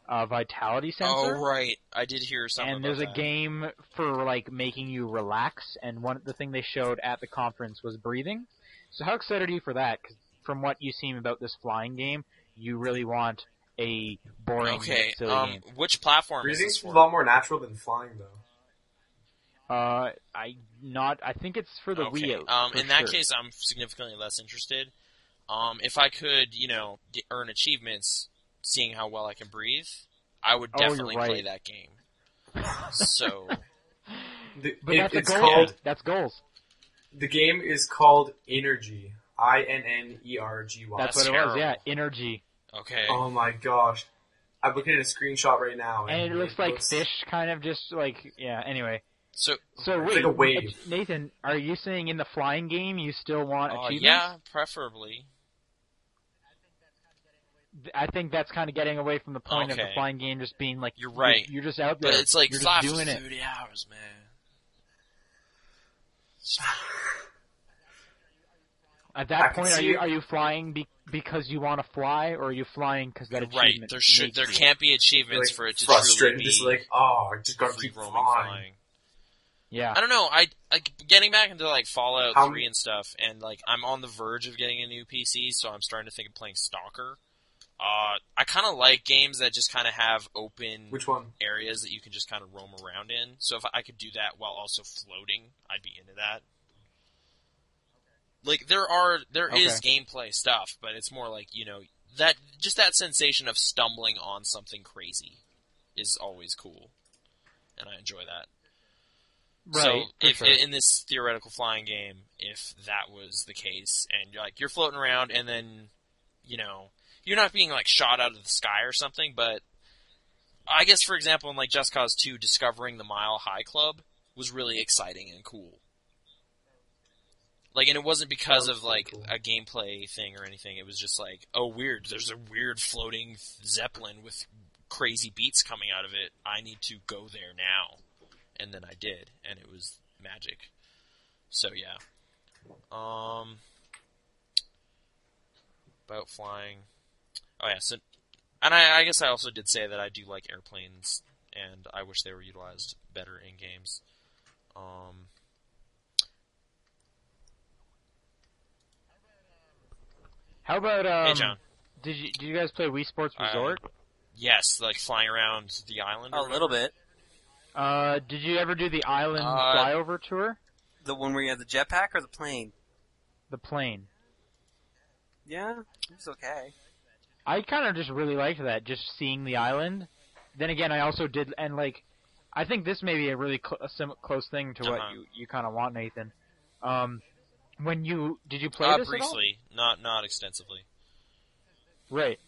S2: uh, vitality sensor.
S1: Oh right, I did hear something.
S2: and there's
S1: about
S2: a
S1: that.
S2: game for like making you relax and one the thing they showed at the conference was breathing so how excited are you for that 'Cause from what you seem about this flying game you really want a boring
S1: Okay,
S2: silly
S1: um,
S2: game
S1: which platform is
S4: Breathing's
S1: this
S4: a
S1: for?
S4: lot more natural than flying, though.
S2: uh i not i think it's for the
S1: okay.
S2: wii out
S1: Um,
S2: for
S1: in that
S2: sure.
S1: case, I'm significantly less interested. Um, if I could, you know, get, earn achievements, seeing how well I can breathe, I would
S2: Oh, you're
S1: definitely play
S2: right.
S1: that game. so
S4: The,
S2: but
S4: it-
S2: that's
S4: it's
S2: a goal
S4: called.
S2: that's goals
S4: The game is called Energy. I N N E R G Y.
S2: that's,
S1: That's
S2: what it was yeah
S1: terrible.
S2: energy
S1: okay,
S4: Oh my gosh. I'm looking at a screenshot right now.
S2: and it looks like fish kind of just like yeah anyway
S1: so
S2: so
S4: It's
S2: wait
S4: like a wave.
S2: uh, nathan are you saying in the flying game you still want
S1: uh,
S2: achievements
S1: yeah, preferably.
S2: th- I think that's kind of getting away from the point of
S1: Okay.
S2: the flying game just being like
S1: You're right.
S2: You're, you're just out there.
S1: But it's like
S2: you're
S1: five
S2: just doing
S1: to
S2: it.
S1: thirty hours, man.
S2: At
S4: I
S2: that
S4: can
S2: point, are
S4: see
S2: you
S4: it.
S2: are you flying be- because you want to fly, or are you flying because that
S1: Right,
S2: achievement?
S1: there should
S2: makes
S1: there
S2: you?
S1: can't be achievements
S4: like,
S1: for it to truly
S4: frustrated.
S1: be
S4: Just like, oh, I just gotta
S1: free
S4: keep
S1: roaming
S4: flying.
S1: flying.
S2: Yeah,
S1: I don't know. I like getting back into like Fallout
S4: How-
S1: Three and stuff, and like I'm on the verge of getting a new PC, so I'm starting to think of playing Stalker. Uh, I kind of like games that just kind of have open
S4: Which one?
S1: areas that you can just kind of roam around in. So if I could do that while also floating, I'd be into that. Like there are there is gameplay stuff, but it's more like you know that just that sensation of stumbling on something crazy is always cool, and I enjoy that.
S2: right. for
S1: So if
S2: sure.
S1: in this theoretical flying game, if that was the case, and you're like you're floating around, and then you know you're not being like shot out of the sky or something, but I guess for example in like Just Cause 2, discovering the Mile High Club was really exciting and cool. Like, and it wasn't because
S4: That was
S1: of like
S4: cool.
S1: a gameplay thing or anything. It was just like, oh, weird. There's a weird floating zeppelin with crazy beats coming out of it. I need to go there now and then I did, and it was magic. So yeah. Um, about flying. Oh yeah. So, and I, I guess I also did say that I do like airplanes, and I wish they were utilized better in games. Um.
S2: how about um,
S1: hey John.
S2: Did you did you guys play Wii Sports
S1: Uh,
S2: Resort?
S1: Yes, like flying around the island.
S3: A
S1: or
S3: Oh, little bit.
S2: Uh, did you ever do the island
S1: Uh,
S2: flyover tour?
S3: The one where you have the jetpack or the plane?
S2: The plane.
S3: Yeah, it was okay.
S2: I kind of just really liked that, just seeing the island. Then again, I also did, and like, I think this may be a really cl- a sim- close thing to what
S1: Uh-huh.
S2: you, you kind of want, Nathan. Um, when you did you play
S1: Uh,
S2: this at all?
S1: briefly, not not extensively.
S2: Right.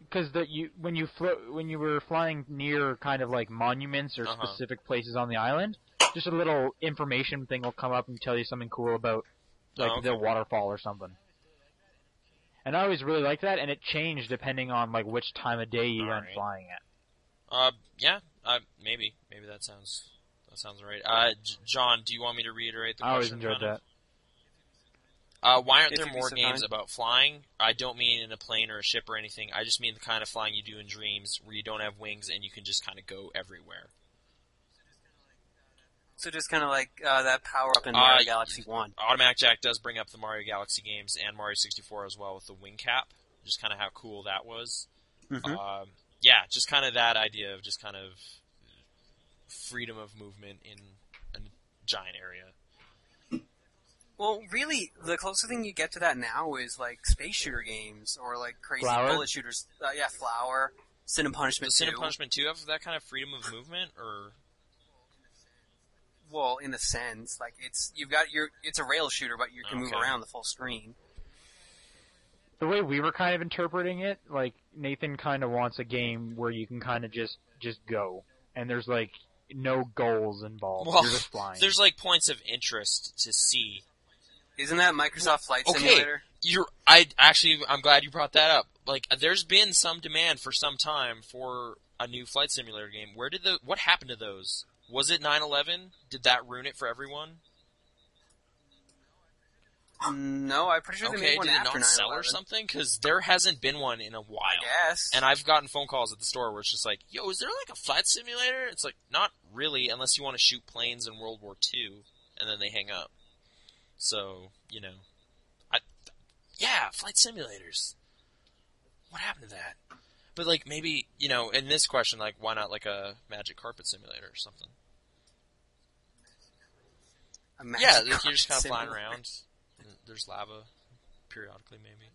S2: Because the you when you flo- when you were flying near kind of like monuments or
S1: Uh-huh.
S2: specific places on the island, just a little information thing will come up and tell you something cool about like
S1: Oh, okay.
S2: the waterfall or something. And I always really liked that, and it changed depending on like which time of day you
S1: All
S2: went
S1: right.
S2: flying at.
S1: Uh, yeah. Uh, maybe maybe that sounds that sounds right. Uh, J- John, do you want me to reiterate the
S2: I always
S1: question?
S2: enjoyed
S1: kind of?
S2: that.
S1: Uh, why aren't
S3: If
S1: there
S3: you'd be
S1: more
S3: so
S1: games
S3: kind.
S1: about flying? I don't mean in a plane or a ship or anything. I just mean the kind of flying you do in dreams where you don't have wings and you can just kind of go everywhere.
S3: So just kind of like uh, that power up in
S1: Uh,
S3: Mario Galaxy One.
S1: Automatic Jack does bring up the Mario Galaxy games and Mario 64 as well with the wing cap. Just kind of how cool that was.
S3: Mhm.
S1: Um, yeah, just kind of that idea of just kind of freedom of movement in a giant area.
S3: Well, really, the closest thing you get to that now is like space shooter games or like crazy
S2: Flower?
S3: bullet shooters. Uh, yeah, Flower, Sin and Punishment
S1: Does Sin and
S3: too.
S1: Punishment 2 have that kind of freedom of movement or
S3: well, in a sense, like it's you've got your it's a rail shooter, but you can move
S1: Okay.
S3: around the full screen.
S2: The way we were kind of interpreting it, like Nathan kind of wants a game where you can kind of just just go, and there's like no goals involved.
S1: Well,
S2: You're just flying.
S1: There's like points of interest to see.
S3: Isn't that Microsoft Flight
S1: Okay.
S3: Simulator?
S1: You're I actually I'm glad you brought that up. Like there's been some demand for some time for a new flight simulator game. Where did the what happened to those? Was it 9/11? Did that ruin it for everyone?
S3: No, I'm pretty sure they
S1: Okay,
S3: made one
S1: did it
S3: after
S1: not sell
S3: 9/11.
S1: or something? Because there hasn't been one in a while.
S3: I guess.
S1: And I've gotten phone calls at the store where it's just like, "Yo, is there like a flight simulator?" It's like, not really, unless you want to shoot planes in World War II, and then they hang up. So you know, I yeah, flight simulators. What happened to that? But like maybe you know, in this question, like why not like a magic carpet simulator or something?
S3: A magic
S1: yeah, like,
S3: carpet
S1: you're just kind of flying
S3: simulator.
S1: around. There's lava periodically, maybe.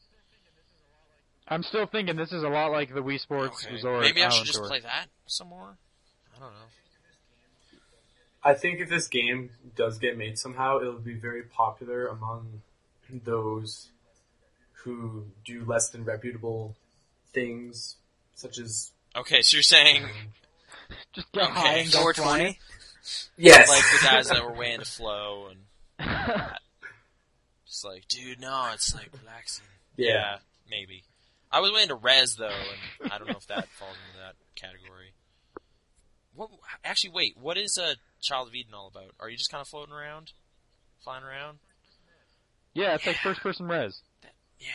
S2: I'm still thinking this is a lot like the Wii Sports
S1: Okay.
S2: Resort.
S1: Maybe I should
S2: Island
S1: just
S2: Tour.
S1: play that some more. I don't know.
S4: I think if this game does get made somehow, it'll be very popular among those who do less than reputable things, such as um,
S1: Okay, so you're saying
S2: Just get
S1: Okay.
S2: high and go
S3: 420?
S4: yes,
S1: like the guys that were way into flow and just like, dude, no, it's like relaxing.
S4: yeah.
S1: maybe. I was way into Res though, and I don't know if that falls into that category. What? Actually, wait. What is uh, Child of Eden all about? Are you just kind of floating around, flying around?
S2: Yeah, it's like first person res.
S1: Yeah.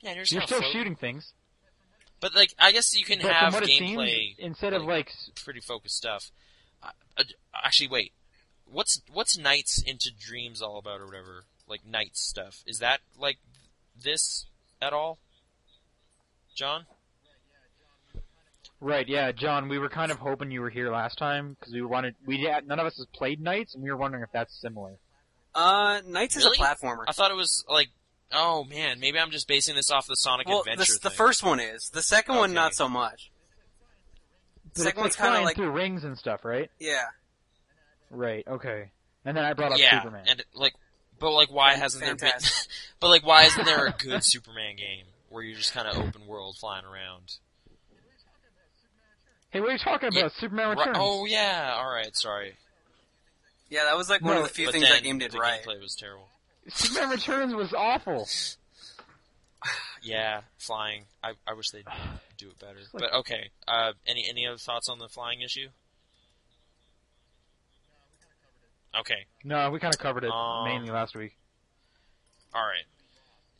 S1: Yeah, you're, just
S2: You're
S1: kinda
S2: still
S1: floating.
S2: shooting things,
S1: but like I guess you can
S2: but
S1: have
S2: from what it seems,
S1: gameplay
S2: instead of like s-
S1: pretty focused stuff. Uh, uh, actually, wait. What's what's Nights into Dreams all about, or whatever? Like Nights stuff. Is that like this at all, John?
S2: Right, yeah, John, we were kind of hoping you were here last time because we wanted we had, none of us has played Knights, and we were wondering if that's similar.
S3: Uh, Knights
S1: Really?
S3: is a platformer.
S1: I thought it was like, oh man, maybe I'm just basing this off the Sonic
S3: well, the,
S1: Adventure.
S3: the
S1: thing.
S3: first one is. The second one,
S1: Okay.
S3: not so much.
S2: But it's
S3: The
S2: like
S3: second one's kind of
S2: flying
S3: like,
S2: through rings and stuff, right?
S3: yeah.
S2: Right, okay. And then I brought up
S1: yeah,
S2: Superman.
S1: and like, but like, why hasn't there been?
S3: Fantastic.
S1: but like, why isn't there a good Superman game where you're just kind of open world flying around?
S2: hey, what are you talking about?
S1: Yeah,
S2: Superman
S1: Right-
S2: Returns.
S1: oh yeah, all right, sorry.
S3: Yeah, that was like one
S2: No,
S3: of the few
S1: but
S3: things
S1: then
S3: that game did
S1: the
S3: right.
S1: gameplay was terrible.
S2: Superman Returns was awful.
S1: Yeah, flying. I, I wish they'd do it better.
S2: like-
S1: but okay. Uh, any any other thoughts on the flying issue? Okay.
S2: No, we kind of covered it
S1: Um,
S2: mainly last week.
S1: All right.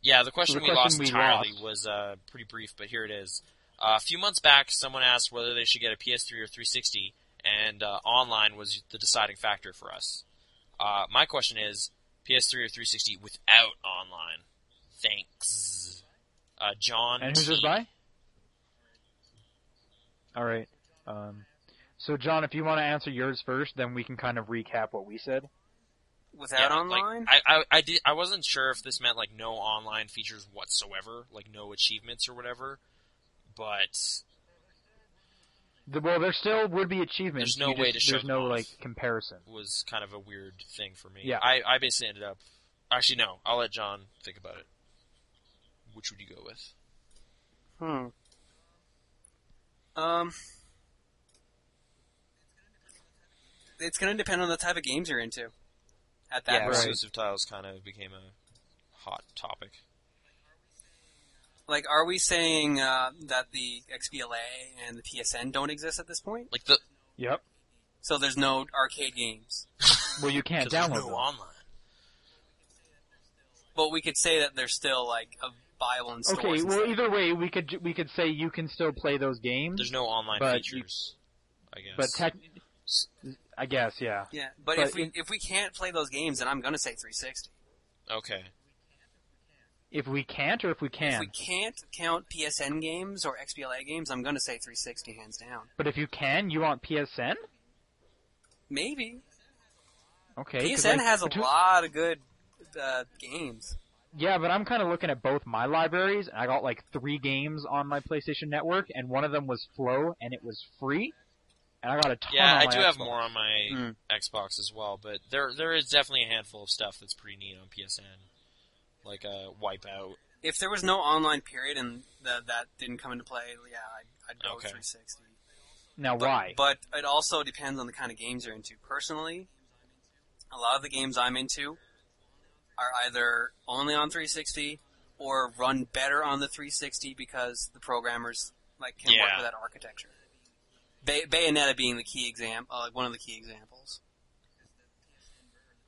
S1: Yeah, the question
S2: The
S1: we
S2: question
S1: lost
S2: we
S1: entirely
S2: lost.
S1: was uh, pretty brief, but here it is. Uh, a few months back, someone asked whether they should get a PS3 or 360, and uh, online was the deciding factor for us. Uh, my question is PS3 or 360 without online? Thanks. Uh, John.
S2: And who's
S1: T.
S2: this by? All right. Um, so, John, if you want to answer yours first, then we can kind of recap what we said.
S3: Without
S1: Yeah, like,
S3: online?
S1: I, I, I, did, I wasn't sure if this meant like no online features whatsoever, like no achievements or whatever. But
S2: The, well, there still would be achievements.
S1: There's no
S2: you
S1: way to
S2: just-
S1: show
S2: There's
S1: them
S2: no
S1: off.
S2: like comparison.
S1: was kind of a weird thing for me.
S2: Yeah.
S1: I, I basically ended up. Actually, no. I'll let John think about it. Which would you go with?
S3: hmm. Um. It's going to depend on the type of games you're into. At that
S1: yeah,
S3: point.
S1: exclusive tiles kind of became a hot topic.
S3: Like, are we saying uh, that the XBLA and the PSN don't exist at this point?
S1: Like the
S2: Yep.
S3: So there's no arcade games.
S2: Well, you can't
S1: 'cause there's
S2: download
S1: no
S2: them.
S1: online.
S3: But we could say that they're still like a viable in stores.
S2: Okay.
S3: and
S2: Well,
S3: stuff.
S2: either way, we could ju- we could say you can still play those games,
S1: There's no online
S2: But you-
S1: features. I guess.
S2: but tech. I guess, yeah.
S3: yeah, but,
S2: but
S3: if we
S2: in-
S3: if we can't play those games, then I'm gonna say 360.
S1: okay.
S2: If we can't, or if we can.
S3: If we can't count PSN games or XBLA games, I'm gonna say 360 hands down.
S2: But if you can, you want PSN?
S3: Maybe
S2: Okay. 'cause,
S3: PSN
S2: like,
S3: has a
S2: between-
S3: lot of good uh, games.
S2: Yeah, but I'm kind of looking at both my libraries, and I got like three games on my PlayStation Network, and one of them was Flow, and it was free, and I got a ton.
S1: Yeah,
S2: on
S1: I
S2: my
S1: do have
S2: Xbox. Hmm.
S1: more on my
S3: Mm.
S1: Xbox as well, but there there is definitely a handful of stuff that's pretty neat on PSN, like uh, Wipeout.
S3: If there was no online period and the, that didn't come into play, yeah, I'd, I'd go with
S1: Okay.
S3: 360.
S2: Now,
S3: But,
S2: why?
S3: But it also depends on the kind of games you're into. Personally, a lot of the games I'm into are either only on 360 or run better on the 360 because the programmers like can work
S1: Yeah.
S3: with that architecture. Bay- Bayonetta being the key exam, uh, like one of the key examples.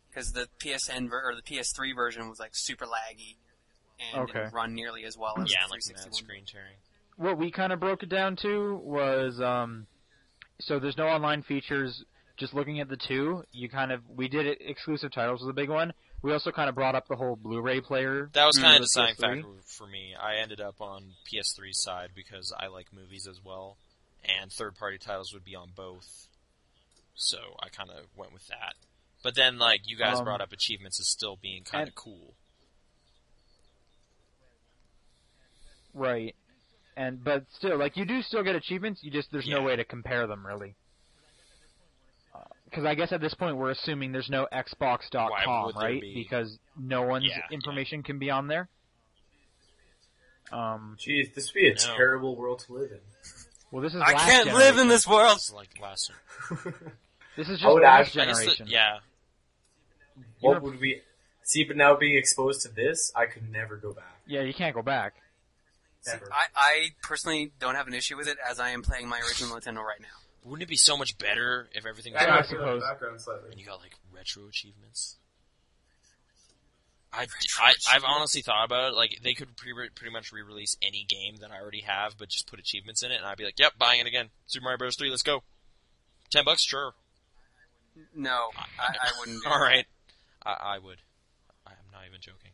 S3: Because the PSN ver- or the PS3 version was like super laggy and
S2: Okay.
S3: didn't run nearly as well as
S1: Yeah,
S3: the
S1: like
S3: 360
S1: that
S3: one.
S1: screen sharing.
S2: what we kind of broke it down to was um, so there's no online features. Just looking at the two, you kind of we did it. Exclusive titles was a big one. We also kind of brought up the whole Blu-ray player.
S1: That was
S3: Mm.
S1: kind of a
S2: The
S1: deciding
S2: PS3?
S1: factor for me. I ended up on PS3 side because I like movies as well, and third party titles would be on both. So I kind of went with that. But then, like you guys
S2: Um,
S1: brought up, achievements as still being kind of
S2: and-
S1: cool.
S2: Right. And but still, like you do still get achievements. You just there's no
S1: Yeah.
S2: way to compare them really. Because I guess at this point we're assuming there's no
S1: Why
S2: Xbox.com,
S1: would there
S2: right?
S1: be?
S2: Because no one's
S1: Yeah, yeah.
S2: information can be on there. Um.
S4: Jeez, this would be a
S1: No.
S4: terrible world to live in.
S2: Well, this is.
S3: I
S2: last
S3: can't live
S2: generation.
S3: in this world.
S1: It's like last
S2: This is
S4: I
S2: just
S4: would
S2: last
S4: actually-
S1: I guess
S2: generation.
S1: the- yeah,
S2: You're-
S4: what would we see? But now being exposed to this, I could never go back.
S2: Yeah, you can't go back.
S3: See,
S4: Ever.
S3: I, I personally don't have an issue with it as I am playing my original Nintendo right now.
S1: wouldn't it be so much better if everything was
S2: I
S4: I
S2: Yeah,
S1: better
S4: got
S2: got suppose.
S4: background slightly.
S1: and you got like retro achievements? I, I I've honestly thought about it. Like they could pre- pretty much re-release any game that I already have, but just put achievements in it, and I'd be like, "Yep, buying it again." Super Mario Bros. Three, let's go. Ten bucks, sure.
S3: No, I, I wouldn't. do
S1: All
S3: that.
S1: right, I, I would. I'm not even joking.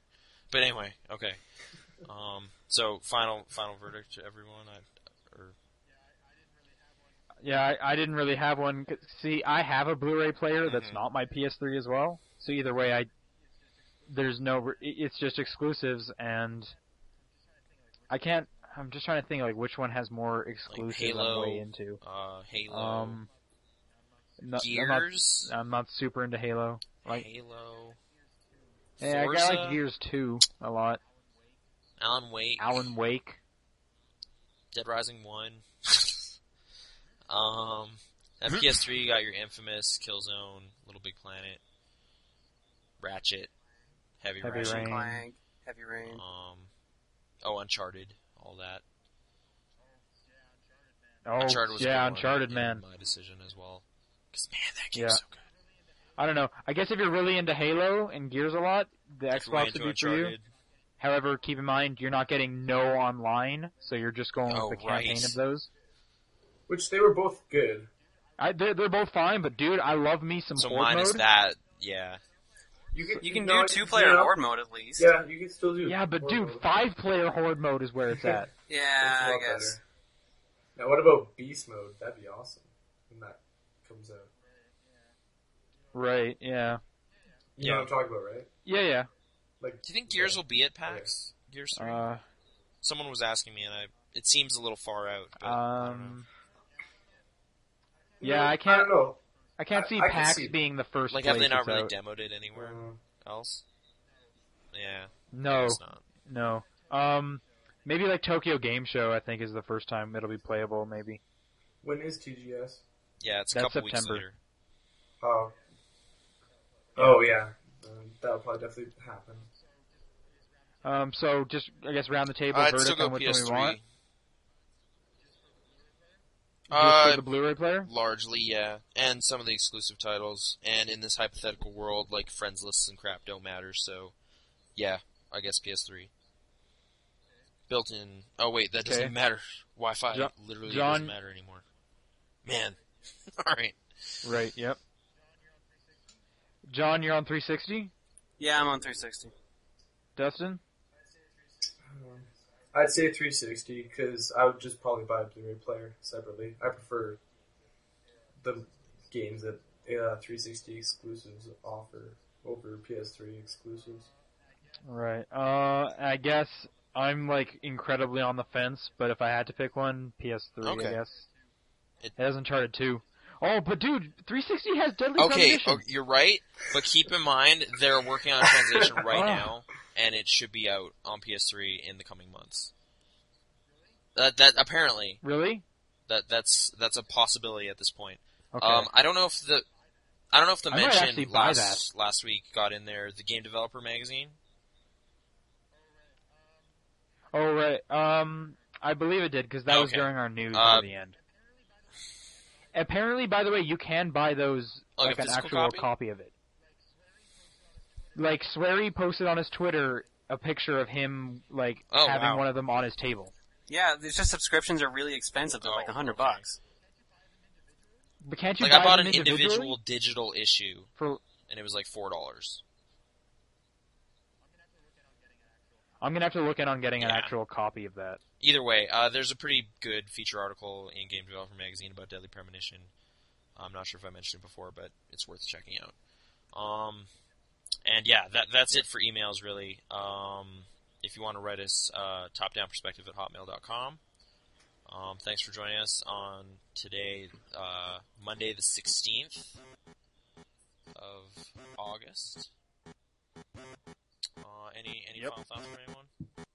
S1: But anyway, okay. Um, so final final verdict to everyone. I, or
S2: Yeah, I, I didn't really have one. 'Cause, See, I have a Blu-ray player that's
S1: Mhm.
S2: not my PS3 as well. So either way, I there's no. re- it- It's just exclusives, and I can't. I'm just trying to think like which one has more exclusives.
S1: Halo,
S2: I'm way into.
S1: uh, Halo,
S2: Um, no- I'm not,
S1: Gears,
S2: I'm not super into Halo. like-
S1: Halo.
S2: Yeah, I got
S1: Forza,
S2: like Gears 2 a lot.
S1: Alan Wake,
S2: Alan Wake.
S1: Dead Rising One. um, at PS3 you got your Infamous, Killzone, Little Big Planet, Ratchet, Heavy,
S2: Heavy
S1: Rain.
S2: Rain.
S3: Ratchet and Clank, Heavy Rain.
S1: Um, oh, Uncharted, all that.
S2: Oh,
S1: Uncharted was a good
S2: yeah,
S1: one
S2: Uncharted,
S1: in
S2: man.
S1: My decision as well, because man, that game's
S2: Yeah.
S1: so good.
S2: I don't know. I guess if you're really into Halo and Gears a lot, the
S1: If you're
S2: Xbox
S1: into
S2: would be for you.
S1: Uncharted,
S2: However, keep in mind you're not getting no online, so you're just going
S1: Oh,
S2: with the campaign
S1: right.
S2: of those.
S4: Which they were both good.
S2: I, they're, they're both fine, but dude, I love me some
S1: So
S2: horde
S1: minus
S2: mode.
S1: that, yeah.
S4: can
S3: You can
S4: Uh, no,
S3: do two player
S4: yeah.
S3: horde mode at least.
S4: Yeah, you can still do.
S2: Yeah, but
S4: horde
S2: dude,
S4: mode.
S2: five player horde mode is where it's at.
S3: Yeah,
S4: It's a
S3: I
S4: lot
S3: guess.
S4: better. Now, what about beast mode? That'd be awesome when that comes out.
S2: right? Yeah.
S4: You
S1: Yeah.
S4: know what I'm talking about, right?
S2: Yeah,
S4: Like,
S1: Do you think Gears
S4: yeah.
S1: will be at PAX? Gears
S2: yeah.
S1: three.
S2: Uh,
S1: Someone was asking me, and I. It seems a little far out. But I don't know.
S2: um, Yeah, I
S4: I
S2: can't.
S4: don't know.
S2: I can't
S4: I-
S2: see
S4: I can
S2: PAX
S4: see-
S2: being the first.
S1: Like,
S2: place
S1: have they not
S2: it's
S1: really
S2: out.
S1: demoed it anywhere
S4: Uh,
S1: else? Yeah.
S2: No,
S1: It's not.
S2: no. Um, maybe like Tokyo Game Show. I think is the first time it'll be playable. Maybe.
S4: When is TGS?
S1: Yeah, it's a
S2: That's
S1: couple weeks
S2: September.
S1: later.
S4: Oh. Oh yeah, um, that'll probably definitely happen.
S2: Um, so just I guess round the table.
S1: I'd
S2: verdict
S1: still go
S2: on which one we
S1: PS3.
S2: want. Just
S1: Uh,
S2: for the Blu-ray player.
S1: largely, yeah, and some of the exclusive titles. And in this hypothetical world, like friends lists and crap don't matter. So, yeah, I guess PS3. Built-in. Oh wait, that doesn't
S2: Okay.
S1: even matter. Wi-Fi
S2: Jo-
S1: literally
S2: John-
S1: doesn't matter anymore. Man. All right.
S2: Right. Yep. John, you're on 360.
S3: Yeah, I'm on 360.
S2: Dustin.
S4: Um, I'd say 360 because I would just probably buy a Blu-ray player separately. I prefer the games that uh, 360 exclusives offer over PS3 exclusives.
S2: Right. Uh, I guess I'm like incredibly on the fence, but if I had to pick one, PS3. I
S1: Okay.
S2: guess. It,
S1: It-
S2: has Uncharted 2. Oh, but dude, 360 has Deadly
S1: Okay,
S2: Premonition.
S1: oh, you're right, but keep in mind they're working on a translation right
S2: Ah.
S1: now, and it should be out on PS3 in the coming months. That that apparently,
S2: Really?
S1: That that's that's a possibility at this point.
S2: Okay.
S1: Um, I don't know if the I don't know if the
S2: I might actually
S1: mention
S2: buy
S1: last last week got in there. The Game Developer Magazine.
S2: oh right. Um, I believe it did because that was
S1: Okay.
S2: during our news
S1: Uh,
S2: at the end. Apparently, by the way, you can buy those
S1: Like a
S2: like an
S1: physical
S2: actual
S1: copy?
S2: copy? of it. Like Swery posted on his Twitter a picture of him like
S1: Oh,
S2: having
S1: wow.
S2: one of them on his table
S3: Yeah, it's just subscriptions are really expensive. They're like
S1: Oh,
S3: a hundred
S1: okay.
S3: bucks.
S2: But can't you
S1: Like
S2: buy
S1: I bought
S2: them
S1: an
S2: individually?
S1: individual digital issue,
S2: For
S1: and it was like four dollars.
S2: I'm gonna have to look in on getting an
S1: Yeah.
S2: actual copy of that.
S1: Either way, uh, there's a pretty good feature article in Game Developer Magazine about Deadly Premonition. I'm not sure if I mentioned it before, but it's worth checking out. Um, and yeah, that that's it for emails really. Um, if you want to write us, uh, top down perspective at hotmail.com. Um, thanks for joining us on today, uh, Monday the 16th of August. Uh, any any
S2: Yep.
S1: final thoughts from anyone?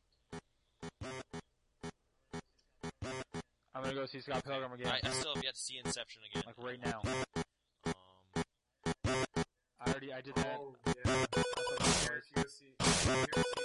S2: I'm gonna go see Scott Pilgrim again,
S1: I, I still have yet to see Inception again.
S2: like right now.
S1: Um,
S2: I already I did that.
S4: Oh, yeah. Also, Heresy, go see- Heresy